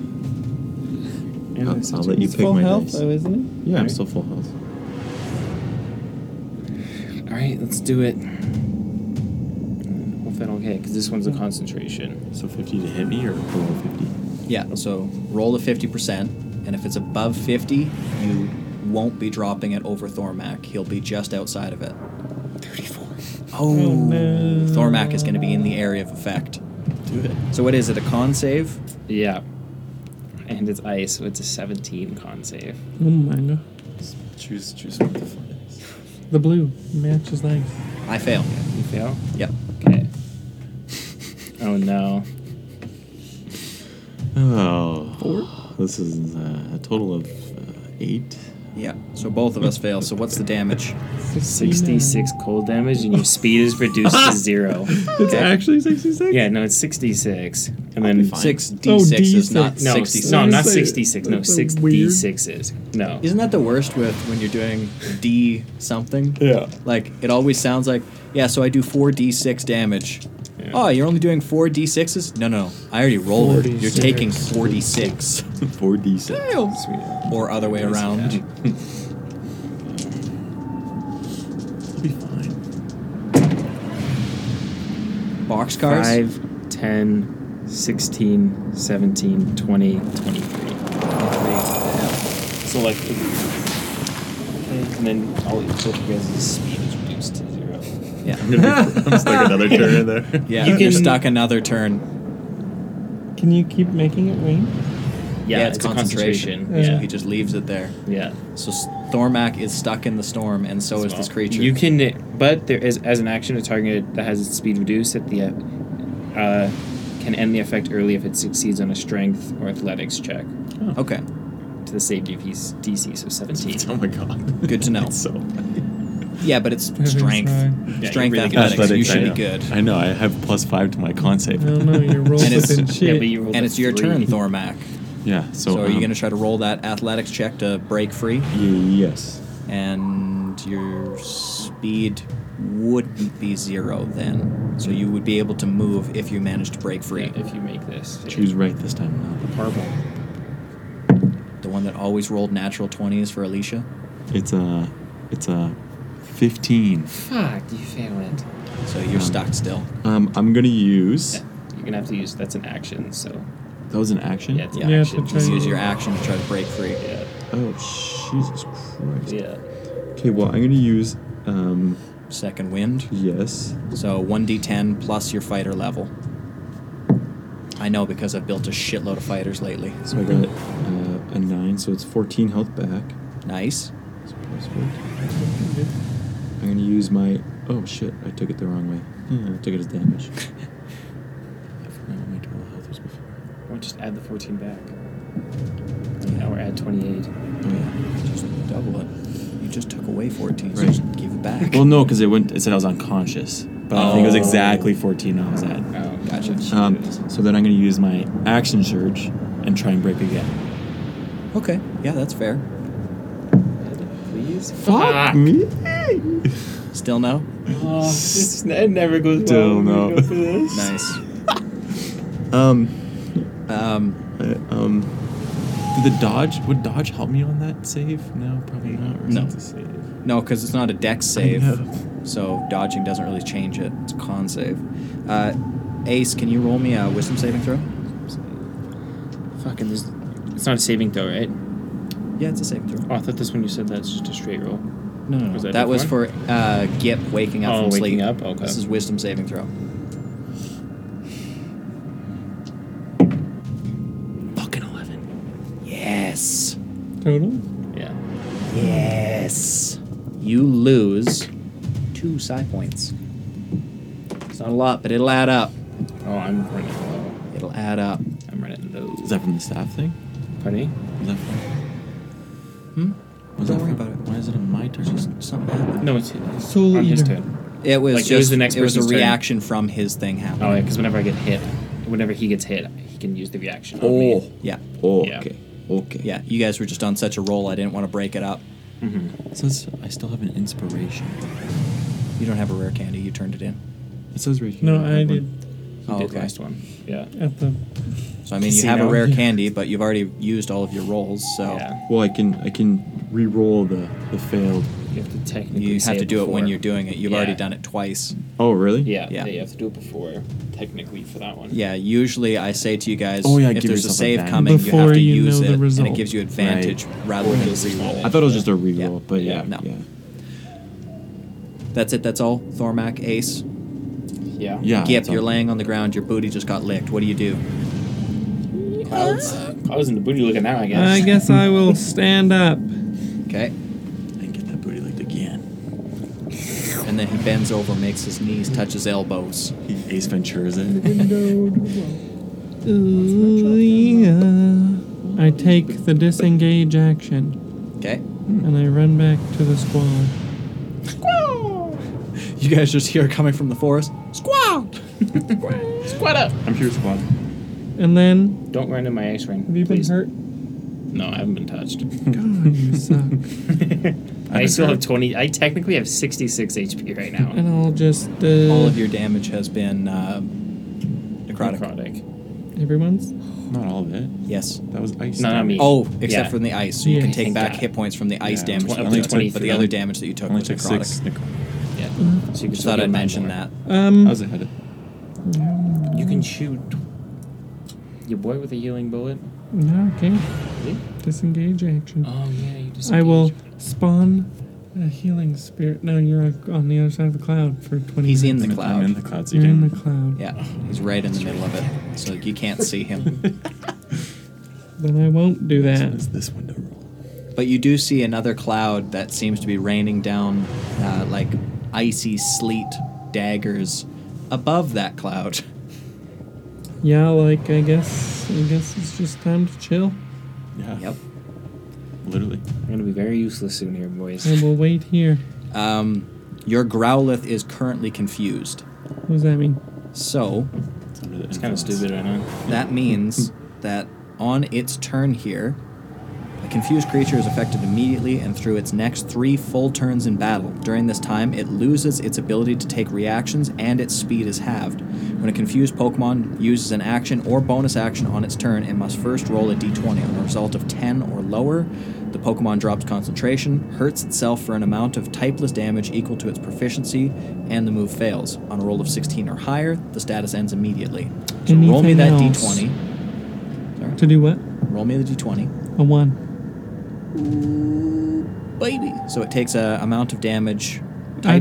Speaker 1: And
Speaker 2: I'll,
Speaker 1: I said,
Speaker 2: I'll let you
Speaker 4: he's
Speaker 2: pick
Speaker 4: full
Speaker 2: my
Speaker 4: health
Speaker 2: dice.
Speaker 4: though, isn't
Speaker 2: yeah, I'm
Speaker 1: right?
Speaker 2: still full health.
Speaker 1: All right, let's do it. Hope I don't hit because this one's a concentration.
Speaker 2: So 50 to hit me or below 50?
Speaker 3: Yeah, so roll a 50%, and if it's above 50, you won't be dropping it over Thormac. He'll be just outside of it.
Speaker 1: 34.
Speaker 3: Oh,
Speaker 4: no.
Speaker 3: Thormac is going to be in the area of effect.
Speaker 2: Do it.
Speaker 3: So what is it, a con save?
Speaker 1: Yeah. And it's ice, so it's a 17 con save.
Speaker 4: he? Oh my god.
Speaker 2: Just choose, choose one of the fun dice.
Speaker 4: The blue matches life.
Speaker 3: I fail.
Speaker 1: You fail?
Speaker 3: Yep.
Speaker 1: Okay. oh no.
Speaker 2: Oh. This is uh, a total of uh, eight.
Speaker 3: Yeah. So both of us fail. So what's the damage?
Speaker 1: 66 cold damage, and your speed is reduced to zero.
Speaker 2: It's actually 66?
Speaker 1: Yeah, no, it's 66. And then
Speaker 2: fine.
Speaker 3: Six
Speaker 4: Oh,
Speaker 3: D six is not
Speaker 4: D6.
Speaker 1: No,
Speaker 3: sixty six.
Speaker 1: no, not
Speaker 4: That's a-
Speaker 1: 66. No,
Speaker 4: that's a
Speaker 1: 66s. No.
Speaker 3: Isn't that the worst with when you're doing D something?
Speaker 2: Yeah.
Speaker 3: Like it always sounds like, yeah, so I do 4d6 damage. Oh, you're only doing 4d6s? No, no, no. I already rolled it. You're
Speaker 1: 46.
Speaker 3: taking 46
Speaker 2: 4d6.
Speaker 3: or other way around.
Speaker 2: It'll be fine.
Speaker 3: Boxcars?
Speaker 1: 5, 10, 16, 17, 20, 23. So, like, and then all both of you guys' speed is reduced to zero.
Speaker 3: Yeah.
Speaker 2: It's like another turn in there.
Speaker 3: Yeah,
Speaker 1: You
Speaker 3: you are
Speaker 1: can-
Speaker 3: stuck another turn.
Speaker 4: Can you keep making it rain?
Speaker 1: Yeah,
Speaker 3: it's, concentration. So he
Speaker 1: Yeah.
Speaker 3: just leaves it there.
Speaker 1: Yeah.
Speaker 3: So Stormak is stuck in the storm, and so is this creature.
Speaker 1: You can, but there is as an action a target that has its speed reduced at the, uh, uh, can end the effect early if it succeeds on a strength or athletics check
Speaker 3: Okay,
Speaker 1: to the safety of his DC, so seventeen.
Speaker 2: Oh my god.
Speaker 3: good to know.
Speaker 2: It's so
Speaker 3: yeah, but it's
Speaker 4: Every
Speaker 3: strength,
Speaker 4: time.
Speaker 1: Yeah,
Speaker 3: strength
Speaker 1: you're really good.
Speaker 3: athletics. You
Speaker 2: Athletics, I
Speaker 3: should be
Speaker 2: know.
Speaker 3: good.
Speaker 2: I know. I have plus five to my con save.
Speaker 4: I don't know. Your rolls
Speaker 3: And
Speaker 4: have
Speaker 3: it's-
Speaker 4: been
Speaker 1: Yeah,
Speaker 4: shit.
Speaker 1: but you rolled
Speaker 3: And
Speaker 1: a
Speaker 3: it's your
Speaker 1: three.
Speaker 3: turn, Thormak.
Speaker 2: Yeah. So,
Speaker 3: So are you
Speaker 2: um,
Speaker 3: going to try to roll that athletics check to break free?
Speaker 2: y- yes.
Speaker 3: and your speed wouldn't be zero then. So you would be able to move if you managed to break
Speaker 1: Yeah,
Speaker 3: free.
Speaker 1: if you make this.
Speaker 2: Choose right this time.
Speaker 1: purple.
Speaker 3: The one that always rolled natural 20s for Alicia.
Speaker 2: It's a, it's a, fifteen.
Speaker 1: Fuck, you fail it.
Speaker 3: So you're stuck still.
Speaker 2: Um, I'm gonna use.
Speaker 1: Yeah, you're gonna have to use that's an action. So
Speaker 2: That was an action.
Speaker 1: yeah, it's an
Speaker 3: Yeah,
Speaker 4: it's
Speaker 1: action.
Speaker 4: a
Speaker 3: Just
Speaker 4: turn.
Speaker 3: use your action to try to break free.
Speaker 1: Yeah,
Speaker 2: Oh Jesus Christ.
Speaker 1: yeah.
Speaker 2: Okay. Well, I'm gonna use. Um,
Speaker 3: Second wind.
Speaker 2: yes.
Speaker 3: So 1d10 plus your fighter level. I know because I've built a shitload of fighters lately.
Speaker 2: So I got uh, a nine. So it's fourteen health back.
Speaker 3: Nice.
Speaker 2: So plus 14. I'm gonna use my. Oh shit! I took it the wrong way. Hmm, I took it as damage. I forgot what my total health was before.
Speaker 1: Or just add the fourteen back. Yeah, or add twenty-eight.
Speaker 2: Oh yeah.
Speaker 3: Just double it. You just took away 14, so
Speaker 2: Right.
Speaker 3: just give it back.
Speaker 2: Well, no, because it went. It said I was unconscious, but I think it was
Speaker 1: Oh.
Speaker 2: exactly 14 I was at.
Speaker 1: Oh,
Speaker 3: Gotcha.
Speaker 2: Um, so then I'm going to use my action surge and try and break again.
Speaker 3: Okay. Yeah, that's fair.
Speaker 1: Please.
Speaker 2: Fuck me!
Speaker 3: Still no?
Speaker 1: Oh, this, it never goes
Speaker 2: Still
Speaker 1: well. when we
Speaker 2: no.
Speaker 1: go for this.
Speaker 3: Nice.
Speaker 2: Um,
Speaker 3: Um,
Speaker 2: I, um, did the dodge would dodge help me on that save? No, probably not. Or is
Speaker 3: No.
Speaker 2: it the save?
Speaker 3: no, because it's not a dex save,
Speaker 2: know.
Speaker 3: so dodging doesn't really change it. It's a con save. Uh, Ace, can you roll me a wisdom saving throw?
Speaker 1: Fucking this. It's not a saving throw, right?
Speaker 3: Yeah, it's a saving throw.
Speaker 1: Oh, I thought this one you said that's just a straight roll.
Speaker 3: No, no, no.
Speaker 1: Was that
Speaker 3: that
Speaker 1: a
Speaker 3: was for
Speaker 1: different
Speaker 3: uh, Gip waking up
Speaker 1: Oh,
Speaker 3: from
Speaker 1: waking
Speaker 3: sleep.
Speaker 1: up? Okay.
Speaker 3: This is wisdom saving throw.
Speaker 2: Fucking eleven.
Speaker 3: Yes.
Speaker 4: Total?
Speaker 1: Yeah.
Speaker 3: Yes. You lose two psi points. It's not a lot, but it'll add up.
Speaker 1: Oh, I'm running low.
Speaker 3: It'll add up.
Speaker 1: I'm running low.
Speaker 2: Is that from the staff thing?
Speaker 1: funny?
Speaker 2: Was that from?
Speaker 3: Hmm?
Speaker 2: Was
Speaker 3: Don't
Speaker 2: that
Speaker 3: worry
Speaker 2: from-
Speaker 3: about it.
Speaker 2: Why is it on my turn?
Speaker 3: Something happened.
Speaker 1: No, it's
Speaker 4: Soul
Speaker 1: on his
Speaker 4: Eater.
Speaker 1: turn.
Speaker 3: It was
Speaker 1: Like,
Speaker 3: just
Speaker 1: it was the next
Speaker 3: it was a
Speaker 1: person's turn.
Speaker 3: reaction from his thing happening.
Speaker 1: Oh, yeah, because whenever I get hit, whenever he gets hit, he can use the reaction. on
Speaker 2: Oh.
Speaker 1: me.
Speaker 3: Yeah.
Speaker 2: Oh.
Speaker 1: Yeah.
Speaker 2: Okay. Okay.
Speaker 3: Yeah, you guys were just on such a roll, I didn't want to break it up.
Speaker 2: It says I still have an inspiration.
Speaker 3: You don't have a rare candy, you turned it in.
Speaker 2: It says right here.
Speaker 4: No,
Speaker 2: have
Speaker 4: I
Speaker 2: one.
Speaker 4: did
Speaker 1: He
Speaker 3: Oh,
Speaker 1: did
Speaker 3: okay.
Speaker 1: last one. Yeah.
Speaker 4: at the.
Speaker 3: So, I mean, you have a
Speaker 1: Casino.
Speaker 3: rare
Speaker 4: Yeah.
Speaker 3: candy, but you've already used all of your rolls, so
Speaker 1: Yeah.
Speaker 2: Well, I can I can re-roll the the failed.
Speaker 1: You have to technically.
Speaker 3: you
Speaker 1: say
Speaker 3: have to do it when
Speaker 1: before.
Speaker 3: you're doing it. You've
Speaker 1: Yeah.
Speaker 3: already done it twice.
Speaker 2: Oh, really?
Speaker 1: Yeah,
Speaker 3: Yeah.
Speaker 1: yeah. You have to do it before, technically, for that one.
Speaker 3: Yeah, usually I say to you guys,
Speaker 2: Oh, yeah,
Speaker 3: if
Speaker 2: give
Speaker 3: there's a
Speaker 2: yourself
Speaker 3: save
Speaker 2: advantage.
Speaker 3: coming, you have
Speaker 4: Before
Speaker 3: to
Speaker 4: you
Speaker 3: use
Speaker 4: know the
Speaker 3: it, and it
Speaker 4: result.
Speaker 3: gives you advantage rather
Speaker 1: Or
Speaker 3: than
Speaker 1: just
Speaker 3: re-roll.
Speaker 2: I thought it was just a re-roll,
Speaker 3: Yeah.
Speaker 2: but yeah,
Speaker 3: Yeah, no.
Speaker 2: yeah,
Speaker 3: That's it. That's all. Thormac, Ace,
Speaker 1: Yeah.
Speaker 2: yeah.
Speaker 3: Gip.
Speaker 2: it's on-
Speaker 3: You're laying on the ground. Your booty just got licked. What do you do?
Speaker 1: Clouds. I was in the booty looking now, I guess.
Speaker 4: I guess I will stand up.
Speaker 3: Okay.
Speaker 2: And get that booty licked again.
Speaker 3: And then he bends over, makes his knees touch his elbows.
Speaker 2: He Ace Ventura's it.
Speaker 4: Ooh, yeah. I take the disengage action
Speaker 3: Okay.
Speaker 4: and I run back to the squall.
Speaker 3: You guys just hear coming from the forest. Squawk!
Speaker 2: I'm sure squad.
Speaker 4: And then,
Speaker 1: Don't run in my ice ring.
Speaker 4: have you been
Speaker 1: please.
Speaker 4: hurt?
Speaker 1: No, I haven't been touched.
Speaker 4: God, you suck.
Speaker 1: I
Speaker 2: been
Speaker 1: still
Speaker 2: hurt.
Speaker 1: have 20. I technically have 66 HP right now.
Speaker 4: And I'll just. Uh,
Speaker 3: All of your damage has been uh, necrotic.
Speaker 1: Necrotic.
Speaker 4: Everyone's?
Speaker 2: Not all of it.
Speaker 3: Yes.
Speaker 2: That was ice.
Speaker 1: Not on me.
Speaker 3: Oh, except
Speaker 1: Yeah.
Speaker 3: from the ice. So you
Speaker 4: Yeah.
Speaker 3: can take
Speaker 1: Thank
Speaker 3: back
Speaker 1: God.
Speaker 3: hit points from the ice
Speaker 2: Yeah,
Speaker 3: damage,
Speaker 2: tw-
Speaker 3: that
Speaker 1: only
Speaker 3: you took, but
Speaker 1: 23.
Speaker 3: the other damage that you took
Speaker 2: Only
Speaker 3: was
Speaker 2: took
Speaker 3: necrotic.
Speaker 2: six. Necro-
Speaker 1: Yeah. So
Speaker 4: Mm-hmm.
Speaker 1: you can
Speaker 3: Just
Speaker 1: still
Speaker 3: thought
Speaker 1: get
Speaker 3: I'd
Speaker 1: nine
Speaker 3: mention
Speaker 1: more.
Speaker 3: that.
Speaker 2: I
Speaker 4: Um,
Speaker 2: was ahead of
Speaker 1: You can shoot your boy with a healing bullet.
Speaker 4: no, okay.
Speaker 1: Yeah.
Speaker 4: Disengage action.
Speaker 1: Oh, yeah, you just.
Speaker 4: I will spawn a healing spirit. No, you're on the other side of the cloud for 20
Speaker 3: He's in
Speaker 4: minutes.
Speaker 3: the
Speaker 2: I'm
Speaker 3: cloud.
Speaker 2: in the clouds
Speaker 4: You're in
Speaker 2: again.
Speaker 4: the cloud.
Speaker 3: Yeah, he's right in the middle of it, so you can't see him.
Speaker 4: Then I won't do that.
Speaker 2: It's this window roll.
Speaker 3: But you do see another cloud that seems to be raining down uh, like icy sleet daggers above that cloud.
Speaker 4: Yeah, like, I guess. I guess it's just time to chill.
Speaker 2: Yeah.
Speaker 3: Yep.
Speaker 2: Literally.
Speaker 1: I'm gonna be very useless soon here, boys.
Speaker 4: I will wait here.
Speaker 3: Um, your Growlithe is currently confused,
Speaker 4: What does that mean?
Speaker 3: so
Speaker 2: It's under the
Speaker 1: It's kind of stupid right now.
Speaker 3: that means that on its turn here, a confused creature is affected immediately and through its next three full turns in battle. During this time, it loses its ability to take reactions and its speed is halved. When a confused Pokemon uses an action or bonus action on its turn, it must first roll a d20. On a result of 10 or lower, the Pokemon drops concentration, hurts itself for an amount of typeless damage equal to its proficiency, and the move fails. On a roll of 16 or higher, the status ends immediately. So roll me
Speaker 4: Anything
Speaker 3: that
Speaker 4: else?
Speaker 3: d20.
Speaker 4: To do what?
Speaker 3: Roll me the d20.
Speaker 4: A one.
Speaker 3: Baby. So it takes a amount of damage,
Speaker 4: I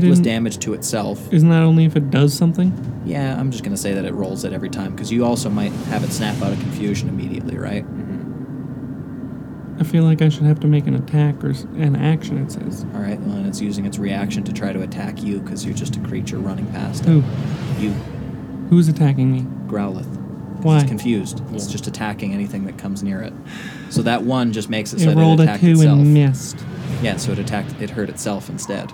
Speaker 3: typeless
Speaker 4: didn't-
Speaker 3: damage to itself.
Speaker 4: Isn't that only if it does something?
Speaker 3: Yeah, I'm just gonna say that it rolls it every time because you also might have it snap out of confusion immediately, right?
Speaker 4: Mm-hmm. I feel like I should have to make an attack or s- an action, it says.
Speaker 3: All right, well, and it's using its reaction to try to attack you because you're just a creature running past it.
Speaker 4: Who?
Speaker 3: You,
Speaker 4: Who's attacking me?
Speaker 3: Growlith. 'Cause
Speaker 4: Why?
Speaker 3: It's confused. It's just attacking anything that comes near it. So that one just makes it, so
Speaker 4: It
Speaker 3: that
Speaker 4: rolled
Speaker 3: it
Speaker 4: a
Speaker 3: attacked
Speaker 4: two
Speaker 3: itself.
Speaker 4: and missed.
Speaker 3: Yeah, so it attacked. It hurt itself instead.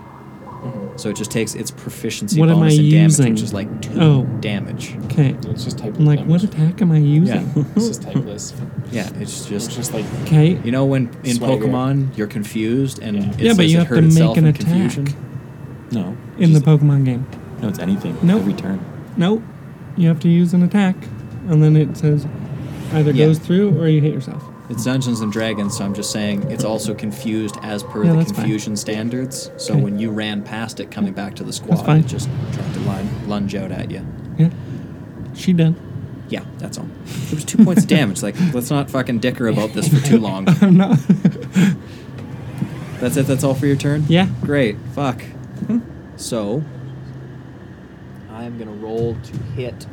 Speaker 3: So it just takes its proficiency
Speaker 4: What am
Speaker 3: bonus
Speaker 4: I
Speaker 3: in damage,
Speaker 4: using?
Speaker 3: which is like two
Speaker 4: Oh.
Speaker 3: damage.
Speaker 4: Okay.
Speaker 1: It's just typeless.
Speaker 4: I'm like, what attack am I using?
Speaker 3: Yeah,
Speaker 1: This is typeless.
Speaker 3: yeah. It's
Speaker 1: It's
Speaker 3: just
Speaker 1: just like
Speaker 4: Okay.
Speaker 3: you know when in
Speaker 1: Swagger.
Speaker 3: Pokemon you're confused and
Speaker 1: Yeah.
Speaker 3: it
Speaker 4: Yeah,
Speaker 3: says
Speaker 4: but you
Speaker 3: it
Speaker 4: have
Speaker 3: hurt
Speaker 4: to
Speaker 3: itself
Speaker 4: make an
Speaker 3: in
Speaker 4: attack
Speaker 3: confusion.
Speaker 2: No.
Speaker 4: in the
Speaker 2: Just-
Speaker 4: Pokemon game.
Speaker 2: No, it's anything.
Speaker 4: Nope.
Speaker 2: Every turn.
Speaker 4: Nope. You have to use an attack, and then it says either
Speaker 3: Yeah.
Speaker 4: goes through or you hit yourself.
Speaker 3: It's Dungeons and Dragons, so I'm just saying it's also confused as per
Speaker 4: Yeah,
Speaker 3: the
Speaker 4: that's fine.
Speaker 3: confusion standards. So
Speaker 4: Okay.
Speaker 3: when you ran past it coming back to the squad,
Speaker 4: fine.
Speaker 3: it just tried to lun- lunge out at you.
Speaker 4: Yeah. She done.
Speaker 3: Yeah, that's all. It was two points of damage. Like, let's not fucking dicker about this for too long.
Speaker 4: I'm not.
Speaker 3: That's it. That's all for your turn.
Speaker 4: Yeah.
Speaker 3: Great. Fuck. So, I'm gonna roll to hit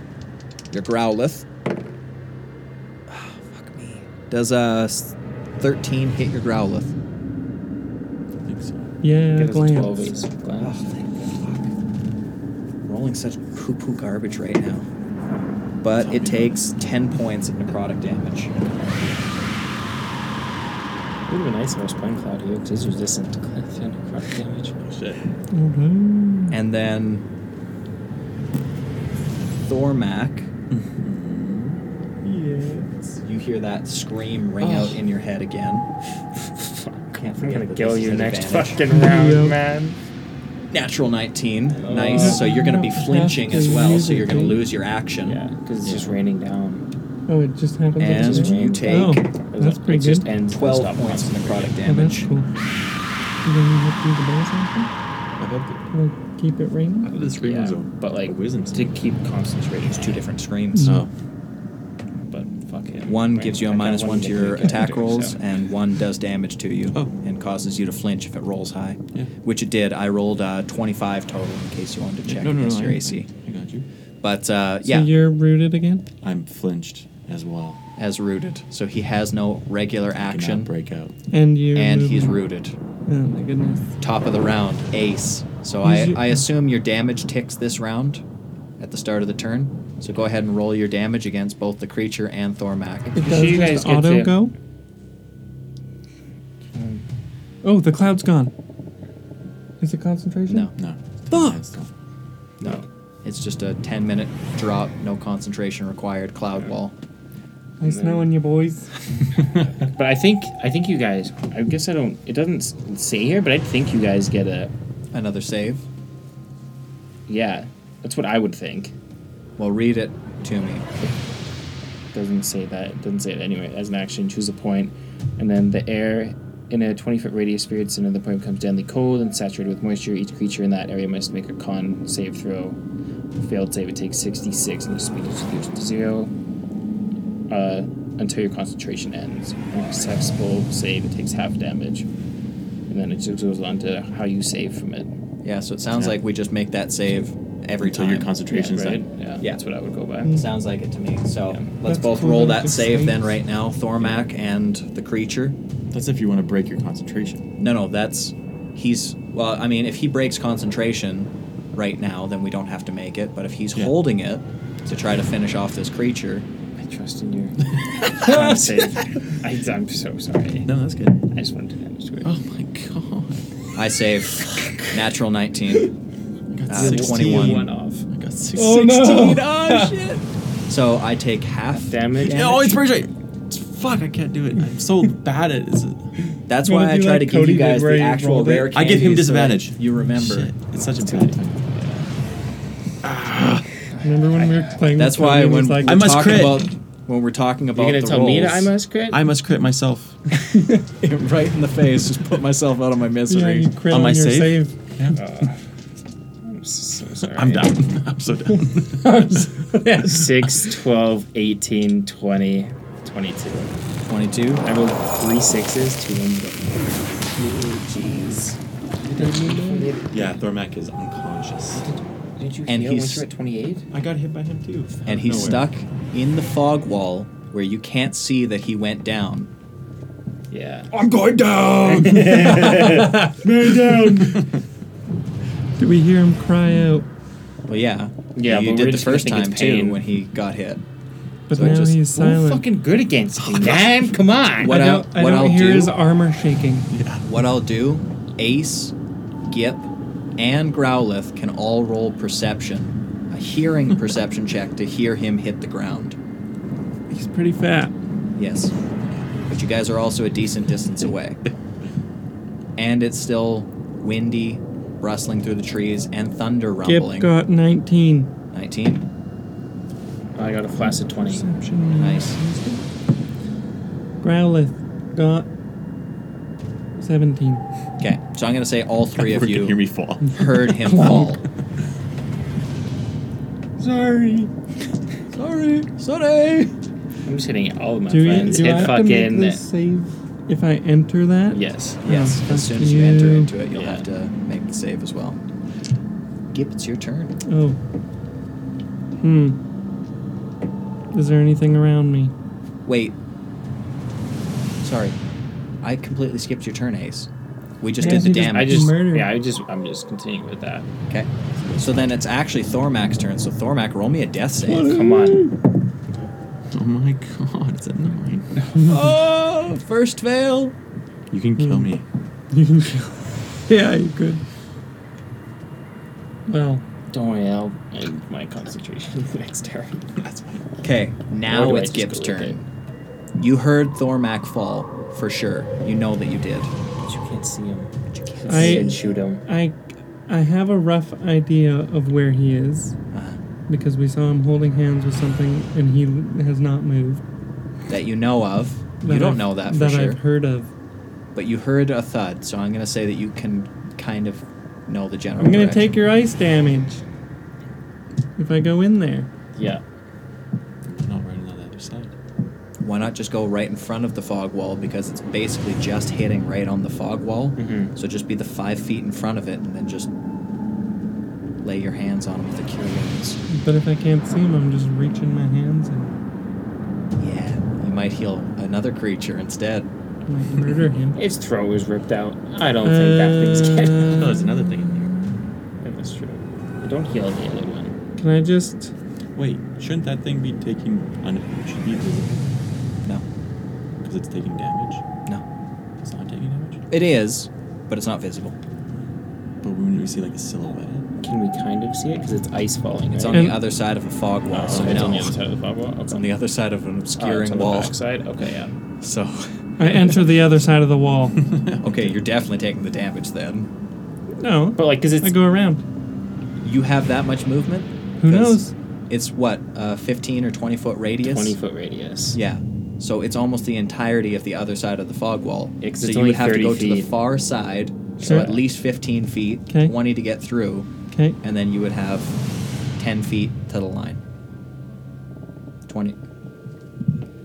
Speaker 3: your Growlithe. Ah, fuck me. Does a s- 13 hit your Growlithe?
Speaker 2: I think so.
Speaker 4: yeah.
Speaker 1: get us a 12
Speaker 4: Glance.
Speaker 1: ace.
Speaker 3: Oh,
Speaker 1: Glance.
Speaker 3: thank fuck. Rolling such poo-poo garbage right now. But it takes 10 points of necrotic damage.
Speaker 1: It would have been nice if I was playing Cloud here because he's resistant to necrotic damage.
Speaker 2: Shit.
Speaker 4: Alright.
Speaker 3: And then Thormac.
Speaker 4: Yes.
Speaker 3: You hear that scream ring out in your head again. Can't
Speaker 1: I'm
Speaker 3: forget
Speaker 1: gonna
Speaker 3: that
Speaker 1: kill
Speaker 3: this is
Speaker 1: you
Speaker 3: an
Speaker 1: next
Speaker 3: advantage.
Speaker 1: fucking round,
Speaker 4: Yep.
Speaker 1: man.
Speaker 3: Natural 19. Nice. So you're going to be flinching as well, so you're going to lose your action.
Speaker 1: Yeah, because it's just raining down.
Speaker 4: Oh, it just happens.
Speaker 3: And
Speaker 4: after that?
Speaker 3: you take
Speaker 4: Oh, that's
Speaker 1: it
Speaker 4: pretty
Speaker 1: just
Speaker 4: good.
Speaker 1: ends.
Speaker 3: 12
Speaker 1: stop
Speaker 3: points of
Speaker 1: once.
Speaker 3: necrotic
Speaker 4: Oh, that's
Speaker 3: damage.
Speaker 4: cool. You don't have to do the bonus action? Like, keep it raining?
Speaker 2: This ring
Speaker 1: Yeah,
Speaker 2: was a-
Speaker 1: but like
Speaker 2: a wisdom
Speaker 1: to
Speaker 2: save.
Speaker 1: keep concentrating.
Speaker 3: Two different screams.
Speaker 2: Oh.
Speaker 1: But fuck it.
Speaker 3: One
Speaker 1: Right,
Speaker 3: gives you a
Speaker 1: I got
Speaker 3: minus one to your
Speaker 1: hit character,
Speaker 3: attack rolls,
Speaker 1: so-
Speaker 3: and one does damage to you
Speaker 2: Oh.
Speaker 3: and causes you to flinch if it rolls high.
Speaker 2: Yeah.
Speaker 3: Which it did. I rolled uh, 25 total in case you wanted to check
Speaker 2: no, no,
Speaker 3: against
Speaker 2: no,
Speaker 3: your
Speaker 2: I-
Speaker 3: AC.
Speaker 2: I got you.
Speaker 3: But uh,
Speaker 4: So
Speaker 3: yeah,
Speaker 4: you're rooted again?
Speaker 2: I'm flinched as well.
Speaker 3: as rooted. So he has no regular
Speaker 2: Cannot
Speaker 3: action,
Speaker 2: break out.
Speaker 4: And you.
Speaker 3: and
Speaker 4: move
Speaker 3: he's
Speaker 4: on.
Speaker 3: rooted.
Speaker 4: Oh my goodness.
Speaker 3: top of the round, ace. So
Speaker 4: Is
Speaker 3: I,
Speaker 4: your-
Speaker 3: I assume your damage ticks this round at the start of the turn. So go ahead and roll your damage against both the creature and Thormac.
Speaker 4: Does
Speaker 1: you
Speaker 4: just
Speaker 1: guys get
Speaker 4: auto
Speaker 1: to-
Speaker 4: go? Oh, the cloud's gone. Is it concentration?
Speaker 3: No,
Speaker 2: No.
Speaker 4: Fuck.
Speaker 3: no. It's just a 10 minute drop, no concentration required, cloud wall.
Speaker 4: Nice knowing you, boys.
Speaker 1: But I think I think you guys. I guess I don't. It doesn't s- say here, but I think you guys get a.
Speaker 3: Another save.
Speaker 1: Yeah, that's what I would think.
Speaker 3: Well, read it to me.
Speaker 1: doesn't say that. It doesn't say it anyway. As an action, choose a point, and then the air in a 20 foot radius spirits into the point becomes deadly cold and saturated with moisture. Each creature in that area must make a con save throw. Failed save, it takes 66 and your speed is reduced to zero uh, until your concentration ends. An successful save, it takes half damage, and then it just goes on to how you save from it.
Speaker 3: Yeah, so it sounds
Speaker 2: Yeah.
Speaker 3: like we just make that save every
Speaker 2: Until
Speaker 3: time.
Speaker 2: your concentration's
Speaker 1: right?
Speaker 2: done.
Speaker 1: Yeah,
Speaker 3: Yeah.
Speaker 1: that's what I would go by.
Speaker 3: Sounds like it to me. So let's
Speaker 4: That's
Speaker 3: both
Speaker 4: cool
Speaker 3: roll
Speaker 4: that
Speaker 3: that
Speaker 4: it's
Speaker 3: save then
Speaker 4: saves.
Speaker 3: right now, Thormac and the creature.
Speaker 2: That's if you want to break your concentration.
Speaker 3: No, no, that's he's well, I mean, if he breaks concentration right now, then we don't have to make it, but if he's
Speaker 2: Yeah.
Speaker 3: holding it to try to finish off this creature,
Speaker 1: I trust in your con save. I, I'm so sorry.
Speaker 2: No, that's good.
Speaker 1: I just wanted to damage to it.
Speaker 2: Oh my god.
Speaker 3: I save natural 19.
Speaker 2: I got
Speaker 3: Uh,
Speaker 2: 16.
Speaker 3: 21.
Speaker 1: One off.
Speaker 2: I got six- 16.
Speaker 4: Oh, no.
Speaker 2: Oh, shit.
Speaker 3: So I take half.
Speaker 1: Damage.
Speaker 2: Oh, it's pretty. Fuck, I can't do it. I'm so bad at it. It's a-
Speaker 3: That's
Speaker 4: You
Speaker 3: why
Speaker 4: wanna
Speaker 3: I
Speaker 4: do
Speaker 3: try
Speaker 4: like
Speaker 3: to give
Speaker 4: Cody
Speaker 3: you
Speaker 4: did
Speaker 3: guys
Speaker 4: where
Speaker 3: the
Speaker 4: he
Speaker 3: actual
Speaker 4: rolled
Speaker 3: rare
Speaker 4: it?
Speaker 2: I give him
Speaker 3: candies so that
Speaker 2: disadvantage.
Speaker 3: you remember.
Speaker 2: Shit, It's such a bad time.
Speaker 4: Remember when we were playing?
Speaker 3: That's
Speaker 4: with
Speaker 3: why
Speaker 4: Cody and
Speaker 3: when
Speaker 4: he's like,
Speaker 3: we're
Speaker 2: I must
Speaker 3: talking
Speaker 2: crit.
Speaker 3: about when we're talking about
Speaker 1: You're gonna
Speaker 3: the
Speaker 1: tell
Speaker 3: rolls,
Speaker 1: me that I must crit?
Speaker 2: I must crit myself.
Speaker 3: right in the face, just put myself out of my
Speaker 4: yeah,
Speaker 3: misery.
Speaker 4: you crit
Speaker 2: On
Speaker 4: on,
Speaker 2: my
Speaker 4: your
Speaker 2: save?
Speaker 4: save.
Speaker 1: I'm so sorry.
Speaker 2: I'm down. I'm so down.
Speaker 1: 6, 12, 18, 20, 22.
Speaker 3: 22.
Speaker 1: I rolled three sixes, two ones. Jeez.
Speaker 2: yeah, Thormac is unconscious.
Speaker 1: Did you
Speaker 3: And
Speaker 1: heal
Speaker 3: he's-
Speaker 1: once you're at 28?
Speaker 2: I got hit by him too.
Speaker 3: and he's stuck in the fog wall where you can't see that he went down.
Speaker 1: Yeah.
Speaker 6: I'm going down.
Speaker 4: Did we hear him cry out?
Speaker 3: Well, yeah,
Speaker 1: Yeah,
Speaker 3: you
Speaker 1: but we're
Speaker 3: did the
Speaker 1: just gonna
Speaker 3: first
Speaker 1: think it's
Speaker 3: time
Speaker 1: pain.
Speaker 3: too when he got hit.
Speaker 4: But
Speaker 3: So it
Speaker 4: now
Speaker 3: just-
Speaker 4: he's
Speaker 1: I'm
Speaker 4: silent.
Speaker 1: fucking good against me, man. Come on.
Speaker 3: What
Speaker 4: I
Speaker 3: I'll-
Speaker 4: don't, I
Speaker 3: what
Speaker 4: don't
Speaker 3: I'll
Speaker 4: hear
Speaker 3: do-
Speaker 4: his armor shaking.
Speaker 3: What I'll do, Ace, Gip, and Growlithe can all roll perception, a hearing perception check to hear him hit the ground.
Speaker 4: He's pretty fat.
Speaker 3: Yes, but you guys are also a decent distance away, and it's still windy, rustling through the trees, and thunder rumbling.
Speaker 4: Gip got 19.
Speaker 3: 19.
Speaker 1: I got a flaccid 20.
Speaker 4: Perception.
Speaker 3: Nice.
Speaker 4: Growlithe got 17.
Speaker 3: Okay, so I'm gonna say all
Speaker 2: Three
Speaker 3: three of you
Speaker 2: hear me fall.
Speaker 3: heard him fall.
Speaker 4: Sorry.
Speaker 3: Sorry, sorry.
Speaker 1: I'm just hitting all of my
Speaker 4: Do you,
Speaker 1: friends.
Speaker 4: do I
Speaker 1: Hit
Speaker 4: have to
Speaker 1: fucking.
Speaker 4: make this save if I enter that?
Speaker 1: Yes.
Speaker 3: Yes,
Speaker 4: Oh,
Speaker 3: as soon
Speaker 4: fuck
Speaker 3: as you, enter
Speaker 4: you.
Speaker 3: into it, you'll
Speaker 1: Yeah.
Speaker 3: have to make the save as well. Gip, it's your turn.
Speaker 4: Oh. Hmm. Is there anything around me?
Speaker 3: Wait. Sorry, I completely skipped your turn, Ace. We just
Speaker 4: Yeah,
Speaker 3: did the
Speaker 4: you just-
Speaker 1: I
Speaker 3: damage.
Speaker 1: just.
Speaker 4: Murder.
Speaker 1: Yeah, I just. I'm just continuing with that.
Speaker 3: okay. So then it's actually Thormac's turn. So Thormac, roll me a death save.
Speaker 1: Come on.
Speaker 2: Oh my god, it's annoying.
Speaker 3: oh, first fail.
Speaker 2: You can kill me.
Speaker 4: yeah, you could. Well,
Speaker 1: Don't worry, I'll end my concentration the next turn. That's fine.
Speaker 3: Okay,
Speaker 1: Or
Speaker 3: now
Speaker 1: do I
Speaker 3: it's
Speaker 1: just
Speaker 3: Gip's
Speaker 1: go with
Speaker 3: turn. You heard Thormac fall for sure. You know that you did.
Speaker 1: But you can't see him. But you can't
Speaker 4: I-
Speaker 1: see and shoot him.
Speaker 4: I, I have a rough idea of where he is
Speaker 3: Uh,
Speaker 4: because we saw him holding hands with something and he has not moved.
Speaker 3: that you know of.
Speaker 4: That
Speaker 3: You don't
Speaker 4: I've-
Speaker 3: know that for
Speaker 4: that
Speaker 3: sure.
Speaker 4: I've heard of.
Speaker 3: But you heard a thud, so I'm gonna say that you can kind of know the general.
Speaker 4: I'm gonna
Speaker 3: direction.
Speaker 4: take your ice damage if I go in there.
Speaker 1: Yeah.
Speaker 2: You're not right on the other side.
Speaker 3: Why not just go right in front of the fog wall because it's basically just hitting right on the fog wall.
Speaker 1: Mhm.
Speaker 3: So just be the five feet in front of it, and then just lay your hands on it with the curios.
Speaker 4: But if I can't see him, I'm just reaching my hands and
Speaker 3: Yeah, you might heal another creature instead.
Speaker 4: might murder him.
Speaker 1: Its throat was ripped out. I don't think that thing's
Speaker 4: Uh,
Speaker 1: getting.
Speaker 2: Oh, there's another thing in there.
Speaker 1: That's true. Don't heal the other one.
Speaker 4: Can I just
Speaker 2: Wait, shouldn't that thing be taking? Un- it should be visible
Speaker 3: No,
Speaker 2: because it's taking damage.
Speaker 3: no.
Speaker 2: It's not taking damage.
Speaker 3: It is, but it's not visible.
Speaker 2: But when we see like a silhouette,
Speaker 1: Can we kind of see it? Because it's ice falling.
Speaker 3: It's
Speaker 1: right?
Speaker 3: on
Speaker 4: And-
Speaker 3: the other side of a fog wall, so
Speaker 1: Oh, it's
Speaker 3: no.
Speaker 1: on the other side of the fog wall.
Speaker 3: It's on the other side of an
Speaker 1: oh,
Speaker 3: obscuring
Speaker 1: it's on
Speaker 3: wall.
Speaker 1: The back side. Okay, yeah.
Speaker 3: So,
Speaker 4: I enter the other side of the wall.
Speaker 3: okay, you're definitely taking the damage then.
Speaker 4: No,
Speaker 1: But like, because it's
Speaker 4: I go around.
Speaker 3: You have that much movement?
Speaker 4: Who
Speaker 3: 'Cause
Speaker 4: knows?
Speaker 3: It's what, uh, 15 or 20 foot radius?
Speaker 1: twenty foot radius.
Speaker 3: Yeah. So it's almost the entirety of the other side of the fog wall.
Speaker 1: Yeah, 'cause
Speaker 3: so
Speaker 1: it's
Speaker 3: you
Speaker 1: only
Speaker 3: would have to
Speaker 1: 30
Speaker 3: go to the
Speaker 1: feet.
Speaker 3: far side, so
Speaker 4: Sure.
Speaker 3: at least 15 feet,
Speaker 4: 'Kay.
Speaker 3: 20 to get through,
Speaker 4: Okay.
Speaker 3: and then you would have 10 feet to the line. 20.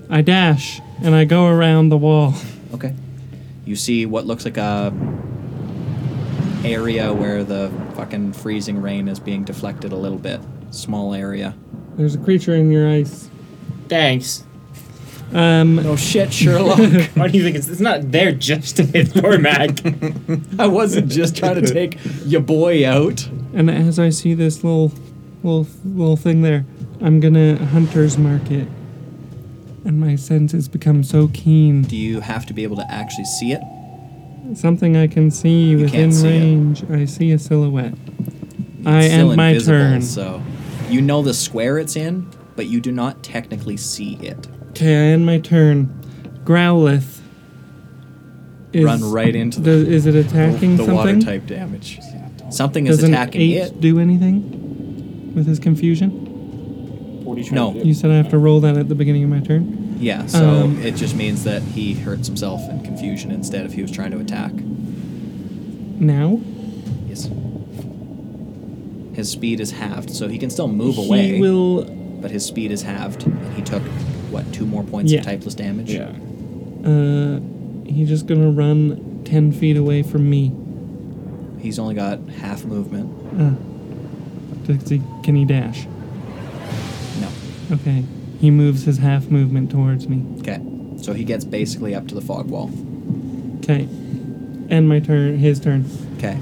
Speaker 4: I dash and I go around the wall.
Speaker 3: Okay. You see what looks like a area where the fucking freezing rain is being deflected a little bit. Small area.
Speaker 4: There's a creature in your ice.
Speaker 1: Thanks.
Speaker 4: Um,
Speaker 3: No Oh, shit, Sherlock.
Speaker 1: Why do you think it's, it's not there just to hit Cormac?
Speaker 3: I wasn't just trying to take your boy out.
Speaker 4: and as I see this little, little, little thing there, I'm gonna hunter's market. And my senses become so keen.
Speaker 3: Do you have to be able to actually see it?
Speaker 4: Something I can see within
Speaker 3: can't see it.
Speaker 4: range. I see a silhouette. I
Speaker 3: It's still
Speaker 4: end my
Speaker 3: invisible,
Speaker 4: turn.
Speaker 3: So you know the square it's in, but you do not technically see it.
Speaker 4: Okay, I end my turn. Growlithe. Is,
Speaker 3: Run right into the,
Speaker 4: Does, is it attacking
Speaker 3: the
Speaker 4: something?
Speaker 3: water type damage. Something is
Speaker 4: Does an
Speaker 3: attacking
Speaker 4: eight
Speaker 3: it.
Speaker 4: do anything with his confusion?
Speaker 3: No.
Speaker 4: You said I have to roll that at the beginning of my turn.
Speaker 3: Yeah, so
Speaker 4: Um,
Speaker 3: it just means that he hurts himself in confusion instead of he was trying to attack.
Speaker 4: Now
Speaker 3: Yes. His speed is halved, so he can still move
Speaker 1: he
Speaker 3: away,
Speaker 1: will.
Speaker 3: but his speed is halved, and he took, what, two more points
Speaker 4: Yeah.
Speaker 3: of typeless damage?
Speaker 1: Yeah.
Speaker 4: Uh, he's just gonna run 10 feet away from me.
Speaker 3: He's only got half movement.
Speaker 4: Uh, does he, can he dash?
Speaker 3: No.
Speaker 4: Okay. He moves his half movement towards me.
Speaker 3: Okay. So he gets basically up to the fog wall.
Speaker 4: Okay. End my turn, his turn.
Speaker 3: Okay.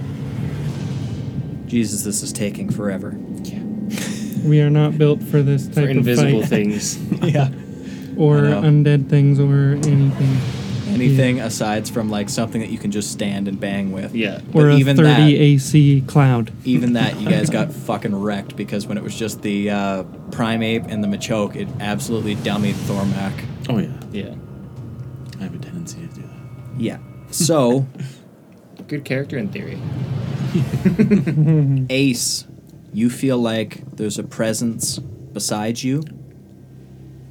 Speaker 3: Jesus, this is taking forever.
Speaker 4: We are not built for this type
Speaker 1: For
Speaker 4: of
Speaker 1: invisible
Speaker 4: fight.
Speaker 1: things.
Speaker 3: yeah.
Speaker 4: Or
Speaker 3: I know.
Speaker 4: undead things or anything.
Speaker 3: Anything aside from like something that you can just stand and bang with.
Speaker 1: Yeah.
Speaker 3: But
Speaker 4: Or a
Speaker 3: even
Speaker 4: 30
Speaker 3: that,
Speaker 4: AC cloud.
Speaker 3: even that, you guys got fucking wrecked because when it was just the uh, primate and the machoke, it absolutely dummied Thormac.
Speaker 2: oh yeah,
Speaker 1: Yeah.
Speaker 2: I have a tendency to do that.
Speaker 3: Yeah. So
Speaker 1: Good character in theory.
Speaker 3: Ace, you feel like there's a presence beside you,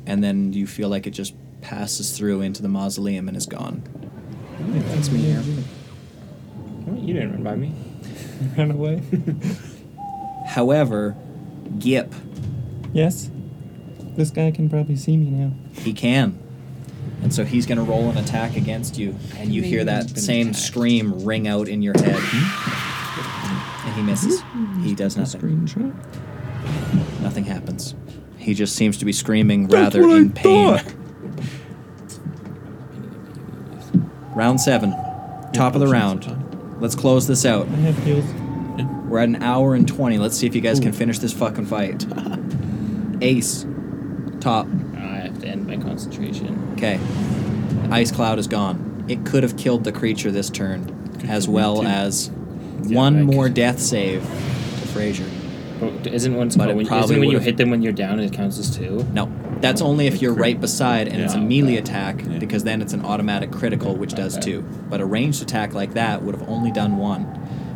Speaker 3: and then you feel like it just passes through into the mausoleum and is gone.
Speaker 1: That's me here. You didn't run by me.
Speaker 4: Run away?
Speaker 3: However, Gip,
Speaker 4: yes? This guy can probably see me now.
Speaker 3: he can. And so he's going to roll an attack against you, and you hear that same scream ring out in your head. And he misses. He does nothing.
Speaker 4: Screenshot.
Speaker 3: Nothing happens. He just seems to be screaming rather in pain. Round seven. Top of the round. Let's close this out.
Speaker 4: I have heals.
Speaker 3: We're at an hour and 20. Let's see if you guys can finish this fucking fight. Ace. Top.
Speaker 1: I have to end my concentration.
Speaker 3: Okay. Ice Cloud is gone. It could have killed the creature this turn, as well as one
Speaker 1: I
Speaker 3: more
Speaker 1: could-
Speaker 3: death save to Frazier.
Speaker 1: But isn't one
Speaker 3: it
Speaker 1: spot when,
Speaker 3: probably
Speaker 1: isn't when you
Speaker 3: would've-
Speaker 1: hit them when you're down it counts as two?
Speaker 3: No, that's only if you're right beside and it's a
Speaker 1: Yeah.
Speaker 3: melee
Speaker 1: Okay.
Speaker 3: attack,
Speaker 2: Yeah.
Speaker 3: because then it's an automatic critical, which does
Speaker 1: Okay.
Speaker 3: two. But a ranged attack like that would have only done one,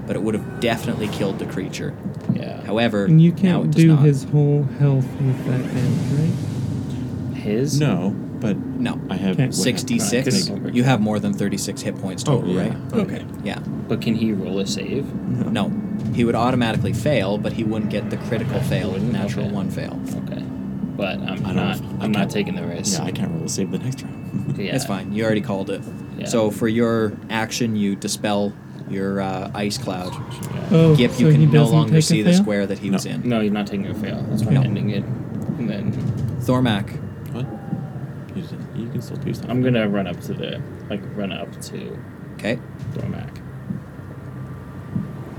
Speaker 3: but it would have definitely killed the creature.
Speaker 1: Yeah.
Speaker 3: However,
Speaker 4: And you
Speaker 3: now
Speaker 4: can't
Speaker 3: it does
Speaker 4: do
Speaker 3: not.
Speaker 4: his whole health with that damage, right?
Speaker 1: His?
Speaker 2: No, but
Speaker 3: no.
Speaker 2: I have
Speaker 4: Okay.
Speaker 2: what
Speaker 3: 66.
Speaker 1: Right, 'cause-
Speaker 3: You have more than 36 hit points
Speaker 2: Oh,
Speaker 3: total,
Speaker 2: yeah.
Speaker 3: right?
Speaker 2: Okay.
Speaker 3: Yeah.
Speaker 1: But can he roll a save?
Speaker 3: No. He would automatically fail, but he wouldn't get the critical fail,
Speaker 1: wouldn't?
Speaker 3: natural
Speaker 1: Okay.
Speaker 3: one fail.
Speaker 1: Okay. But I'm
Speaker 2: I
Speaker 1: not.
Speaker 2: don't know if- I
Speaker 1: I'm not
Speaker 2: can't-
Speaker 1: taking the risk.
Speaker 2: Yeah, I can't roll a save the next round.
Speaker 1: Okay, yeah.
Speaker 3: That's fine. You already called it.
Speaker 1: Yeah.
Speaker 3: So for your action, you dispel your uh, ice cloud.
Speaker 4: Oh,
Speaker 3: Gip,
Speaker 4: so
Speaker 3: you
Speaker 4: he
Speaker 3: can no
Speaker 4: doesn't take
Speaker 3: longer
Speaker 4: a
Speaker 3: see the
Speaker 4: fail?
Speaker 3: square that he
Speaker 2: No.
Speaker 3: was in.
Speaker 1: No, you're not taking a fail. That's why
Speaker 3: No.
Speaker 1: I'm ending it. And then
Speaker 3: Thormac,
Speaker 2: what? You, just, you can still do something.
Speaker 1: I'm gonna run up to the like run up to
Speaker 3: okay.
Speaker 1: Dormac.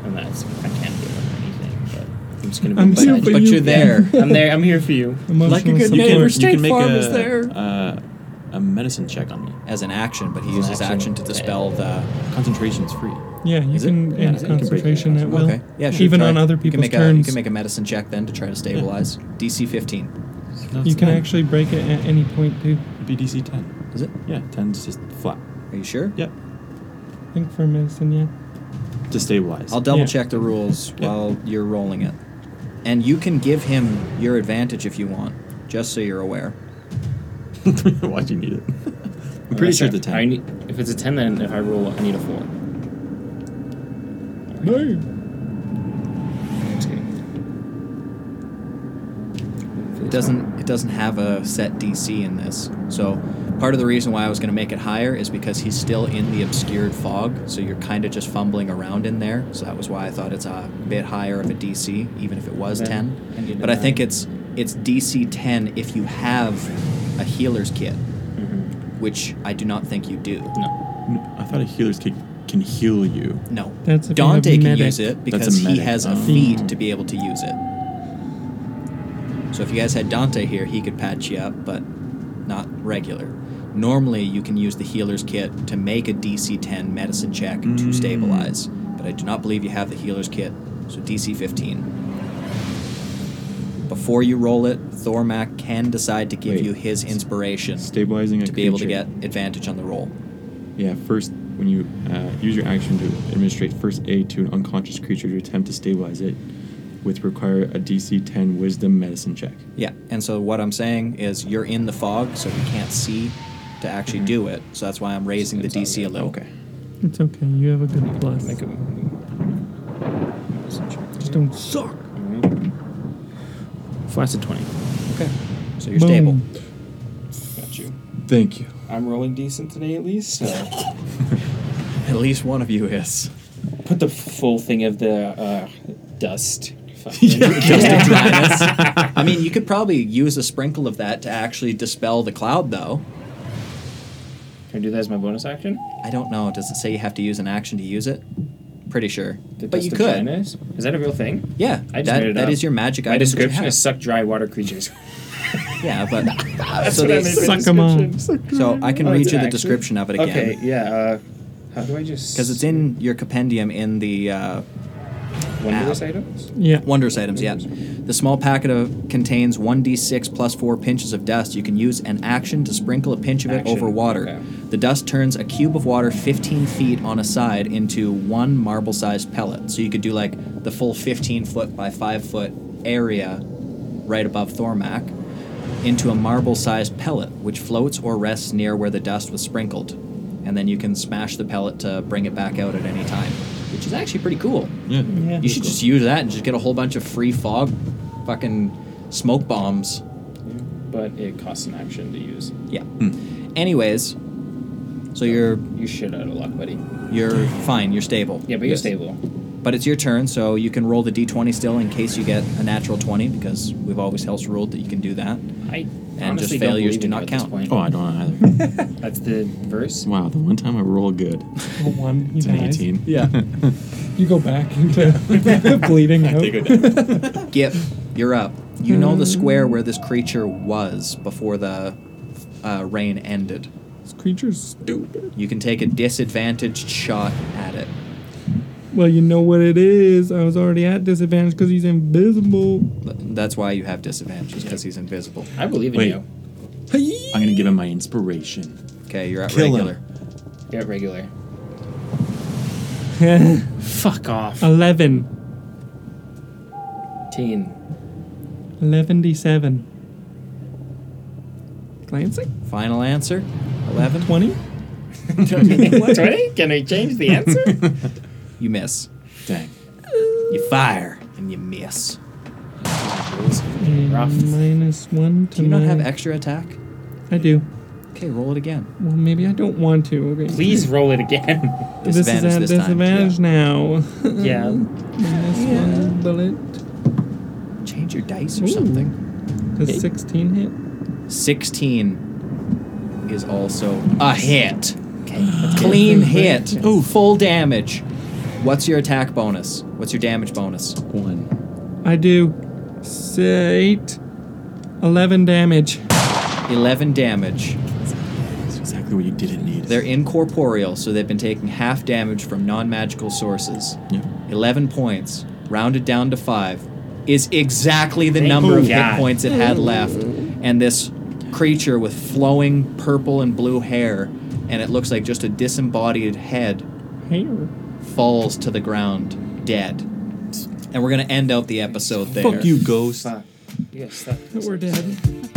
Speaker 1: And that's I can't give him anything, but I'm just gonna.
Speaker 4: I'm
Speaker 1: be
Speaker 4: here
Speaker 1: beside
Speaker 4: for
Speaker 1: you.
Speaker 3: but
Speaker 4: you.
Speaker 3: you're there.
Speaker 1: I'm there. I'm here for you.
Speaker 4: Emotional
Speaker 6: Like a good
Speaker 4: support.
Speaker 6: neighbor.
Speaker 2: you can make
Speaker 6: farm
Speaker 2: a,
Speaker 6: is there.
Speaker 2: Uh, a medicine check on me.
Speaker 3: as an action, but he
Speaker 1: As an
Speaker 3: uses
Speaker 1: action.
Speaker 3: action to dispel the.
Speaker 2: Concentration's free.
Speaker 4: Yeah, you
Speaker 2: Is it?
Speaker 4: can
Speaker 2: Yeah,
Speaker 4: end
Speaker 2: I think you can break
Speaker 4: concentration
Speaker 2: it.
Speaker 4: at will.
Speaker 3: okay. Yeah. Sure,
Speaker 4: Even
Speaker 3: try.
Speaker 4: on other
Speaker 3: You can
Speaker 4: people's
Speaker 3: make A, you
Speaker 4: turns,
Speaker 3: can make a medicine check then to try to stabilize. DC 15.
Speaker 4: you can actually break it at any point too.
Speaker 2: BDC 10.
Speaker 3: Is it?
Speaker 2: Yeah, 10's just flat.
Speaker 3: Are you sure?
Speaker 2: Yep.
Speaker 4: I think for medicine, yeah.
Speaker 2: To stabilize.
Speaker 3: I'll double
Speaker 4: Yeah.
Speaker 3: check the rules while you're rolling it. And you can give him your advantage if you want, just so you're aware.
Speaker 2: Why'd you need it? I'm pretty sure it's a 10.
Speaker 1: I need, if it's a ten, then if I roll, I need a four.
Speaker 4: No.
Speaker 1: I'm just kidding.
Speaker 3: It doesn't it doesn't have a set DC in this. So part of the reason why I was going to make it higher is because he's still in the obscured fog, so you're kind of just fumbling around in there. So that was why I thought it's a bit higher of a DC even if it was
Speaker 1: Then I
Speaker 3: 10.
Speaker 1: need a
Speaker 3: but I think
Speaker 1: nine.
Speaker 3: it's it's DC 10 if you have a healer's kit,
Speaker 1: Mm-hmm.
Speaker 3: which I do not think you do.
Speaker 1: No.
Speaker 2: No, I thought a healer's kick can heal you.
Speaker 3: No.
Speaker 4: That's if you have
Speaker 3: Dante can
Speaker 4: medic.
Speaker 3: use it
Speaker 2: That's a
Speaker 3: because he
Speaker 2: medic.
Speaker 3: has a
Speaker 2: Oh.
Speaker 3: feat to be able to use it. So if you guys had Dante here, he could patch you up, but not regular. Normally, you can use the healer's kit to make a DC 10 medicine check
Speaker 2: Mm.
Speaker 3: to stabilize, but I do not believe you have the healer's kit, so DC 15. Before you roll it, Thormac can decide to give
Speaker 2: Wait.
Speaker 3: you his inspiration
Speaker 2: Stabilizing a
Speaker 3: to be able to get
Speaker 2: creature.
Speaker 3: advantage on the roll.
Speaker 2: Yeah, first, when you uh, use your action to administrate first aid to an unconscious creature to attempt to stabilize it, which require a DC 10 wisdom medicine check.
Speaker 3: Yeah, and so what I'm saying is you're in the fog, so you can't see to actually
Speaker 1: Mm-hmm.
Speaker 3: do it. So that's why I'm raising the
Speaker 1: It's
Speaker 3: DC a little.
Speaker 2: Okay.
Speaker 4: It's okay. You have a good plus.
Speaker 1: Make a.
Speaker 4: Just don't suck.
Speaker 1: Flat's a twenty.
Speaker 3: Okay. So you're stable.
Speaker 1: Got you.
Speaker 2: Thank you.
Speaker 1: I'm rolling decent today, at least. So.
Speaker 3: At least one of you is.
Speaker 1: Put the full thing of the uh, dust.
Speaker 3: I mean, you could probably use a sprinkle of that to actually dispel the cloud, though.
Speaker 1: Can I do that as my bonus action?
Speaker 3: I don't know. Does it say you have to use an action to use it? Pretty sure.
Speaker 1: The
Speaker 3: but
Speaker 1: dust
Speaker 3: you
Speaker 1: of
Speaker 3: could.
Speaker 1: dryness? Is that a real thing?
Speaker 3: Yeah.
Speaker 1: I just
Speaker 3: that,
Speaker 1: made it
Speaker 3: that
Speaker 1: up.
Speaker 3: is your magic
Speaker 1: My
Speaker 3: item. that you
Speaker 1: description
Speaker 3: have.
Speaker 1: is suck dry water creatures.
Speaker 3: Yeah, but so,
Speaker 1: what I
Speaker 3: the-
Speaker 1: made the
Speaker 4: Suck 'em all.
Speaker 1: description.
Speaker 3: so I can
Speaker 1: Oh,
Speaker 3: read
Speaker 1: it's
Speaker 3: you
Speaker 1: an
Speaker 3: the
Speaker 1: action?
Speaker 3: description of it again.
Speaker 1: Okay, yeah. Uh, how do I just?
Speaker 3: Because it's in your compendium in the uh,
Speaker 1: one of
Speaker 3: app.
Speaker 1: those items.
Speaker 4: Yeah.
Speaker 3: Wondrous items, yeah. The small packet of contains 1d6 plus 4 pinches of dust. You can use an action to sprinkle a pinch of it
Speaker 1: Action,
Speaker 3: over water.
Speaker 1: okay.
Speaker 3: The dust turns a cube of water 15 feet on a side into one marble sized pellet. So you could do like the full 15 foot by 5 foot area right above Thormac into a marble sized pellet, which floats or rests near where the dust was sprinkled. And then you can smash the pellet to bring it back out at any time, which is actually pretty cool.
Speaker 2: Yeah.
Speaker 4: Yeah.
Speaker 3: You should just use that and just get a whole bunch of free fog, fucking smoke bombs.
Speaker 1: But it costs an action to use.
Speaker 3: Yeah. Hmm. Anyways, so you're
Speaker 1: You shit out of luck, buddy.
Speaker 3: you're fine. You're stable.
Speaker 1: Yeah, but you're stable.
Speaker 3: But it's your turn, so you can roll the d20 still in case you get a natural 20, because we've always else ruled that you can do that.
Speaker 1: I
Speaker 3: just
Speaker 1: honestly don't
Speaker 3: failures
Speaker 1: believe
Speaker 3: do
Speaker 1: in
Speaker 3: not
Speaker 1: you at this
Speaker 3: count.
Speaker 1: point.
Speaker 2: Oh, I don't either.
Speaker 1: That's the verse.
Speaker 2: wow, the one time I roll good,
Speaker 4: A one. He
Speaker 2: it's an
Speaker 4: dies.
Speaker 2: 18.
Speaker 6: Yeah.
Speaker 4: You go back into bleeding out.
Speaker 3: Gip, you're up. You know the square where this creature was before the uh, rain ended.
Speaker 4: This creature's stupid.
Speaker 3: You can take a disadvantaged shot at it.
Speaker 4: Well, you know what it is. I was already at disadvantage because he's invisible.
Speaker 3: But That's why you have disadvantages, because he's invisible.
Speaker 1: I believe in
Speaker 2: Wait.
Speaker 1: you.
Speaker 2: I'm going to give him my inspiration.
Speaker 3: Okay, you're at
Speaker 2: Kill him.
Speaker 3: regular.
Speaker 1: You're at regular. Fuck off.
Speaker 3: Uh,
Speaker 4: 11.
Speaker 1: Teen.
Speaker 4: 11 d7. Glancing?
Speaker 3: Final answer? 11?
Speaker 4: 20?
Speaker 1: Twenty? Can I change the answer?
Speaker 3: You miss.
Speaker 2: Dang.
Speaker 3: You fire and you miss.
Speaker 4: And
Speaker 1: Rough.
Speaker 4: minus 1 to
Speaker 3: Do you not
Speaker 4: my-
Speaker 3: have extra attack?
Speaker 4: I do.
Speaker 3: Okay, roll it again.
Speaker 4: Well, maybe I don't want to. Okay.
Speaker 1: Please roll it again.
Speaker 4: This is
Speaker 3: Disadvantage
Speaker 4: at
Speaker 3: this time,
Speaker 4: disadvantage now.
Speaker 1: yeah.
Speaker 4: minus 1 bullet.
Speaker 3: Change your dice or
Speaker 4: Ooh.
Speaker 3: something.
Speaker 4: Does 16 hit?
Speaker 3: 16 is also a hit. Clean hit. Full damage. What's your attack bonus? What's your damage bonus?
Speaker 2: One.
Speaker 4: I do s- eight, 11 damage.
Speaker 3: 11 damage.
Speaker 2: That's exactly what you didn't need.
Speaker 3: They're incorporeal, so they've been taking half damage from non magical sources.
Speaker 2: Yeah.
Speaker 3: 11 points, rounded down to 5, is exactly the number of
Speaker 1: God.
Speaker 3: hit points it had left. And this creature with flowing purple and blue hair, and it looks like just a disembodied head, falls to the ground dead. And we're going to end out the episode there.
Speaker 2: Fuck you, ghost.
Speaker 1: Yes, that
Speaker 4: We're dead.